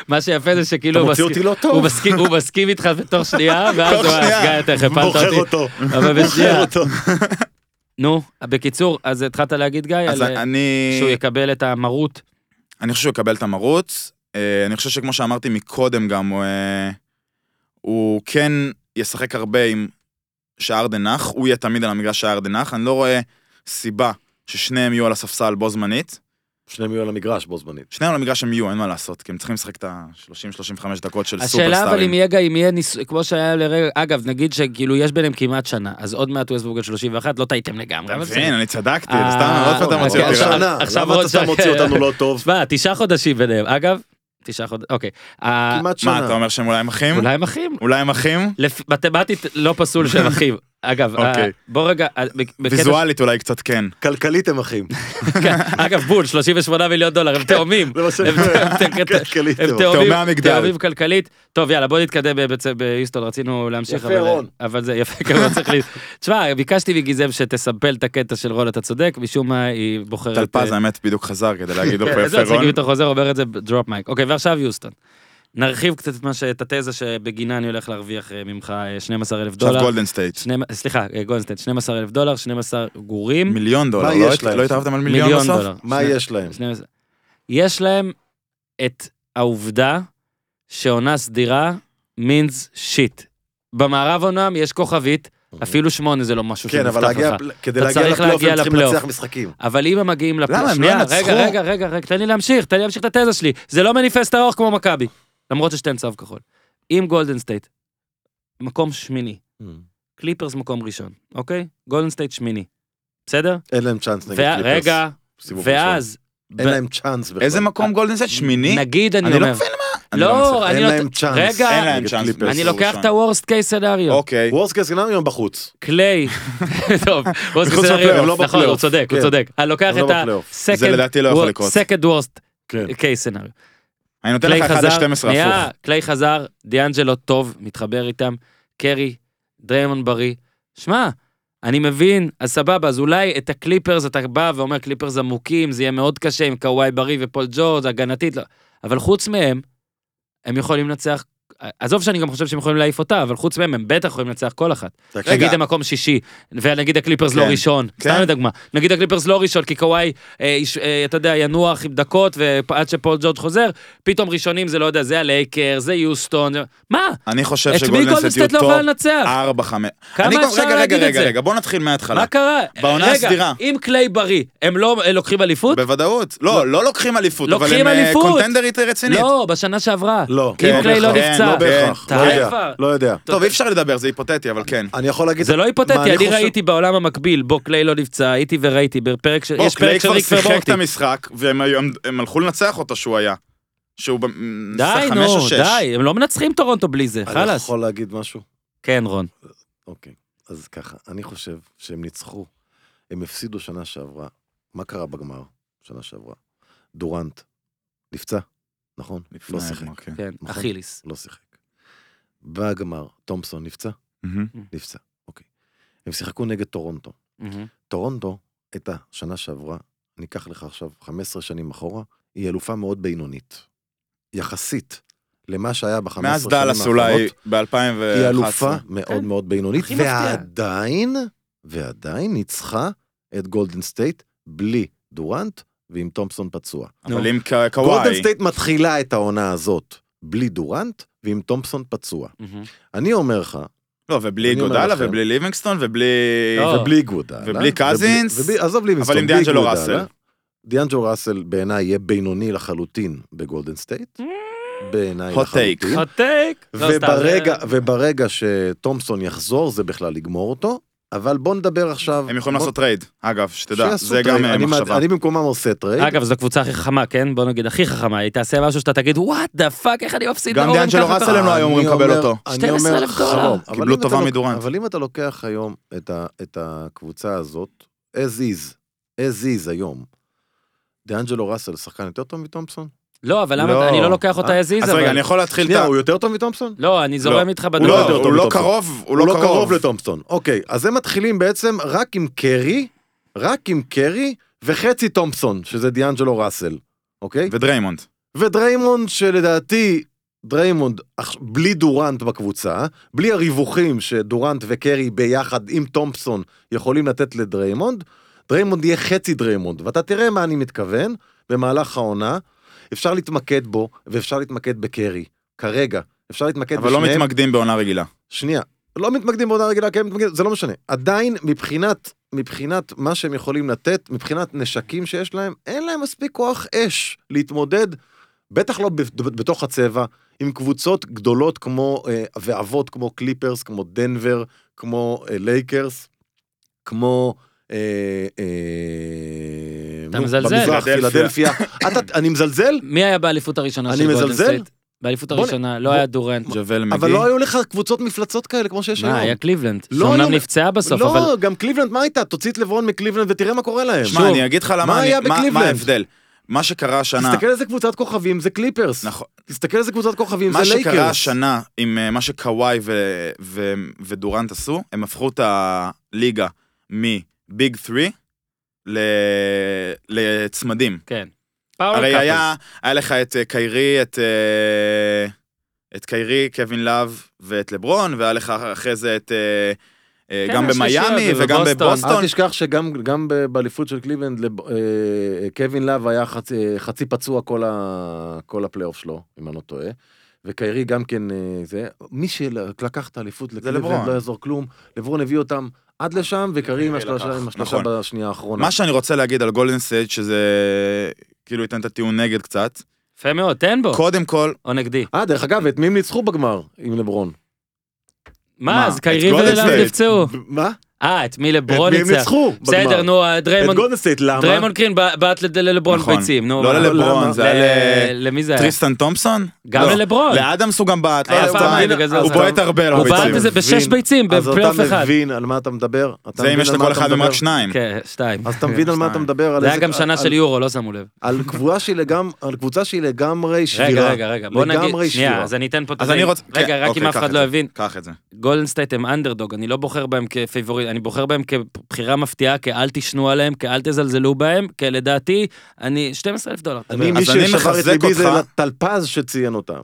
מה שיפה זה
אתה
שכאילו... הוא
מוציא
מסכים-
אותי לא
הוא
טוב.
מסכים- הוא מסכים איתך בתוך שנייה, ואז
תוך
הוא
שנייה.
גיא, אתה הפלת
בוחר
אותי.
אותו.
אבל
בוחר
בשנייה.
אותו.
נו, בקיצור, אז התחלת להגיד גיא,
אז
על, אה,
אני...
שהוא יקבל את המרות.
אני חושב שהוא יקבל את המרוץ. אה, אני חושב שכמו שאמרתי מקודם גם, הוא, אה, הוא כן ישחק הרבה עם שארדן נח, הוא יהיה תמיד על המגרש שארדן נח, אני לא רואה סיבה ששניהם יהיו על הספסל בו זמנית.
שניהם יהיו על המגרש בו זמנית.
שניהם על המגרש הם יהיו, אין מה לעשות, כי הם צריכים לשחק את ה-30-35 דקות של סופרסטארים.
השאלה אבל אם יהיה גיא, אם יהיה ניסוי, כמו שהיה לרגע, אגב, נגיד שכאילו יש ביניהם כמעט שנה, אז עוד מעט ווסטבורג על 31, לא טעיתם לגמרי.
אתה
אבל
מבין,
בסדר.
אני צדקתי,
אה,
סתם עוד פעם אתה
אוקיי,
מוציא אותי
עכשיו-
רע.
שנה,
עכשיו
למה
עוד
אתה סתם
שנה.
מוציא אותנו לא טוב?
שמע, תשעה חודשים ביניהם. אגב, תשעה חודשים, אוקיי. אה,
כמעט
מה, אתה
שנה.
אומר שהם אולי הם אחים?
אולי הם אחים?
אולי הם אחים?
לפ- מתמטית לא פסול שהם אחים. אגב, אה,
אוקיי.
בוא רגע, אה, בק- בקטע- כן.
ויזואלית אולי קצת כן.
כלכלית הם אחים.
אגב, בול, 38 מיליון דולר, הם תאומים.
זה מה ש...
הם- הם- הם-
כלכלית
הם
הם
תאומים,
כן. תאומי המגדל.
תאומים כלכלית. טוב, יאללה, בוא נתקדם בבית- ביוסטון, רצינו להמשיך.
יפה,
אבל- אה,
רון.
אבל זה יפה, כמה צריך ל... תשמע, ביקשתי מגיזם שתסמפל את הקטע של רון, אתה צודק, משום מה היא בוחרת...
טלפז האמת בדיוק חזר כדי להגיד לו
כן,
פה
איזה
יפה
מצחיק
רון.
אם אתה חוזר אומר את זה בדרופ מייק. אוקיי, ועכשיו יוסטון. נרחיב קצת את, מה ש... את התזה שבגינה אני הולך להרוויח אה, ממך אה, 12,000
עכשיו
דולר.
גולדן סטייט.
שני... סליחה, אה, גולדסטיין, 12,0ת דולר, 12 גורים,
מיליון דולר,
מה
לא
יש
הת-
להם?
לא התערבתם על מיליון
מיליון
בסוף?
דולר.
מה
שני-
יש להם?
שני מס- יש להם את העובדה שעונה סדירה means shit. במערב אומנם יש כוכבית, אפילו שמונה זה לא משהו
אוקיי. כן,
שמובטח
אבל להגיע-
לך.
כדי
אתה
להגיע
צריך
לפלייאוף
להגיע
הם צריכים
לפלייאוף.
לנצח משחקים.
אבל אם הם מגיעים לפלייאוף,
למה? הם לא
שנייה,
ינצחו.
רגע, רגע, רגע, רגע, תן לי להמשיך, תן לי להמשיך את התזה שלי. זה לא מניפסט ארוך כמו מכבי, למרות ששתיהן צהוב כחול. אם גולדן סטייט, מקום שמיני, קליפרס מקום ראשון, אוקיי? גולדן סטייט שמיני, בסדר?
אין להם צ'אנס נגד
וה-
קליפרס.
רגע,
סיבוב
ואז...
ראשון. אין
ב-
להם צ'אנס בכלל.
איזה מקום גולדן סטייט? שמיני?
נגיד, אני
אני לא
אומר...
מבין מה... אני
אה, לא,
מצליח.
אני
אין
לא...
להם צ'אנס.
רגע,
אין להם
נגד
צ'אנס.
קליפרס.
אני לא
בסדר,
לוקח
ראשון.
את ה-Worst case scenario.
אוקיי.
וורסט קייס סינריון בחוץ.
קליי. טוב, worst case
מחוץ לפלייאוף,
scenario.
לא
נכון, הוא
בפלייאוף.
צודק, הוא
כן.
צודק. אני לוקח
אבל לא
את ה...
בפלייאוף.
second-
זה לדעתי לא יכול
wor-
לקרות.
second worst
כן.
case scenario.
אני נותן
קליי
לך 1
חזר,
ל-12
שנייה,
הפוך.
קליי חזר, דיאנג'לו טוב, מתחבר איתם, קרי, דריימון בריא. שמע, אני מבין, אז סבבה, אז אולי את הקליפרס, אתה בא ואומר קליפרס עמוקים, זה יהיה מאוד קשה עם קוואי בריא ופול ג'ורג', הגנתית, לא. אבל חוץ מהם, הם יכולים לנצח, עזוב שאני גם חושב שהם יכולים להעיף אותה, אבל חוץ מהם הם בטח יכולים לנצח כל אחת.
תקשיב,
נגיד הם מקום שישי, ונגיד הקליפרס לא
כן.
ראשון, סתם
כן.
לדוגמה, נגיד הקליפרס לא ראשון, כי קוואי, אה, יש- אה, אתה יודע, ינוח עם דקות, ועד שפול ג'ורג' חוזר, פתאום ראשונים זה לא יודע, זה הלייקר, זה יוסטון, זה- מה?
אני חושב
את מי
שגולדן סטייט
גולדסטייט
יהיו
לא יכולה
טופ
לנצח?
4, 5.
כמה אפשר להגיד
רגע,
את
רגע,
זה?
רגע, בוא נתחיל מההתחלה.
מה קרה?
בעונה הסדירה.
רגע, אם קליי בריא, הם לא הם לוקחים אליפות?
בוודאות. לא, לא לוקחים אליפות, אבל
לוקחים
הם אה,
אליפות.
קונטנדרית רצינית.
לא, בשנה שעברה.
לא.
אם
כן,
קליי לא
נכון.
נפצע.
לא בהכרח.
די
לא יודע.
כבר.
לא יודע.
טוב, אי אפשר לדבר, זה היפותטי, אבל כן.
אני יכול להגיד...
זה לא
מה,
היפותטי, אני
חושב-
ראיתי בעולם המקביל, בו קליי לא נפצע, הייתי וראיתי, בפרק של,
בוא,
יש
קליי
פרק של
כבר
ריק
שיחק אוקיי, את
פרבורטי.
המשחק, והם היו- הם- הם הלכו לנצח אותו שהוא היה. שהוא ב-
די,
חמש או
נו,
שש. אה, נכון.
די, הם לא מנצחים טורונטו בלי זה,
אני
חלאס.
יכול להגיד משהו?
כן, רון.
אוקיי. אז ככה, אני חושב שהם ניצחו. הם הפסידו שנה שעברה. מה קרה בגמר שנה שעברה? דורנט נפצע, נכון?
לפני
לא שיחק.
האירוע, כן.
כן,
נכון.
אכיליס.
לא שיחק. בגמר, תומפסון נפצע?
מהמם.
נפצע, אוקיי. הם שיחקו נגד טורונטו. טורונטו הייתה שנה שעברה, ניקח לך עכשיו 15 שנים אחורה, היא אלופה מאוד בינונית. יחסית למה שהיה ב-15 שנים
מאז
האחרונות.
דאלאס אולי אה, ב-2011.
היא אלופה מאוד
כן.
מאוד בינונית,
הכי מפתיע.
ועדיין, ועדיין ניצחה את גולדן סטייט בלי דורנט ועם תומפסון פצוע.
אבל עם ק-
גולדן
קוואי,
סטייט מתחילה את העונה הזאת בלי דורנט ועם תומפסון פצוע.
מהמם.
אני אומר לך,
לא, ובלי
אני אומר
גודלה
לכם.
ובלי ליבינגסטון ובלי...
לא.
ובלי גודלה.
ובלי קזינס,
ובלי- עזוב ליבינגסטון,
עם
בלי אה?
דיאנג'לו
גודלה.
ראסל.
דיאנג'לו ראסל בעיניי יהיה בינוני לחלוטין בגולדן סטייט. בעיניי
Hot take.
לחלוטין.
Hot take. לא, סתם,
וברגע,
זה-
וברגע שתומפסון יחזור זה בכלל לגמור אותו, אבל בוא נדבר עכשיו.
הם יכולים
בוא-
לעשות טרייד, אגב, שתדע,
שיעשו
זה גם
טרייד.
אה,
אני מעד-
מחשבה.
אני במקומם עושה טרייד.
אה, אגב, זו הקבוצה הכי חכמה, כן? בוא נגיד, הכי חכמה. היא תעשה משהו שאתה תגיד, וואט דה פאק, איך אני מפסיד
גם
לאורן
דיאנג'לו
ככה?"
ראסל הם לא היו
אני
אומרים לקבל
אומר-
אותו.
אני
12,000
אומר,
דולר.
חלום. אבל
קיבלו
אם אתה
טובה
לוק-
מדורנט.
אבל אם אתה לוקח היום את ה- את הקבוצה הזאת, as is, as is היום, דאנג'לו ראסל שחקן יותר טוב מתומפסון?
לא, אבל
לא.
למה? אני לא לוקח אותה as is,
אז רגע, אני
אבל...
יכול להתחיל את
שנייה,
ה...
הוא יותר טוב מתומפסון?
לא, אני זורם איתך
הוא
בדבר.
לא-
יותר טוב
הוא לא
מטומפסון.
קרוב, הוא לא קרוב.
לטומפסון. אוקיי, אז הם מתחילים בעצם רק עם קרי, רק עם קרי וחצי תומפסון, שזה דיאנג'לו ראסל, אוקיי?
ודריימונד.
ודריימונד שלדעתי, דריימונד עכש- בלי דורנט בקבוצה, בלי הריווחים שדורנט וקרי ביחד עם תומפסון יכולים לתת לדריימונד, דריימונד יהיה חצי דריימונד, ואתה תראה מה אני מתכוון במהלך העונה. אפשר להתמקד בו, ואפשר להתמקד בקרי, כרגע. אפשר להתמקד
אבל לא
בשניהם.
מתמקדים בעונה רגילה.
שנייה, לא מתמקדים בעונה רגילה, כן מתמקדים, זה לא משנה. עדיין מבחינת, מבחינת מה שהם יכולים לתת, מבחינת נשקים שיש להם, אין להם מספיק כוח אש להתמודד, בטח לא ב- בתוך הצבע, עם קבוצות גדולות כמו, אה, ועבות כמו קליפרס, כמו דנבר, כמו אה, לייקרס, כמו... אה, אה,
אתה
נו,
מזלזל.
במזרח, פילדלפיה. אתה- אני מזלזל?
מי היה באליפות הראשונה
אני
של גולדן
מזלזל?
סטייט? באליפות
בוא נ-
הראשונה, לא
בוא-
היה דורנט.
ג'וול מגי.
אבל לא היו לך קבוצות מפלצות כאלה כמו שיש היום.
מה, היה קליבלנד.
לא,
שאומנם
אני-
נפצעה בסוף,
לא,
אבל...
גם קליבלנד, מה הייתה? תוציא את לברון מקליבלנד ותראה מה קורה להם.
שמע, אני אגיד לך למה
מה
אני-
היה
מה- מה
בקליבלנד?
ההבדל. מה שקרה השנה,
תסתכל איזה קבוצת כוכבים, זה קליפרס.
נכון.
תסתכל איזה קבוצת כוכבים, זה
מה
לייקרס.
שקרה השנה עם אה, מה שקוואי ו- ו- ודורנט עשו, הם הפכו את הליגה מביג 3 לצמדים.
כן. פאוור
הרי
קאפל.
היה, היה לך את אה, קיירי, את, אה, את קיירי, קווין לאב ואת לברון, והיה לך אחרי זה את... אה, אה,
כן,
גם
השלישייה
במיאמי
הזו,
וגם
בבוסטון.
בבוסטון.
אל תשכח שגם גם ב- באליפות של קליבלנד, לב- אה, קווין לאב היה חצי- חצי פצוע כל ה- כל הפלייאוף שלו, אם אני לא טועה. וקיירי גם כן, אה, זה, מי שלקח את האליפות לקליבלנד
לברון.
לא יעזור כלום. לברון הביא אותם עד לשם, וקיירי עם
לקח,
השלושה עם השלושה
נכון.
בשנייה האחרונה.
מה שאני רוצה להגיד על גולדן סטייט, שזה כאילו ייתן את הטיעון נגד קצת,
יפה מאוד, תן בו.
קודם כל,
או נגדי.
אה, דרך אגב, את מי הם ניצחו בגמר עם לברון?
מה,
מה,
אז
את
קיירי
גולדן
ולאב
סטייט.
נפצעו.
מה?
אה, את מי
את
לברון
מי הם
ניצח.
ניצחו בגמר?
בסדר, נו, אה,
את
דריימונד
גולדן סטייט, למה?
דריימונד קרין בעט לד- ללברון
נכון.
ביצים, נו.
לא
מה?
ללברון,
למה?
זה היה ל-
ל- למי זה היה?
טריסטן תומפסון?
גם
לא.
נכון.
ללברון.
לאדמס הוא גם בעט,
אה,
לא
היה
לברון.
פעמיים, בגלל זה
הוא
עזוב.
בועט הרבה לא
הוא בעט
ביצים.
איזה בשש ביצים,
אז
בפלייאוף
אתה
אחד.
מבין על מה אתה מדבר? אתה
זה אם
מבין
יש
על מה
לכל
אתה
אחד מהם
מדבר?
רק שניים.
כן, שתיים.
אז אתה מבין על מה אתה
שניים.
מדבר? על
זה היה
איזה-
גם שנה
על-
של יורו, לא שמו לב.
על קבוצה שהיא לגמ- על קבוצה שהיא לגמרי
רגע,
שבירה.
רגע, רגע, בוא
לגמרי
נגיד, שנייה,
שבירה.
אז אני אתן פה את
אז
זה.
אני רוצה... כן,
רגע, רק אם
אוקיי,
אף
קח
אחד
את
לא
זה,
הבין,
קח את זה.
גולדן סטייט הם אנדרדוג, אני לא בוחר בהם כפייבוריט, אני בוחר בהם כבחירה מפתיעה, כאל תשנו עליהם, כאל תזלזלו בהם, כי לדעתי, אני 12,000 דולר.
אני,
תדבר.
מי
אז אני
ששבר את
מחזק
ליבי זה
אותך.
טלפז שציין אותם.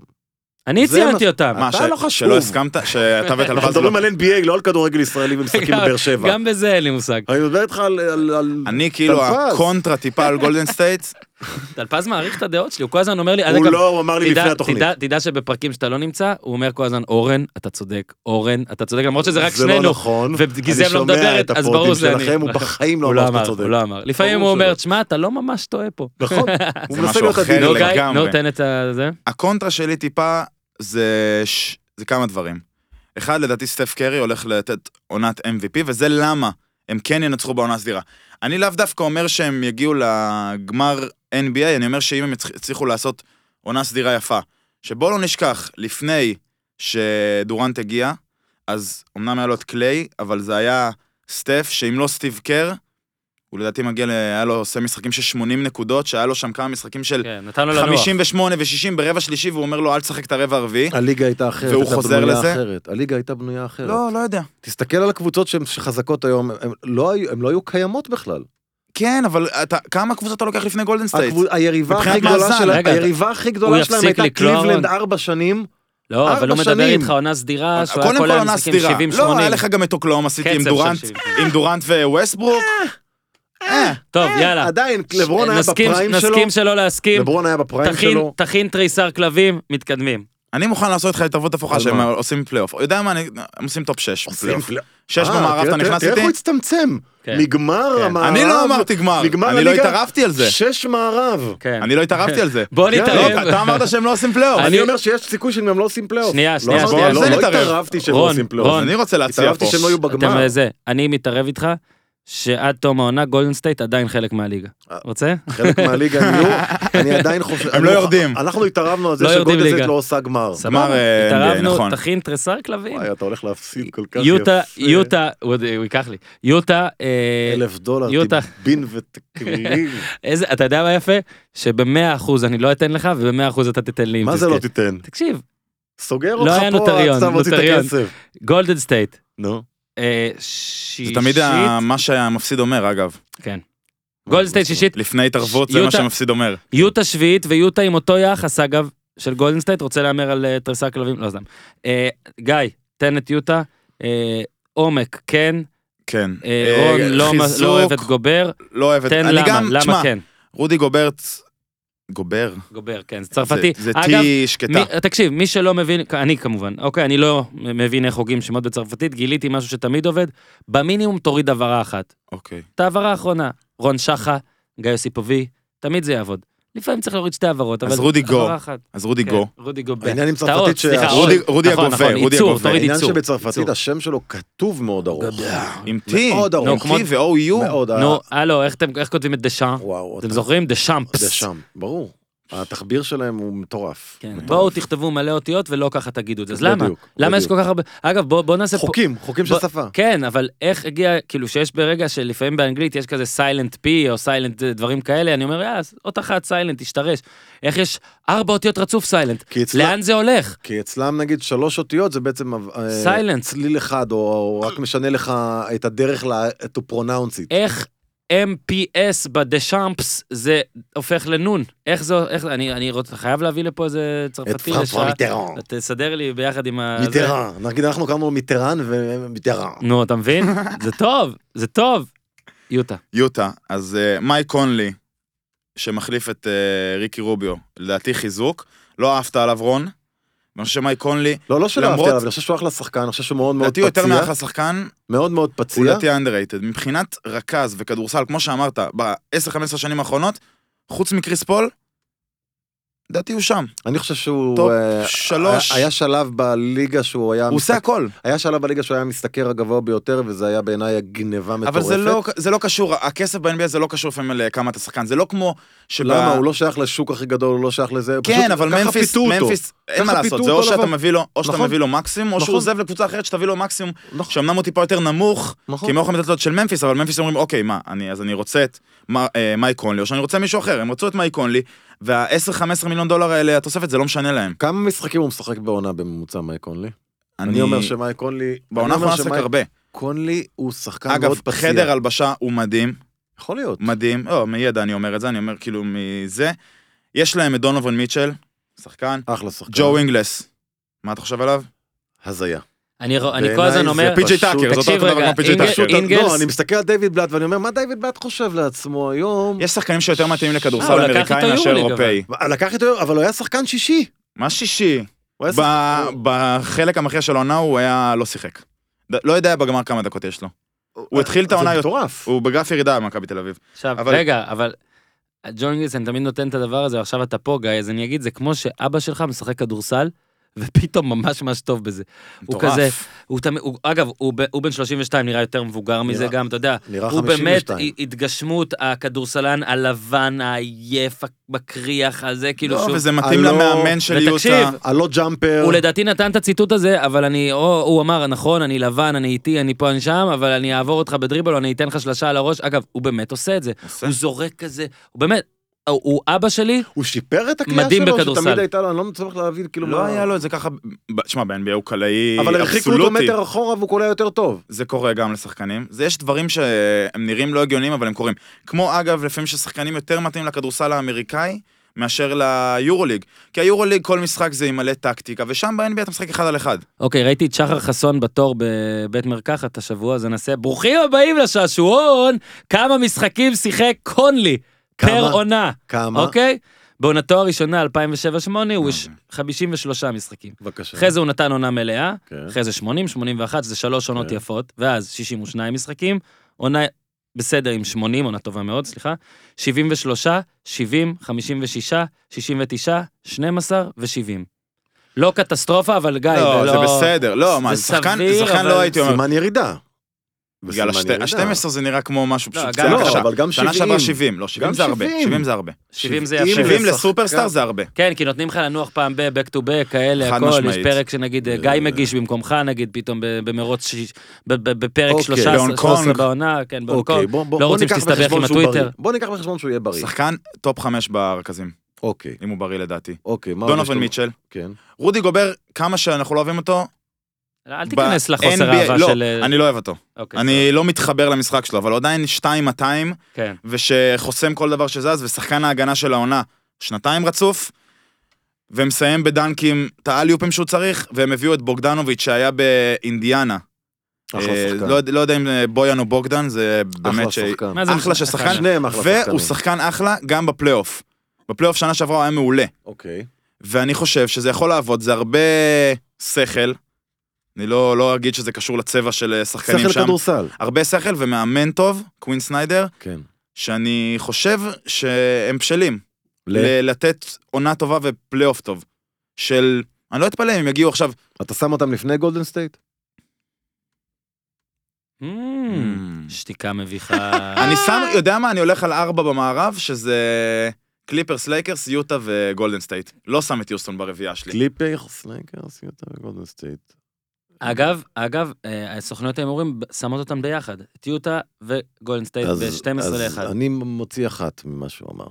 אני
זה
ציינתי אותם.
מה,
אתה
ש-
לא חשוב.
שלא הסכמת? שאתה
אנחנו
וטלפז לא...
מדברים על NBA, לא על כדורגל ישראלי ומשחקים
גם-
בבאר שבע.
גם בזה אין לי מושג.
אני מדבר איתך על- על... על-
אני כאילו
טלפז.
הקונטרה טיפה על גולדן סטייט,
טלפז מעריך את הדעות שלי, הוא כל הזמן אומר לי, אז
הוא
אגב,
לא, הוא אמר לי
תדע-
לפני התוכנית.
תדע- תדע שבפרקים שאתה לא נמצא, הוא אומר כל הזמן, אורן, אתה צודק, אורן, אתה צודק, למרות שזה רק
זה לא
שנינו.
נכון.
וגזם
אני
לא
שומע
מדברת,
את
אז ברור
הפודים
זה אני.
שלכם, הוא בחיים לא
הוא לא
אמר שאתה
אמר,
צודק.
הוא לא אמר. לפעמים
ברור
הוא אומר,
שלא.
תשמע, אתה לא ממש טועה פה.
נכון, הוא
זה
מנסה
משהו
להיות
אחר
עדין.
נו, גיא,
לגמרי.
נו, תן את ה- זה.
הקונטרה שלי טיפה זה ש- זה כמה דברים. אחד, לדעתי סטף קרי הולך לתת עונת MVP, וזה למה הם כן ינצחו בעונה הסדירה. אני לאו דווקא אומר שהם יגיעו לגמר NBA, אני אומר שאם הם יצח- יצליחו לעשות עונה סדירה יפה, שבואו לא נשכח, לפני שדורנט הגיע, אז אמנם היה לו את קליי, אבל זה היה סטף, שאם לא סטיב קר, הוא לדעתי מגיע, ל- היה לו עושה משחקים של 80 נקודות, שהיה לו שם כמה משחקים של
כן, נתנו לנוח.
58 ו-60 ברבע שלישי, והוא אומר לו, אל תשחק את הרבע הרביעי.
הליגה הייתה אחרת,
והוא
הייתה
חוזר
בנויה
לזה?
אחרת. הליגה הייתה בנויה אחרת.
לא יודע.
תסתכל על הקבוצות שהן חזקות היום, הן לא, היו- הן לא היו קיימות בכלל.
כן, אבל אתה, כמה קבוצות אתה לוקח לפני גולדן סטייט?
הקבוצ- היריבה הכי
מבחינת
גדולה
מאזן,
שלה-
רגע,
היריבה הכי
הוא
גדולה שלהם
יפסיק
הייתה
לקלוע,
קליבלנד
רון?
ארבע שנים.
לא, אבל הוא
ארבע
מדבר
שנים. אה,
איתך עונה סדירה, אה, שהוא היה
קודם
כל
כל
היום
עונה
משחקים 70-80.
סדירה. לא, היה לך גם את אוקלאומה סיטי עם
קצב של
דורנט,
70.
עם דורנט וווסטברוק. אה,
טוב, יאללה.
עדיין, לברון היה
נסכים-
בפריים שלו.
נסכים שלא להסכים.
לברון היה בפריים
תכין-
שלו.
תכין תריסר כלבים, מתקדמים.
אני מוכן לעשות לך התערבות הפוכה
על
שהם
מה?
עושים פלייאוף. יודע מה, אני- הם עושים טופ 6 בפלייאוף.
פלייאוף.
6
אה,
במערב
תראה-
אתה נכנס
תראה איך
איתי?
הוא הצטמצם.
כן.
נגמר
כן.
המערב.
אני לא אמרתי גמר,
נגמר
אני לא
הליגה.
התערבתי על זה.
שש מערב.
כן.
אני לא התערבתי על זה.
בוא
לא,
נתערב.
לא, אתה אמרת שהם לא עושים פלייאוף.
אני-
אני אומר שיש סיכוי שהם גם לא עושים פלייאוף.
שנייה,
לא
שנייה,
אמרתי-
שנייה,
לא
שנייה.
לא
נתערב.
התערבתי שהם לא
רון,
עושים
רון.
פלייאוף.
אני רוצה להציע פה.
התערבתי שהם לא היו בגמר.
אתם אה, זה, אני מתערב איתך שעד תום העונה גולדן סטייט עדיין חלק מהליגה.
אה,
רוצה?
חלק מהליגה יהיו, אני עדיין חושב...
הם לא יורדים.
אנחנו התערבנו על זה
לא יורדים
שגולדזט
ליגה.
לא עושה גמר.
סבבה,
אה, NBA,
התערבנו,
נכון.
תכין תריסר כלבים.
וואי, אתה הולך להפסיד כל כך
יוטה,
יפה.
יוטה, הוא עוד- הוא ייקח לי. יוטה, אה,
אלף דולר,
יוטה.
טיבין ותקריב.
איזה, אתה יודע מה יפה? שבמאה אחוז אני לא אתן לך, ובמאה אחוז אתה תיתן לי אם
מה זה
תזכה.
לא תיתן?
תקשיב,
סוגר
לא
אותך
היה
פה,
נוטריון,
אתה סתם מוציא את
נוטריון.
הכסף.
גולדן סטייט,
נו.
אה,
זה
שישית,
תמיד ה- מה שהמפסיד אומר, אגב.
כן. גולדן סטייט שישית,
לפני התערבות זה
יוטה-
מה שהמפסיד אומר.
יוטה שביעית ויוטה עם אותו יחס אגב של גולדן סטייט רוצה להמר על אה, תריסר כלבים לא סתם. אה, גיא תן את יוטה אה, עומק כן
כן.
אה, רון
אה,
לא מ-
חיזוק,
לא אוהב את גובר
לא אוהב את...
תן
אני
למה
גם-
למה
תשמע,
כן
רודי גוברט... גובר?
גובר כן זה צרפתי
זה
אגב
טי שקטה.
מי, תקשיב מי שלא מבין אני כמובן אוקיי אני לא מבין איך הוגים שמות בצרפתית גיליתי משהו שתמיד עובד במינימום תוריד הבהרה אחת
אוקיי.
את ההבהרה האחרונה רון שחה גיא יוסיפובי תמיד זה יעבוד לפעמים צריך להוריד שתי הבהרות
אז
אבל
רודי גו.
הבהרה אחת.
אז רודי
כן,
גו.
רודי גובר.
העניין עם צרפתית
טעות,
שה-
סליחה,
רודי-
עוד.
רודי
נכון,
הגובר,
נכון,
רודי
עיצוב,
הגובר.
תוריד
העניין
עיצוב.
שבצרפתית
עיצוב.
השם שלו כתוב מאוד ארוך.
עם טי.
מאוד
נו,
ארוך.
כמו-
עם טי ו-OU.
מאוד
נו,
ארוך.
הלו, איך אתם- איך כותבים את דשאן?
וואו,
אתם
אתה-
זוכרים? דשאם.
זה שם, ברור. התחביר שלהם הוא מטורף.
כן.
מטורף.
בואו תכתבו מלא אותיות ולא ככה תגידו את זה. אז למה?
בדיוק,
למה יש
בדיוק.
כל כך הרבה... אגב, בואו בואו נעשה... פה-
חוקים, חוקים של
בוא-
שפה.
כן, אבל איך הגיע, כאילו שיש ברגע שלפעמים באנגלית יש כזה סיילנט פי או סיילנט דברים כאלה, אני אומר, אה, אז אות אחת סיילנט, תשתרש. איך יש ארבע אותיות רצוף סיילנט?
כי אצלה-
לאן זה הולך?
כי אצלם נגיד שלוש אותיות זה בעצם... אה,
Silence.
צליל אחד, או, או רק משנה לך את הדרך ל- to pronounce it.
איך MPS בדשאמפס זה הופך לנון? איך זה, איך, אני, אני רוצ, חייב להביא לפה איזה
כן,
את
צרפתי
פרנפרה מיטרן.
תסדר לי ביחד עם
אה,
ה... זה.
מיטרן. נגיד אנחנו קראנו לו מיטרן ומיטרן.
נו, אתה מבין? זה טוב, זה טוב. יוטה.
יוטה. אז אה, מייק קונלי, שמחליף את אה, ריקי רוביו, לדעתי חיזוק. לא אהבת עליו, רון. אני חושב שמייק קונלי,
לא, לא שלא
למרות-
אהבתי עליו, אני חושב שהוא אחלה שחקן, אני חושב שהוא מאוד מאוד
לדעתי הוא יותר
פציע.
מאחלה שחקן,
מאוד מאוד
הוא
פציע.
לדעתי underrated. מבחינת רכז וכדורסל, כמו שאמרת, ב-10-15 שנים האחרונות, חוץ מקריס פול, לדעתי הוא שם.
אני חושב שהוא...
טופ
אה,
שלוש.
היה- היה שלב בליגה שהוא היה...
הוא עושה
מסתק-
הכל.
היה שלב בליגה שהוא היה המשתכר הגבוה ביותר, וזה היה בעיניי הגניבה מטורפת.
אבל זה לא, זה לא קשור, הכסף ב-NBA זה לא קשור לפעמים לכמה אתה שחקן, זה לא כמו שב...
למה? הוא לא שייך לשוק הכי גדול, הוא לא שייך לזה.
כן,
פשוט
אבל
ככה
ממפיס,
פיתו אותו.
ממפיס, אין מה
ככה
לעשות,
פיתו
זה או
אותו
שאתה
לבוא.
מביא לו, או שאתה
נכון.
מביא לו מקסימום, או שהוא
נכון.
עוזב לקבוצה אחרת שתביא לו מקסימום,
נכון.
שאומנם הוא טיפה יותר נמוך,
נכון.
כי הם לא יכולים לתת לו את של ממפיס, אבל ממפיס אומרים, אוקיי, מה, אני, אז אני רוצה את מ- אה, מייק קונלי, או שאני רוצה מישהו אחר, הם רצו את מייק קונלי, וה-10-15 מיליון דולר האלה, התוספת, זה לא משנה להם.
כמה משחקים הוא משחק בעונה בממוצע מייק קונלי? אני אומר שמייק קונלי...
בעונה
אני אומר
האחרונה עסק
שמייק
הרבה.
קונלי הוא שחקן
אגב,
מאוד פציע.
חדר הלבשה הוא מדהים,
יכול להיות.
מדהים, לא, מידע אני אומר את זה, אני אומר כאילו מזה. יש להם את דונובין מיטשל, שחקן,
אחלה
כן.
שחקן.
ג'ו אינגלס, מה אתה חושב עליו?
הזיה.
אני, רוא- אני
בעיניי
כל הזמן
זה
אומר...
פשוט-
פי.ג'יי טאקר, זה אותו
תקשיב
דבר
רגע,
כמו פי.ג'יי
אינגל-
טאקר.
פשוט-
אינגלס-
לא, אני מסתכל על דיוויד בלאט ואני אומר, מה דיוויד בלאט חושב לעצמו היום?
יש שחקנים שיותר מתאימים
אה, הוא
לכדורסל
לקח
אמריקאי
איתו
מאשר
יורוליג,
אירופאי.
לקח איתו, אבל הוא היה שחקן שישי.
מה שישי?
הוא היה
ב-
שחקן-
בחלק המכריע של העונה הוא היה לא שיחק. ד- לא יודע בגמר כמה דקות יש לו. הוא התחיל את העונה
זה
יותר.
מטורף.
הוא בגרף ירידה במכבי תל אביב.
עכשיו,
אבל-
רגע, אבל... ג'ון גילסון תמיד נותן את הדבר הזה, ועכשיו אתה פה, גיא, אז אני אגיד, זה כמו שאבא שלך משחק כדורסל, ופתאום ממש ממש טוב בזה. הוא
מטורף. לא,
כזה, הוא תמיד, הוא, אגב, הוא, ב, הוא בן 32, נראה יותר מבוגר מזה גם, אתה יודע.
נראה
הוא באמת
52.
הת- התגשמות הכדורסלן הלבן, העייף, המקריח הזה, כאילו
לא,
שהוא...
וזה מתאים
הלא-
למאמן של
ותקשיב,
יוטה.
הלא ג'אמפר.
הוא לדעתי נתן את הציטוט הזה, אבל אני, או, הוא אמר, נכון, אני לבן, אני איתי, אני פה, אני שם, אבל אני אעבור אותך בדריבל, או אני אתן לך שלשה על הראש. אגב, הוא באמת עושה את זה.
עושה.
הוא זורק כזה, הוא באמת, הוא הוא אבא שלי,
הוא שיפר את הקליעה
מדהים
שלו,
בכדורסל.
שתמיד הייתה לו, אני לא מצליח להבין, כאילו,
לא
מה-
היה לו את זה ככה, ב- שמע, ב-NBA הוא קלעי
אבל הרחיקו אותו
אבסולוטי.
מטר אחורה והוא קולע יותר טוב.
זה קורה גם לשחקנים. זה יש דברים שהם נראים לא הגיוניים, אבל הם קורים. כמו אגב, לפעמים ששחקנים יותר מתאים לכדורסל האמריקאי, מאשר ליורוליג. כי היורוליג כל משחק זה עם מלא טקטיקה, ושם ב-NBA אתה משחק אחד על אחד.
אוקיי, ראיתי את שחר חסון בתור בבית מרקחת השבוע, אז נעשה ברוכים הבאים לשעשועון, כמה משחקים שיחק קונלי,
כמה?
פר עונה,
כמה?
אוקיי? בעונתו הראשונה, 2007-2008, הוא יש 53 משחקים.
בבקשה.
אחרי זה הוא נתן עונה מלאה,
כן.
אחרי זה 80, 81, שזה שלוש עונות
כן.
יפות, ואז 62 משחקים, עונה בסדר עם 80, עונה טובה מאוד, סליחה, 73, 70, 56, 69, 12 ו-70. לא קטסטרופה, אבל גיא,
לא,
ולא...
זה בסדר. לא, מה,
זה
זה שחקן,
סביר,
שחקן
אבל-
לא הייתי אומר.
סימן ירידה.
בגלל
בסימן ירידה.
ה-12 זה נראה כמו משהו
לא,
פשוט.
גם-
זה
לא,
הקשה.
אבל גם
שנה
70.
שעברה 70, לא, 70 זה הרבה.
70.
70 זה הרבה.
70 זה
70
יפה.
70
לשחק-
לסופרסטאר
גם-
זה הרבה.
כן, כי נותנים לך לנוח פעם ב- back to back, כאלה,
חד
הכל, יש
משמעית.
פרק שנגיד אה, גיא
אה.
מגיש במקומך, נגיד פתאום ב- במרוץ, שיש- ב- ב- בפרק
אוקיי.
13
בהונג
13
קונג.
בעונה, כן, בהונג
אוקיי,
קונג.
בוא- בוא-
לא
בוא
רוצים
ניקח
שתסתבך
בחשבון
עם
שהוא בריא.
הטוויטר.
בוא ניקח בחשבון שהוא יהיה בריא.
שחקן טופ 5 ברכזים,
אוקיי.
אם הוא בריא לדעתי.
אוקיי, מה עוד יש
דונובל
לנו?
מיטשל.
כן.
רודי גובר, כמה שאנחנו לא אוהבים אותו,
אל תיכנס
ב-
לחוסר
NBA
אהבה
לא,
של... אה,
אני לא אוהב אותו.
אוקיי,
אני לא מתחבר למשחק שלו, אבל הוא עדיין 2-200,
טוב, כן.
ושחוסם כל דבר שזז, ושחקן ההגנה של העונה שנתיים רצוף, ומסיים בדנקים את האליופים שהוא צריך, והם הביאו את בוגדנוביץ' שהיה באינדיאנה.
אחלה
אה,
שחקן.
לא, יודע- לא יודע אם אה, בויאן או בוגדן, זה
אחלה
באמת ש...
שחקן.
מה זה
אחלה
משנה?
של שחקן.
שניהם אחלה שחקנים.
והוא שחקן אחלה גם בפלייאוף. בפלייאוף שנה שעברה הוא היה מעולה.
אוקיי.
ואני חושב שזה יכול לעבוד, זה הרבה שכל. אני לא, לא אגיד שזה קשור לצבע של אה, שחקנים
שחקן
שם.
כדורסל.
הרבה שכל ומאמן טוב, קווין סניידר,
כן.
שאני חושב שהם בשלים.
ל-
ל- לתת עונה טובה ופלייאוף טוב. של... אני לא אתפלא אם יגיעו עכשיו...
אתה שם אותם לפני גולדן סטייט? Hmm.
Hmm.
Mm, שתיקה מביכה.
אני שם, יודע מה, אני הולך על ארבע במערב, שזה קליפרס, לייקרס, יוטה וגולדן סטייט. לא שם את יוסטון ברביעייה שלי.
קליפרס, לייקרס, יוטה וגולדן סטייט.
אגב, אגב, אה, הסוכנויות ההימורים שמות אותם ביחד. את יוטה וגולדן סטייט
אז-
ב-12
אז
ל-1.
אני מוציא אחת ממה שהוא אמר.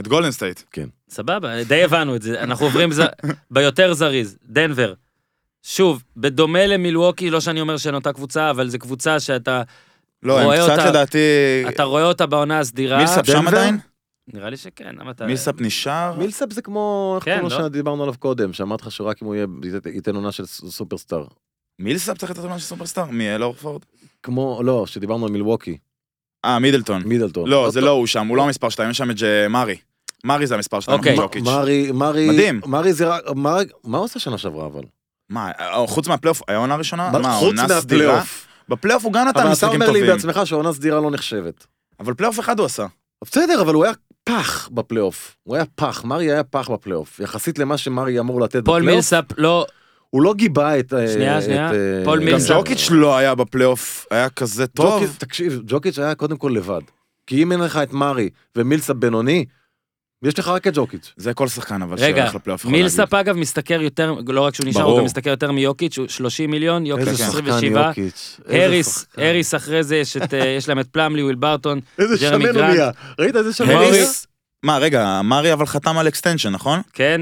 את גולדן סטייט.
סבבה, די הבנו את זה. אנחנו עוברים ז... ביותר זריז, דנבר. שוב, בדומה למילווקי, לא שאני אומר שאין אותה קבוצה, אבל זו קבוצה שאתה
לא,
רואה
הם קצת
אותה-
לדעתי...
אתה רואה אותה בעונה הסדירה.
מילסאפ שם
דנבר?
עדיין?
נראה לי שכן, למה אתה...
מילסאפ נשאר?
מילסאפ זה כמו, איך
כן,
קוראים לו
לא?
שדיברנו עליו קודם, שאמרתי לך שרק אם הוא יהיה, ייתן- ייתן עונה של ס- סופרסטאר.
מילסאפ צריך לתת עונה של סופרסטאר? מי, אל אורפורד?
כמו, לא, שדיברנו על מילווקי,
אה, מידלטון.
מידלטון.
לא, זה לא הוא שם, הוא לא המספר שתיים, יש שם את ג'- מארי. מארי זה המספר שתיים,
אוקיי.
אחרי
מ-
ג'וקיץ'.
מארי, מארי,
מדהים.
מארי זה רק, מארי- מה הוא עשה שנה שעברה אבל?
מה, אה, חוץ מהפלייאוף, היה עונה ראשונה? מה,
חוץ
עונה סדירה?
מהפלייאוף.
בפלייאוף הוא גם נתן
אבל אתה
משחקים
אומר לי
טובים.
בעצמך שעונה סדירה לא נחשבת.
אבל פלייאוף אחד הוא עשה.
בסדר, אבל הוא היה פח בפלייאוף. הוא היה פח, מארי היה פח בפלייאוף. יחסית למה שמארי אמור לתת
פול
בפלייאוף,
מילסאפ לא...
הוא לא גיבה את... אה,
שנייה,
את,
שנייה.
אה,
פול
גם
גם
מילסאפ.
ג'וקיץ' לא היה בפלייאוף, היה כזה טוב.
ג'וקיץ', תקשיב, ג'וקיץ' היה קודם כל לבד. כי אם אין לך את מארי ומילסאפ בינוני, יש לך רק את ג'וקיץ'.
זה כל שחקן, אבל
רגע,
שהולך לפלייאוף יכול
מילסאפ אגב משתכר יותר, לא רק שהוא נשאר,
ברור.
הוא גם משתכר יותר מיוקיץ', הוא 30 מיליון, יוקיץ'
איזה שחקן
27.
יוקיץ'. איזה
האריס,
שחקן.
האריס אחרי זה יש את, אה, יש להם את פלמלי, וויל ברטון,
איזה
ג'רמי
שמן הוא
גרנט.
נהיה. ראית איזה שמן הוא נהיה?
האריס... מה, רגע, מארי אבל חתם על אקסטנשן, נכון?
כן,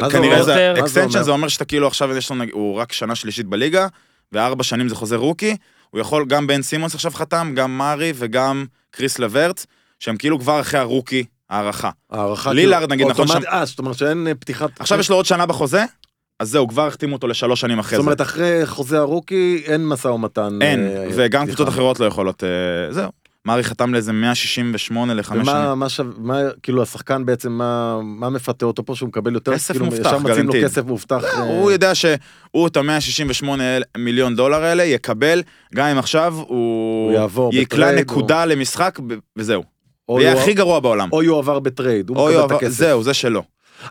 אה,
אז
כנראה
הוא
זה...
פורטר,
מה זה אומר?
אקסטנשן זה אומר שאתה כאילו עכשיו יש לו... נג- הוא רק שנה שלישית בליגה, וארבע שנים זה חוזר רוקי. הוא יכול, גם בן סימונס עכשיו חתם, גם מארי וגם קריס לברט, שהם כאילו כבר אחרי הרוקי, הערכה.
הערכה
לילארד,
כאילו,
נגיד, נכון,
אוטומט- אה, זאת אומרת שאין אה, פתיחת...
עכשיו יש לו עוד שנה בחוזה, אז זהו, כבר החתימו אותו לשלוש שנים אחרי
זאת
זה.
אומרת, אחרי חוזה הרוקי אין משא ומתן.
אין,
אה,
וגם
פתיחה.
קבוצות אחרות לא יכולות... אה, זהו. מארי חתם לאיזה 168 לחמש שנים.
ומה, מה, שו- מה, כאילו השחקן בעצם, מה, מה מפתה אותו פה שהוא מקבל יותר?
כסף
כאילו,
מובטח,
ישר מציעים לו
guaranteed.
כסף מובטח. אה,
הוא יודע שהוא את ה-168 מיליון דולר האלה יקבל, גם אם עכשיו הוא,
הוא יעבור
יקלע
בטרייד
נקודה למשחק ב- וזהו.
או
הוא יהיה
יועבר-
הכי גרוע בעולם.
או יועבר בטרייד, הוא
או
מקבל את
יועבר-
הכסף.
זהו, זה שלו.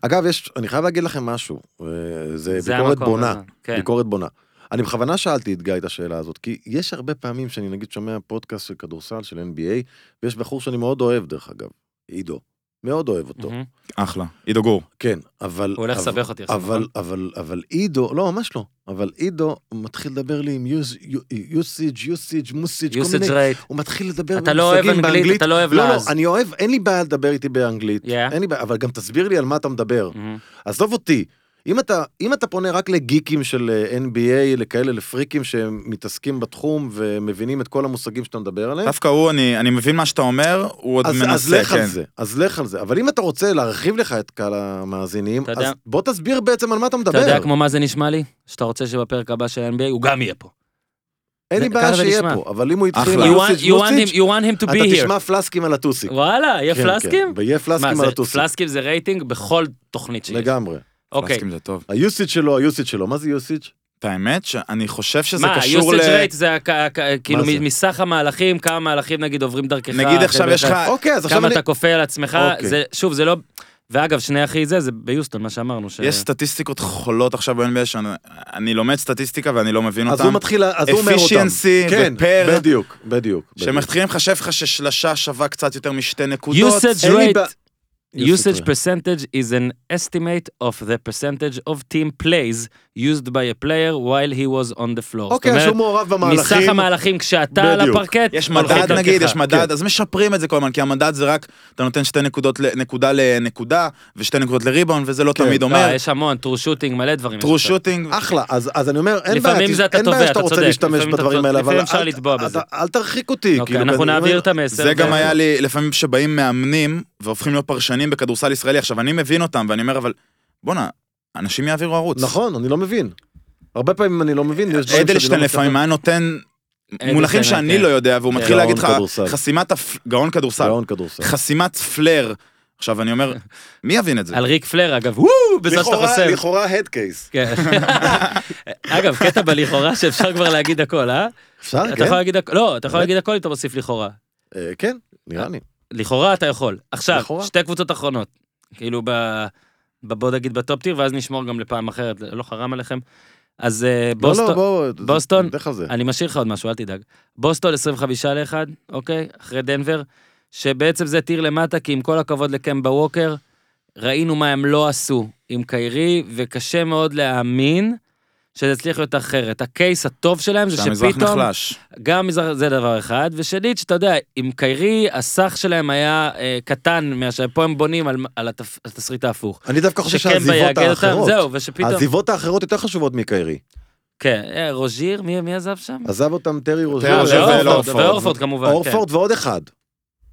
אגב, יש, אני חייב להגיד לכם משהו, אה, זה
זה
ביקורת
המקום
בונה,
הזה, כן.
ביקורת בונה. אני בכוונה שאלתי את גיא את השאלה הזאת, כי יש הרבה פעמים שאני נגיד שומע פודקאסט של כדורסל, של NBA, ויש בחור שאני מאוד אוהב דרך אגב, עידו, מאוד אוהב אותו,
מהמם.
אחלה. עידו גור.
כן, אבל...
הוא הולך
אבל-
לסבך אותי עכשיו.
אבל,
נכון?
אבל, אבל עידו, לא, ממש לא. אבל עידו מתחיל לדבר לי עם יוסיג', יוסיג', מוסיג', כל מיני...
usage rate.
הוא מתחיל לדבר
אתה לא אוהב
במושגים
אנגלית,
באנגלית.
אתה לא אוהב
לא, לא,
לעז.
אני אוהב, אין לי בעיה לדבר איתי באנגלית.
Yeah.
אין לי בעיה, אבל גם תסביר לי על מה אתה מדבר.
מהמם.
עזוב אותי. אם אתה, אם אתה פונה רק לגיקים של אה, NBA, לכאלה, לפריקים שמתעסקים בתחום ומבינים את כל המושגים שאתה מדבר עליהם,
דווקא הוא, אני, אני מבין מה שאתה אומר, הוא עוד
אז,
מנסה,
אז לך
כן.
על זה, אז לך על זה. אבל אם אתה רוצה להרחיב לך את קהל המאזינים,
אתה
אז
יודע-
בוא תסביר בעצם על מה אתה
אתה
מדבר.
יודע כמו מה זה נשמע לי? שאתה רוצה שבפרק הבא של NBA הוא גם יהיה פה.
אין לי
זה-
בעיה
ככה זה
שיהיה
נשמע.
פה, אבל אם הוא
You
התחיל
אחלה.
עם
want-
יוסיץ'
you want him-
מוסיץ',
you want him to
אתה
be here.
תשמע פלסקים על הטוסיק.
וואלה, יהיה
כן,
פלסקים?
כן, יהיה
מה
פלסקים
זה,
על הטוסיק.
פלסקים זה רייטינג בכל תוכנית שלי.
לגמרי.
אוקיי.
פלסקים זה טוב.
היוסיץ' שלו, היוסיץ' שלו, מה זה יוסיץ'?
את האמת שאני חושב שזה
מה,
קשור
יוסג'
ל...
רייט זה הכ- הכ- כאילו
זה?
מ- מסך המהלכים, כמה מהלכים נגיד עוברים דרכך.
נגיד עכשיו יש לך...
אוקיי, אז עכשיו
אה, כמה
אני...
אתה כופה על עצמך,
אוקיי.
זה, שוב, זה לא... ואגב, שני הכי זה, זה ביוסטון, מה שאמרנו. ש...
יש סטטיסטיקות חולות עכשיו ב-NBA שאני אני לומד סטטיסטיקה ואני לא מבין
אז הוא
אותן.
מתחיל, אז הוא אומר אותם.
Efficiency
כן,
ו-per.
בדיוק, בדיוק. בדיוק.
שמתחילים לחשב לך ששלשה שווה קצת יותר משתי נקודות.
usage
אין לי
rate,
בעיה.
usage percentage is an estimate of the percentage of team plays used by a player while he was on the floor.
אוקיי, אז
זאת
שהוא
אומרת,
מעורב
מסך
במהלכים.
המהלכים כשאתה על
בדיוק.
הפרקט,
יש
לא,
הולכים
מדד
אוקיי,
דרכך.
נגיד, יש מדד, אז משפרים את זה כל הזמן, כי המדד זה רק, אתה נותן שתי נקודות, ל- נקודה לנקודה, ושתי נקודות לריבאונד, וזה לא
כן.
תמיד
לא,
אומר.
יש המון, טרו שוטינג, מלא דברים.
טרו שוטינג,
אחלה, אז, אז אני אומר, אין
לפעמים
בעיה,
זה אתה
אין
תובע,
בעיה שאתה
אתה
רוצה
צודק,
להשתמש
לפעמים אתה
בדברים
צודק,
האלה, אבל
לפעמים אפשר
אל-
לתבוע
אתה-
בזה.
אל תרחיק אותי.
אוקיי,
כאילו,
אנחנו
ואני
נעביר
אומר,
את המסר.
זה גם
ו-
היה לי, לפעמים שבאים מאמנים, והופכים להיות פרשנים בכדורסל ישראלי, עכשיו אני מבין אותם, ואני אומר, אבל בואנה, אנשים יעבירו ערוץ.
נכון, אני לא מבין. הרבה פעמים אני לא מבין, יש דברים שאני לא
אדלשטיין
מצליח
לפעמים היה נותן מונחים
אדלשטיין,
שאני
כן.
לא יודע, והוא
כן.
מתחיל
גאון
להגיד לך,
כדורסל.
חסימת, הפ- גאון כדורסל,
גאון כדורסל.
חסימת פלר. עכשיו אני אומר, מי יבין את זה?
על ריק פלר, אגב, וואו, בזמן שאתה
לכאורה-
חוסם.
לכאורה הדקייס.
כן. אגב, קטע בלכאורה שאפשר כבר להגיד הכל, אה?
אפשר,
אתה
כן?
יכול להגיד הכל, לא, אתה יכול
באמת?
להגיד הכל אם אתה מוסיף לכאורה.
אה, כן, נראה לי.
לכאורה אתה יכול. עכשיו,
לכאורה.
שתי קבוצות אחרונות. כאילו ב... ב- בוא נגיד בטופ טיר, ואז נשמור גם לפעם אחרת, לא חרם עליכם. אז אה,
לא, לא,
בוסטון,
בוא...
בוסטון-
דרך על זה.
אני משאיר לך עוד משהו, אל תדאג. בוסטון 25 ל-1, אוקיי? אחרי דנבר, שבעצם זה טיר למטה, כי עם כל הכבוד לקמבה ווקר, ראינו מה הם לא עשו עם קיירי, וקשה מאוד להאמין שזה יצליח להיות אחרת. הקייס הטוב שלהם זה
שהמזרח
שפתאום...
נחלש.
גם מזרח, זה דבר אחד, ושנית, שאתה יודע, עם קיירי, הסך שלהם היה אה, קטן מאשר, פה הם בונים על, על התפ, התסריט ההפוך.
אני דווקא חושב
שקמבה
שהעזיבות
יאגד אותם,
האחרות,
זהו, ושפתאום...
העזיבות האחרות יותר חשובות מקיירי.
כן, אה, רוז'יר, מי, מי עזב שם?
עזב אותם טרי רוז'ה.
טרי רוז'ה
ואורפורד,
ואורפורד.
ואורפורד כמובן, כן.
אורפורד ועוד אחד.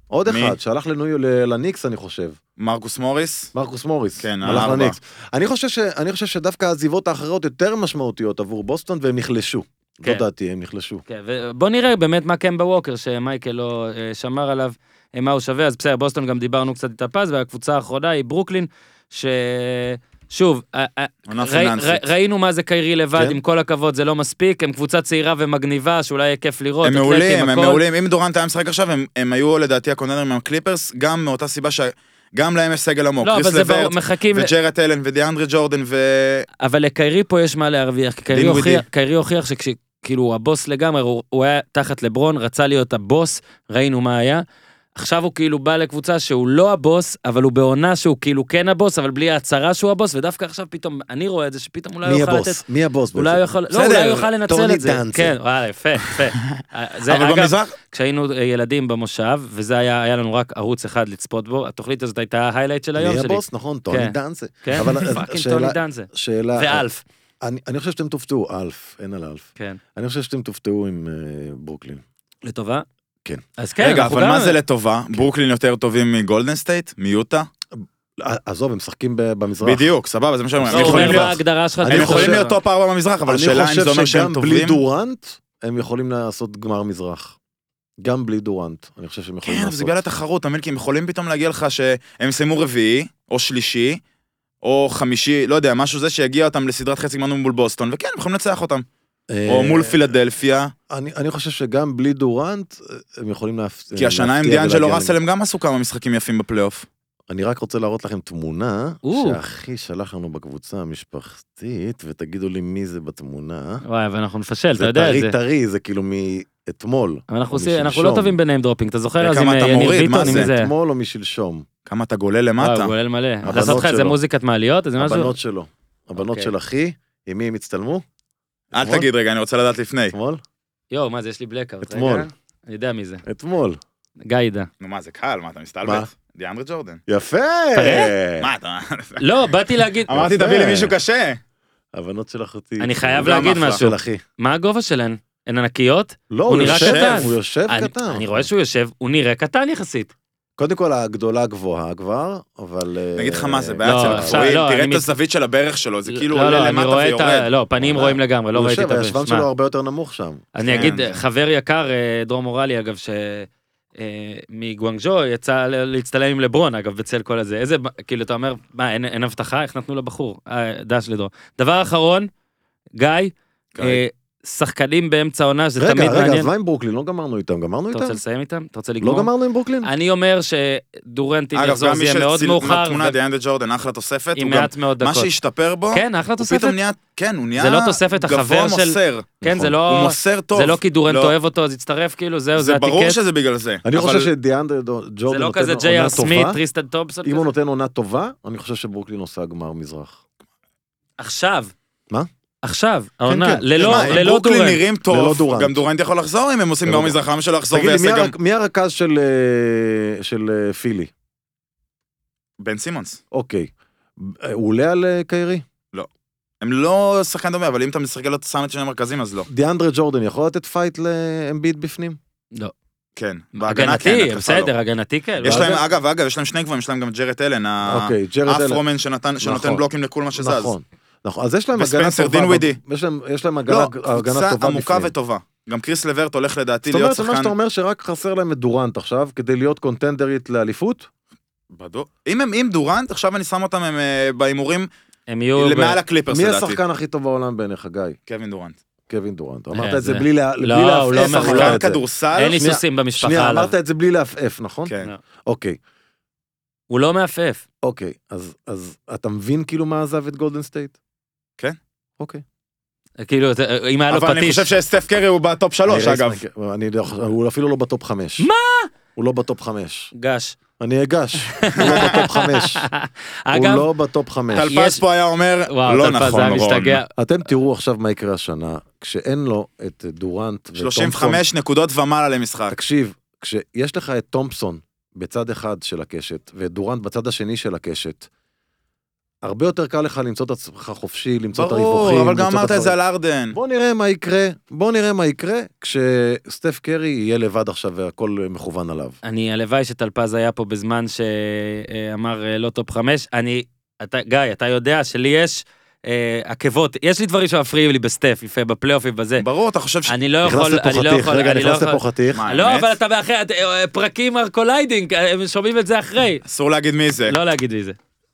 עוד
מי?
אחד, שהלך לניו- ל- לניקס, אני חושב.
מרקוס מוריס?
מרקוס מוריס.
כן,
הלך
הארבע.
לניקס. אני חושב, ש... אני חושב שדווקא העזיבות האחרות יותר משמעותיות עבור בוסטון, והם נחלשו.
כן.
זו דעתי, הם נחלשו.
כן. כן, ובוא נראה באמת מה קמבה ווקר, שמייקל לא אה, שמר עליו, אה, מה הוא שווה, אז בסדר, בוסטון גם דיברנו קצת איתה פז, והקבוצה האחרונה היא ברוקלין, ש... שוב, אה, אה,
עונה
ראי- ראי-
פיננסית.
ראינו מה זה קיירי לבד,
כן.
עם כל הכבוד, זה לא מספיק, הם קבוצה צעירה ומגניבה, שאולי יהיה כיף לראות.
הם
אתלטים,
מעולים, הם
אוקיי, הכל.
מעולים. אם דורנט היה משחק עכשיו, הם- הם היו לדעתי הקונדרים עם הקליפרס, גם מאותה סיבה שגם להם יש סגל עמוק.
לא, אבל
קריס
זה ברור,
לברט,
מחכים, ל-
וג'רד אלן ודיאנדרי ג'ורדן ו...
אבל לקיירי פה יש מה להרוויח, כי קיירי
דין
הוכיח-
ווידי.
קיירי הוכיח שכש... כאילו הוא הבוס לגמרי, הוא, הוא היה תחת לברון, רצה להיות הבוס, ראינו מה היה. עכשיו הוא כאילו בא לקבוצה שהוא לא הבוס, אבל הוא בעונה שהוא כאילו כן הבוס, אבל בלי ההצהרה שהוא הבוס, ודווקא עכשיו פתאום, אני רואה את זה שפתאום אולי הוא
מי
יוכל לתת...
הבוס? מי הבוס?
אולי הוא יכול, לא,
בסדר,
אולי הוא יוכל לנצל
טוני
את זה.
דנצל.
כן, וואלה, יפה, יפה. אה, זה
אבל
אגב,
במזרח...
כשהיינו אה, ילדים במושב, וזה היה, היה לנו רק ערוץ אחד לצפות בו, התוכנית הזאת הייתה ההיילייט של
בעצם?
היום שלי.
מי הבוס? נכון, טוני
כן.
דנצה.
כן,
אבל
פאקינג
השאלה-
טוני דנזה.
שאלה...
ואלף.
אני, אני חושב שאתם תופתעו, אלף, אין על אלף.
כן.
אני חושב שאתם תופתעו עם אה, ברוקלין.
לטובה?
כן.
אז כן,
רגע,
אנחנו
אבל
גם- כן.
מה זה לטובה? ברוקלין יותר טובים מגולדן סטייט? מיוטה?
עזוב, הם משחקים ב- במזרח.
בדיוק, סבבה, זה מה שאני
לא,
אומר.
הוא
הם יכולים
אומר מה
להיות-
ההגדרה שלך.
אני
הם
אתה
יכולים
חושב.
להיות טופ 4 במזרח, אבל השאלה אם זה אומר
אני חושב
שהם
שגם בלי
טובים.
דורנט, הם יכולים לעשות גמר מזרח. גם בלי דורנט, אני חושב שהם יכולים
כן, אבל
לעשות.
זה בגלל התחרות, אתה מבין? כי הם יכולים פתאום להגיע לך שהם יסיימו רביעי, או שלישי, או חמישי, לא יודע, משהו זה שיגיע אותם לסדרת חצי גמרנו מול בוסטון, וכן, הם יכולים לנצח אותם.
אה,
או מול פילדלפיה,
אני, אני חושב שגם בלי דורנט, אה, הם יכולים להפ...
כי השנה עם
להפתיע
דיאנג'לו לא
ולהגיע
ראסל
למ-
הם גם עשו כמה משחקים יפים בפלייאוף.
אני רק רוצה להראות לכם תמונה,
או.
שאחי שלח לנו בקבוצה המשפחתית, ותגידו לי מי זה בתמונה.
וואי, אבל אנחנו נפשל, אתה
זה
יודע את
טרי
זה.
טרי, זה כאילו מאתמול.
אבל אנחנו
או
עושים- אנחנו
משלשום.
לא טובים בניים דרופינג, אתה זוכר? אז
וכמה
עם
אתה
אה, יניר
מוריד, מה
ביטון, עם
זה?
זה.
אתמול או משלשום.
כמה אתה גולל למטה.
וואו, גולל מלא.
הבנות
לעשות לך איזה
שלו.
מוזיקת מעליות, איזה משהו?
הבנות שלו. הבנות
אוקיי.
של אחי, עם מי הם הצטלמו?
אל
אתמול?
תגיד רגע, אני רוצה לדעת לפני.
אתמול?
יואו, מה זה, יש לי בלקאוט. רגע.
אתמול.
אני יודע מי זה.
אתמול.
גיא ידע.
נו מה, זה קל, מה, אתה
מה?
מסתלבט? דיאנדרה ג'ורדן.
יפה!
כן.
מה אתה...
לא, באתי להגיד...
אמרתי,
יפה.
תביא
אה.
לי מישהו קשה.
הבנות של אחותי.
אני חייב
זה
להגיד
המאפרה.
משהו.
של אחי.
מה הגובה שלהן? הן ענקיות?
לא,
הוא
הוא
נראה
יושב,
קטן.
הוא יושב
אני-
קטן.
אני רואה שהוא יושב, הוא נראה קטן יחסית.
קודם כל, הגדולה גבוהה כבר, אבל... אה,
אני אגיד לך מה, זה
לא,
בעיה של
עכשיו,
הקרואים,
לא,
תראה
אני
את
מת-
הזווית של הברך שלו, זה כאילו
לא, לא,
עולה
אני
למטה
רואה את ה-
ויורד.
לא, פנים רואים לגמרי, לא
הוא
ראיתי
יושב,
את הבן.
הישבן
שמע,
שלו הרבה יותר נמוך שם.
אני אגיד,
כן.
חבר יקר, אה, דרור מורלי, אגב, ש... אה, מגואנג'ו יצא ל- להצטלם עם לברון אגב בצל כל הזה איזה כאילו אתה אומר מה אין, אין הבטחה איך נתנו לבחור אה, דש לדרור. דבר אחרון גיא,
גיא.
אה, שחקנים באמצע העונה זה
רגע,
תמיד
רגע,
מעניין.
אז מה עם ברוקלין? לא גמרנו איתם. גמרנו
אתה
איתם?
רוצה לסיים איתם? אתה רוצה לגמור?
לא גמרנו עם ברוקלין?
אני אומר שדורנט אם
אגב,
יחזור
גם
זה
מי
יהיה מאוד
שצילם
מאוחר,
תמונה,
ו-
דיאנדרה ג'ורדן, אחלה תוספת,
עם
הוא גם...
מעט מאוד
מה
דקות.
שהשתפר בו,
כן, אחלה
הוא
תוספת.
פתאום נהיה... כן, הוא נהיה...
זה לא תוספת, החבר
גבוה
של-
מוסר.
כן, זה
נכון.
הוא
לא...
מוסר טוב.
זה לא כי דורנט
לא.
אוהב אותו, אז הצטרף, כאילו, זהו, זה
זה
הטיקט.
ברור שזה בגלל זה.
אני
אבל
חושב שדיאנדר
זה
ג'ורדן
לא
נותן
כזה
עונה
ג'יי
טובה.
אר סמית, טריסטן טומפסון.
אם
כזה.
הוא נותן עונה טובה, אני חושב שברוקלין עושה גמר מזרח.
עכשיו.
מה? עכשיו.
עכשיו, העונה,
כן.
ללא
תשמע, אם
ללא
ברוקלין
דורנט.
נראים
ללא
טוב,
דורנט.
גם דורנט יכול לחזור אם הם עושים
ללא
גאום
דורנט.
מזרח, למה שלא יחזור
תגיד לי, מי
ויעשה גם...
הרכ- מי הרכז של, אה, של אה, פילי?
בן סימונס.
אוקיי. אה, הוא עולה על אה, קיירי?
הם לא שחקן דומה, אבל אם אתה מסתכל על שם את שני המרכזים, אז לא.
דיאנדרה ג'ורדן יכול לתת פייט לאמביט בפנים?
כן. בהגנה כן,
הגנתי,
התקפה לא.
בסדר, הגנתי כן.
יש
לא,
להם,
זה-
אגב, אגב, יש להם שני גבוהים, יש להם גם את ג'רד אלן, ה-
אוקיי, ג'רד אלן.
האפרומן שנתן- שנותן
נכון.
בלוקים לכל מה לא שזז.
נכון. נכון, אז יש להם הגנה
וספנסר
טובה.
דינווידי.
ב- יש להם- יש להם הגנה
לא,
הגנה
קבוצה
טובה
עמוקה
בפנים.
וטובה. גם קריס לברט הולך לדעתי
זאת
להיות
אומרת, מה
שחקן...
שאתה אומר שרק חסר להם את דורנט עכשיו, כדי להיות קונטנדרית לאליפות?
בדו- אם הם עם דורנט, עכשיו אני שם אותם הם, אה, בהימורים
הם יהיו... ב-
למעל הקליפרס
מי
לדעתי.
השחקן הכי טוב בעולם בעיניך, גיא?
קווין דורנט. אה,
קווין דורנט.
אה,
אמרת את זה
זה-
בלי לה- בלי
לא, הוא לא
לעפעף.
אומר, הוא
אמרת
לא
שחקן
את זה.
אין
כדורסל?
לי
שנייה,
סוסים במשפחה
שנייה,
עליו.
אמרת את זה בלי לעפעף, נכון?
כן.
אוקיי,
הוא לא מעפעף.
אוקיי. אז- אז אתה מבין כאילו מה עזב את גולדן סטייט?
כן.
אוקיי.
כאילו, זה- אם היה לו
אבל אני
פטיש.
חושב שסטף קרי הוא בטופ שלוש,
אני-
אגב.
אני לא חושב- הוא אפילו לא בטופ חמש.
מה?
הוא לא בטופ חמש.
גש.
אני אגש. הוא לא בטופ חמש. הוא
אגב,
לא בטופ חמש.
טלפס
יש-
פה היה אומר,
וואו,
לא
טלפז
נכון,
היה
רון.
משתגע.
אתם תראו עכשיו מה יקרה השנה, כשאין לו את דורנט וטומפסון.
35 נקודות ומעלה למשחק.
תקשיב, כשיש לך את תומפסון בצד אחד של הקשת, ואת דורנט בצד השני של הקשת, הרבה יותר קל לך למצוא את עצמך חופשי, למצוא את הריווחים.
ברור, אבל גם
למצוא
אמרת את
הדברים.
זה על ארדן.
בוא נראה מה יקרה, בוא נראה מה יקרה כשסטף קרי יהיה לבד עכשיו והכל מכוון עליו.
אני, הלוואי שטלפז היה פה בזמן שאמר אה, לא טופ חמש. אני, אתה, גיא, אתה יודע שלי יש אה, עקבות, יש לי דברים שמפריעים לי בסטף, לפעמים בפלייאופים, בזה.
ברור, אתה חושב ש...
אני לא
נכנס
יכול, אני לא
לפוחתיך,
יכול,
רגע,
אני לא
נכנס
יכול.
לפוחתיך.
מה,
לא,
האמת?
אבל אתה מאחרי, את- אה, פרקים על קוליידינג, אה, הם שומעים את זה אחרי.
אסור להגיד מי זה.
לא להגיד לי זה.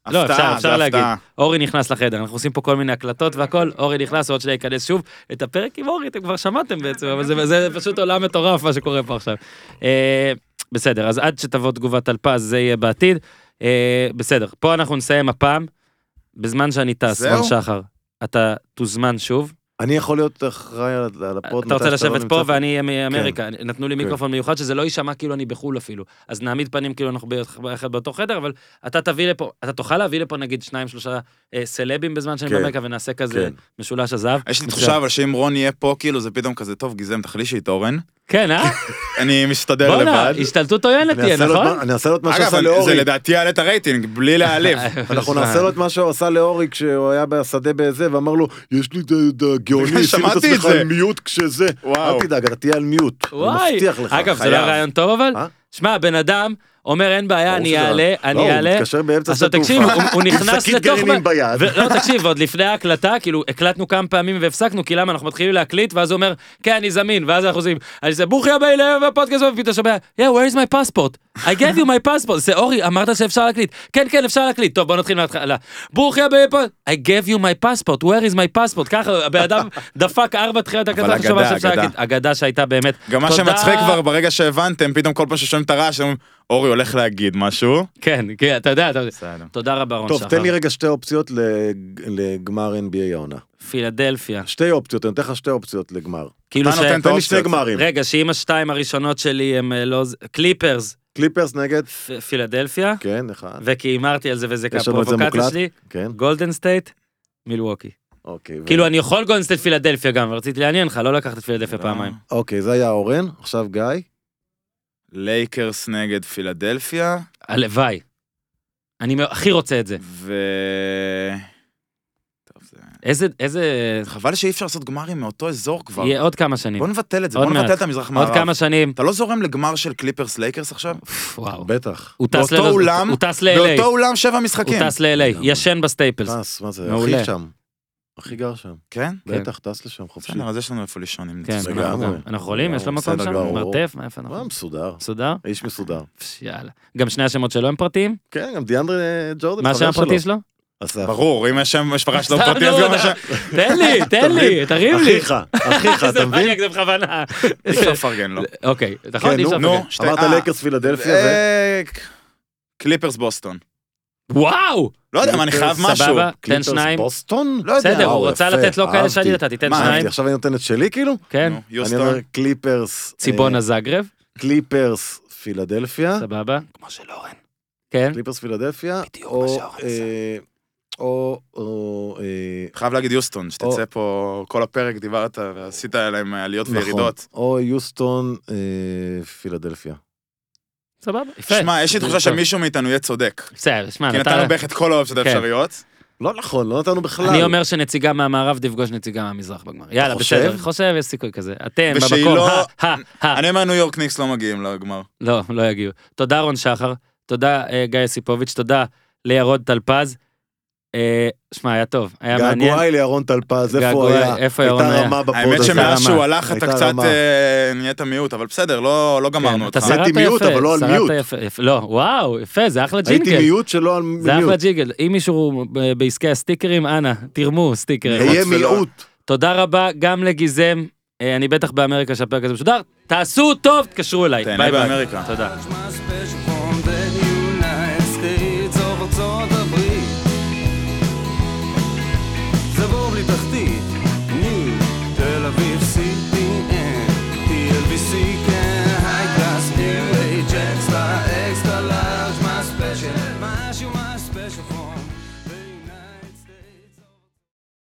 לא,
אה, הפתעה,
אפשר,
זה
אפשר להגיד.
הפתעה.
אורי נכנס לחדר, אנחנו עושים פה כל מיני הקלטות והכל, אורי נכנס, עוד שניה ייכנס שוב. את הפרק עם אורי אתם כבר שמעתם בעצם, אבל זה, זה פשוט עולם מטורף מה שקורה פה עכשיו. אה, בסדר, אז עד שתבוא תגובת טלפז זה יהיה בעתיד. אה, בסדר, פה אנחנו נסיים הפעם. בזמן שאני טס,
זהו?
רון שחר, אתה תוזמן שוב.
אני יכול להיות אחראי על על הפוד.
אתה רוצה
מתי שאתה לא
לשבת פה
נמצא
ואני אהיה מאמריקה, נתנו לי
כן.
מיקרופון מיוחד שזה לא יישמע כאילו אני בחו"ל אפילו. אז נעמיד פנים כאילו אנחנו ביחד באותו חדר, אבל אתה תביא לפה, אתה תוכל להביא לפה נגיד שניים שלושה אה, סלבים בזמן שאני
כן.
באמריקה ונעשה כזה
כן.
משולש הזהב.
יש לי תחושה אבל שאם רון יהיה פה, כאילו זה פתאום כזה, טוב, גיזם, תחלישי את אורן.
כן, אה?
אני מסתדר
בואנה,
לבד.
השתלטות עוינת
אני
תהיה,
אעשה לו את
נכון?
מה- אני אעשה לו את מה
אגב,
שעשה
זה
לאורי.
לדעתי יעלה את הרייטינג, בלי להעליב.
אנחנו נעשה לו את מה שהוא עשה לאורי כשהוא היה בשדה בזה, ואמר לו, יש לי את הגאוני, שים את
שמעתי את
עצמך
זה.
על מיוט כשזה.
וואו.
אל תדאג, אתה תהיה על מיוט. אני
וואי.
מבטיח לך.
אגב, זה
חייב.
לא רעיון טוב אבל.
אה?
שמע, בן אדם אומר אין בעיה,
ברור
אני
שזה
אעלה,
לא,
אני
הוא
אעלה.
מתקשר באמצע
עכשיו
שדה תעופה.
תקשיב, הוא- הוא נכנס
שקית
לתוך...
גרעינים
ב-
ביד.
ו- לא, תקשיב, עוד לפני ההקלטה, כאילו, הקלטנו כמה פעמים והפסקנו, כי למה, אנחנו מתחילים להקליט, ואז הוא אומר, כן, אני זמין, ואז אנחנו עושים, אני עושה, ברוכים הבאים לערב הפודקאסט, ופתאום שומע, yeah, where is my passport? I gave you my passport. זה אורי, אמרת שאפשר להקליט. כן, כן, אפשר להקליט. טוב, בוא נתחיל מההתחלה. ברוכים הבאים, פה- I gave you my passport, where is my passport? ככה, הבן אדם דפק ארבע תחילת הקלטה,
אבל
עכשיו
אגדה,
שאפשר
אגדה.
להקליט. אגדה שהייתה באמת.
גם מה
תודה.
שמצחיק כבר, ברגע שהבנתם, פתאום כל פעם ששומעים את הרעש, אומרים, אורי הולך להגיד משהו.
כן, כן, אתה יודע, אתה יודע.
בסדר.
תודה רבה, רון
טוב,
שחר.
תן לי רגע שתי אופציות לג- לגמר NBA העונה.
פילדלפיה.
שתי אופציות, אני אתן לך שתי אופציות לגמר.
כאילו
אתה
ש...
נותן את
תן לי שני
האופציות.
גמרים.
רגע, שאם השתיים הראשונות שלי הם אה, לא... ז- קליפרס,
קליפרס נגד,
פ- פילדלפיה,
כן, אחד.
וכי הימרתי על זה וזה
יש לנו את זה
כפרובוקציה
מוקלט?
שלי,
כן,
גולדן סטייט, מילווקי.
אוקיי, ו-
כאילו, אני יכול גונסט את פילדלפיה גם, ורציתי לעניין לך, לא לקחת את פילדלפיה
אה.
פעמיים.
אוקיי, זה היה אורן, עכשיו גיא.
לייקרס נגד פילדלפיה,
הלוואי. אני מא- הכי רוצה את זה.
ו... טוב, זה...
איזה, איזה...
חבל שאי אפשר לעשות גמרים מאותו אזור כבר.
יהיה עוד כמה שנים.
בוא נבטל את זה,
עוד
בוא נבטל
מעט.
את המזרח
עוד
מערב.
כמה שנים.
אתה לא זורם לגמר של קליפרס לייקרס עכשיו?
וואו.
בטח.
הוא טס
באותו
ללוס-
אולם,
הוא טס
באותו
ל-LA.
אולם שבע
הוא
משחקים.
טס ל-LA. ישן בסטייפלס.
טס, מה זה,
מעולה.
אחי שם. אחי גר שם.
כן?
כן.
בטח, טס לשם חופשי.
בסדר, אז יש לנו איפה לישון אם
כן,
נצטרך.
לגמרי.
אנחנו- אנחנו יכולים? יש לו מקום
בסדר
שם?
גמור.
מרתף? מה, איפה
מה,
אנחנו?
מסודר.
מסודר?
איש מסודר.
פש, יאללה. גם שני השמות שלו הם פרטיים?
כן, גם דיאנדרה ג'ורדן,
מה השם
חבר
הפרטי
שלו.
שלו?
אסף.
ברור, אם יש שם משפחה שלו
סתם, לא,
פרטי,
נו,
אז גם
אתה-
יש שם...
תן לי, תן לי, תרים לי.
אחיך, אחיך, אתה
זה
מבין? כן,
מניאק, זה בכוונה.
אי אפשר לפרגן לו.
אוקיי, נכון? אי אפשר
נו,
לפרגן.
נו, שתי...
אמרת
אה,
לייקרס פילדלפיה, ו-
אה, קליפרס בוסטון.
וואו!
לא יודע, מה, אני חייב משהו.
סבבה, תן
קליפרס
שניים.
בוסטון?
לא יודע.
בסדר,
וואו,
הוא רצה
אה, יפה,
לתת לו כאלה
אהבתי.
שאני נתתי, תן
מה,
שניים.
אהבתי, עכשיו אני נותן את שלי כאילו?
כן,
נו,
אני אומר
יוסטון.
קליפרס,
ציבונה
אה,
זגרב,
קליפרס פילדלפיה,
סבבה. כמו של אורן. כן,
קליפרס פילדלפיה,
בדיוק
או,
מה שאורן עשה.
אה, או, או, אה,
חייב להגיד יוסטון, שתצא
או.
פה, כל הפרק דיברת ועשית עליהם אה, עליות
נכון,
וירידות.
או יוסטון אה, פילדלפיה.
סבבה, יפה.
שמע, יש לי תחושה
כן. טוב.
שמישהו מאיתנו יהיה צודק.
בסדר, שמע,
כי נתנו בערך את כל האופציות
כן.
האפשריות.
לא נכון, לא נתנו בכלל.
אני אומר שנציגה מהמערב תפגוש נציגה מהמזרח בגמר. יאללה,
חושב?
בסדר, חושב, יש סיכוי כזה. אתם,
ושהיא
במקום,
לא-
ה, ה, ה.
אני אומר ניו יורק ניקס לא מגיעים לגמר.
לא, לא יגיעו. תודה, רון שחר. תודה, אה, גיא יסיפוביץ'. תודה לירוד טלפז. אה, שמע, היה טוב, היה מעניין. כן,
געגועי לירון טלפז, איפה הוא
געגועי,
היה?
איפה ירון היה?
הייתה רמה בפוד הזה.
האמת שמאז
רמה.
שהוא הלך אתה
הייתה
קצת
רמה.
אה, נהיית מיעוט, אבל בסדר, לא לא גמרנו אותך.
כן, אתה שרדת
הייתי מיוט,
יפה,
אבל לא על
שרדת
מיוט.
יפה, יפה. לא, וואו, יפה, זה אחלה
הייתי
ג'ינגל.
מיעוט שלא על
זה אחלה
מיעוט.
ג'ינגל. אם מישהו ב- בעסקי הסטיקרים, אנא, תרמו סטיקר.
אהיה
מיעוט ולא-
מיעוט.
תודה רבה גם לגיזם. אה, אני בטח באמריקה שהפרק הזה משודר. תעשו טוב, תתקשרו אליי.
תהנה
ביי ביי.
באמריקה.
תודה.
much my special from the United States of ארצות הברית. זה בור בלי תחתית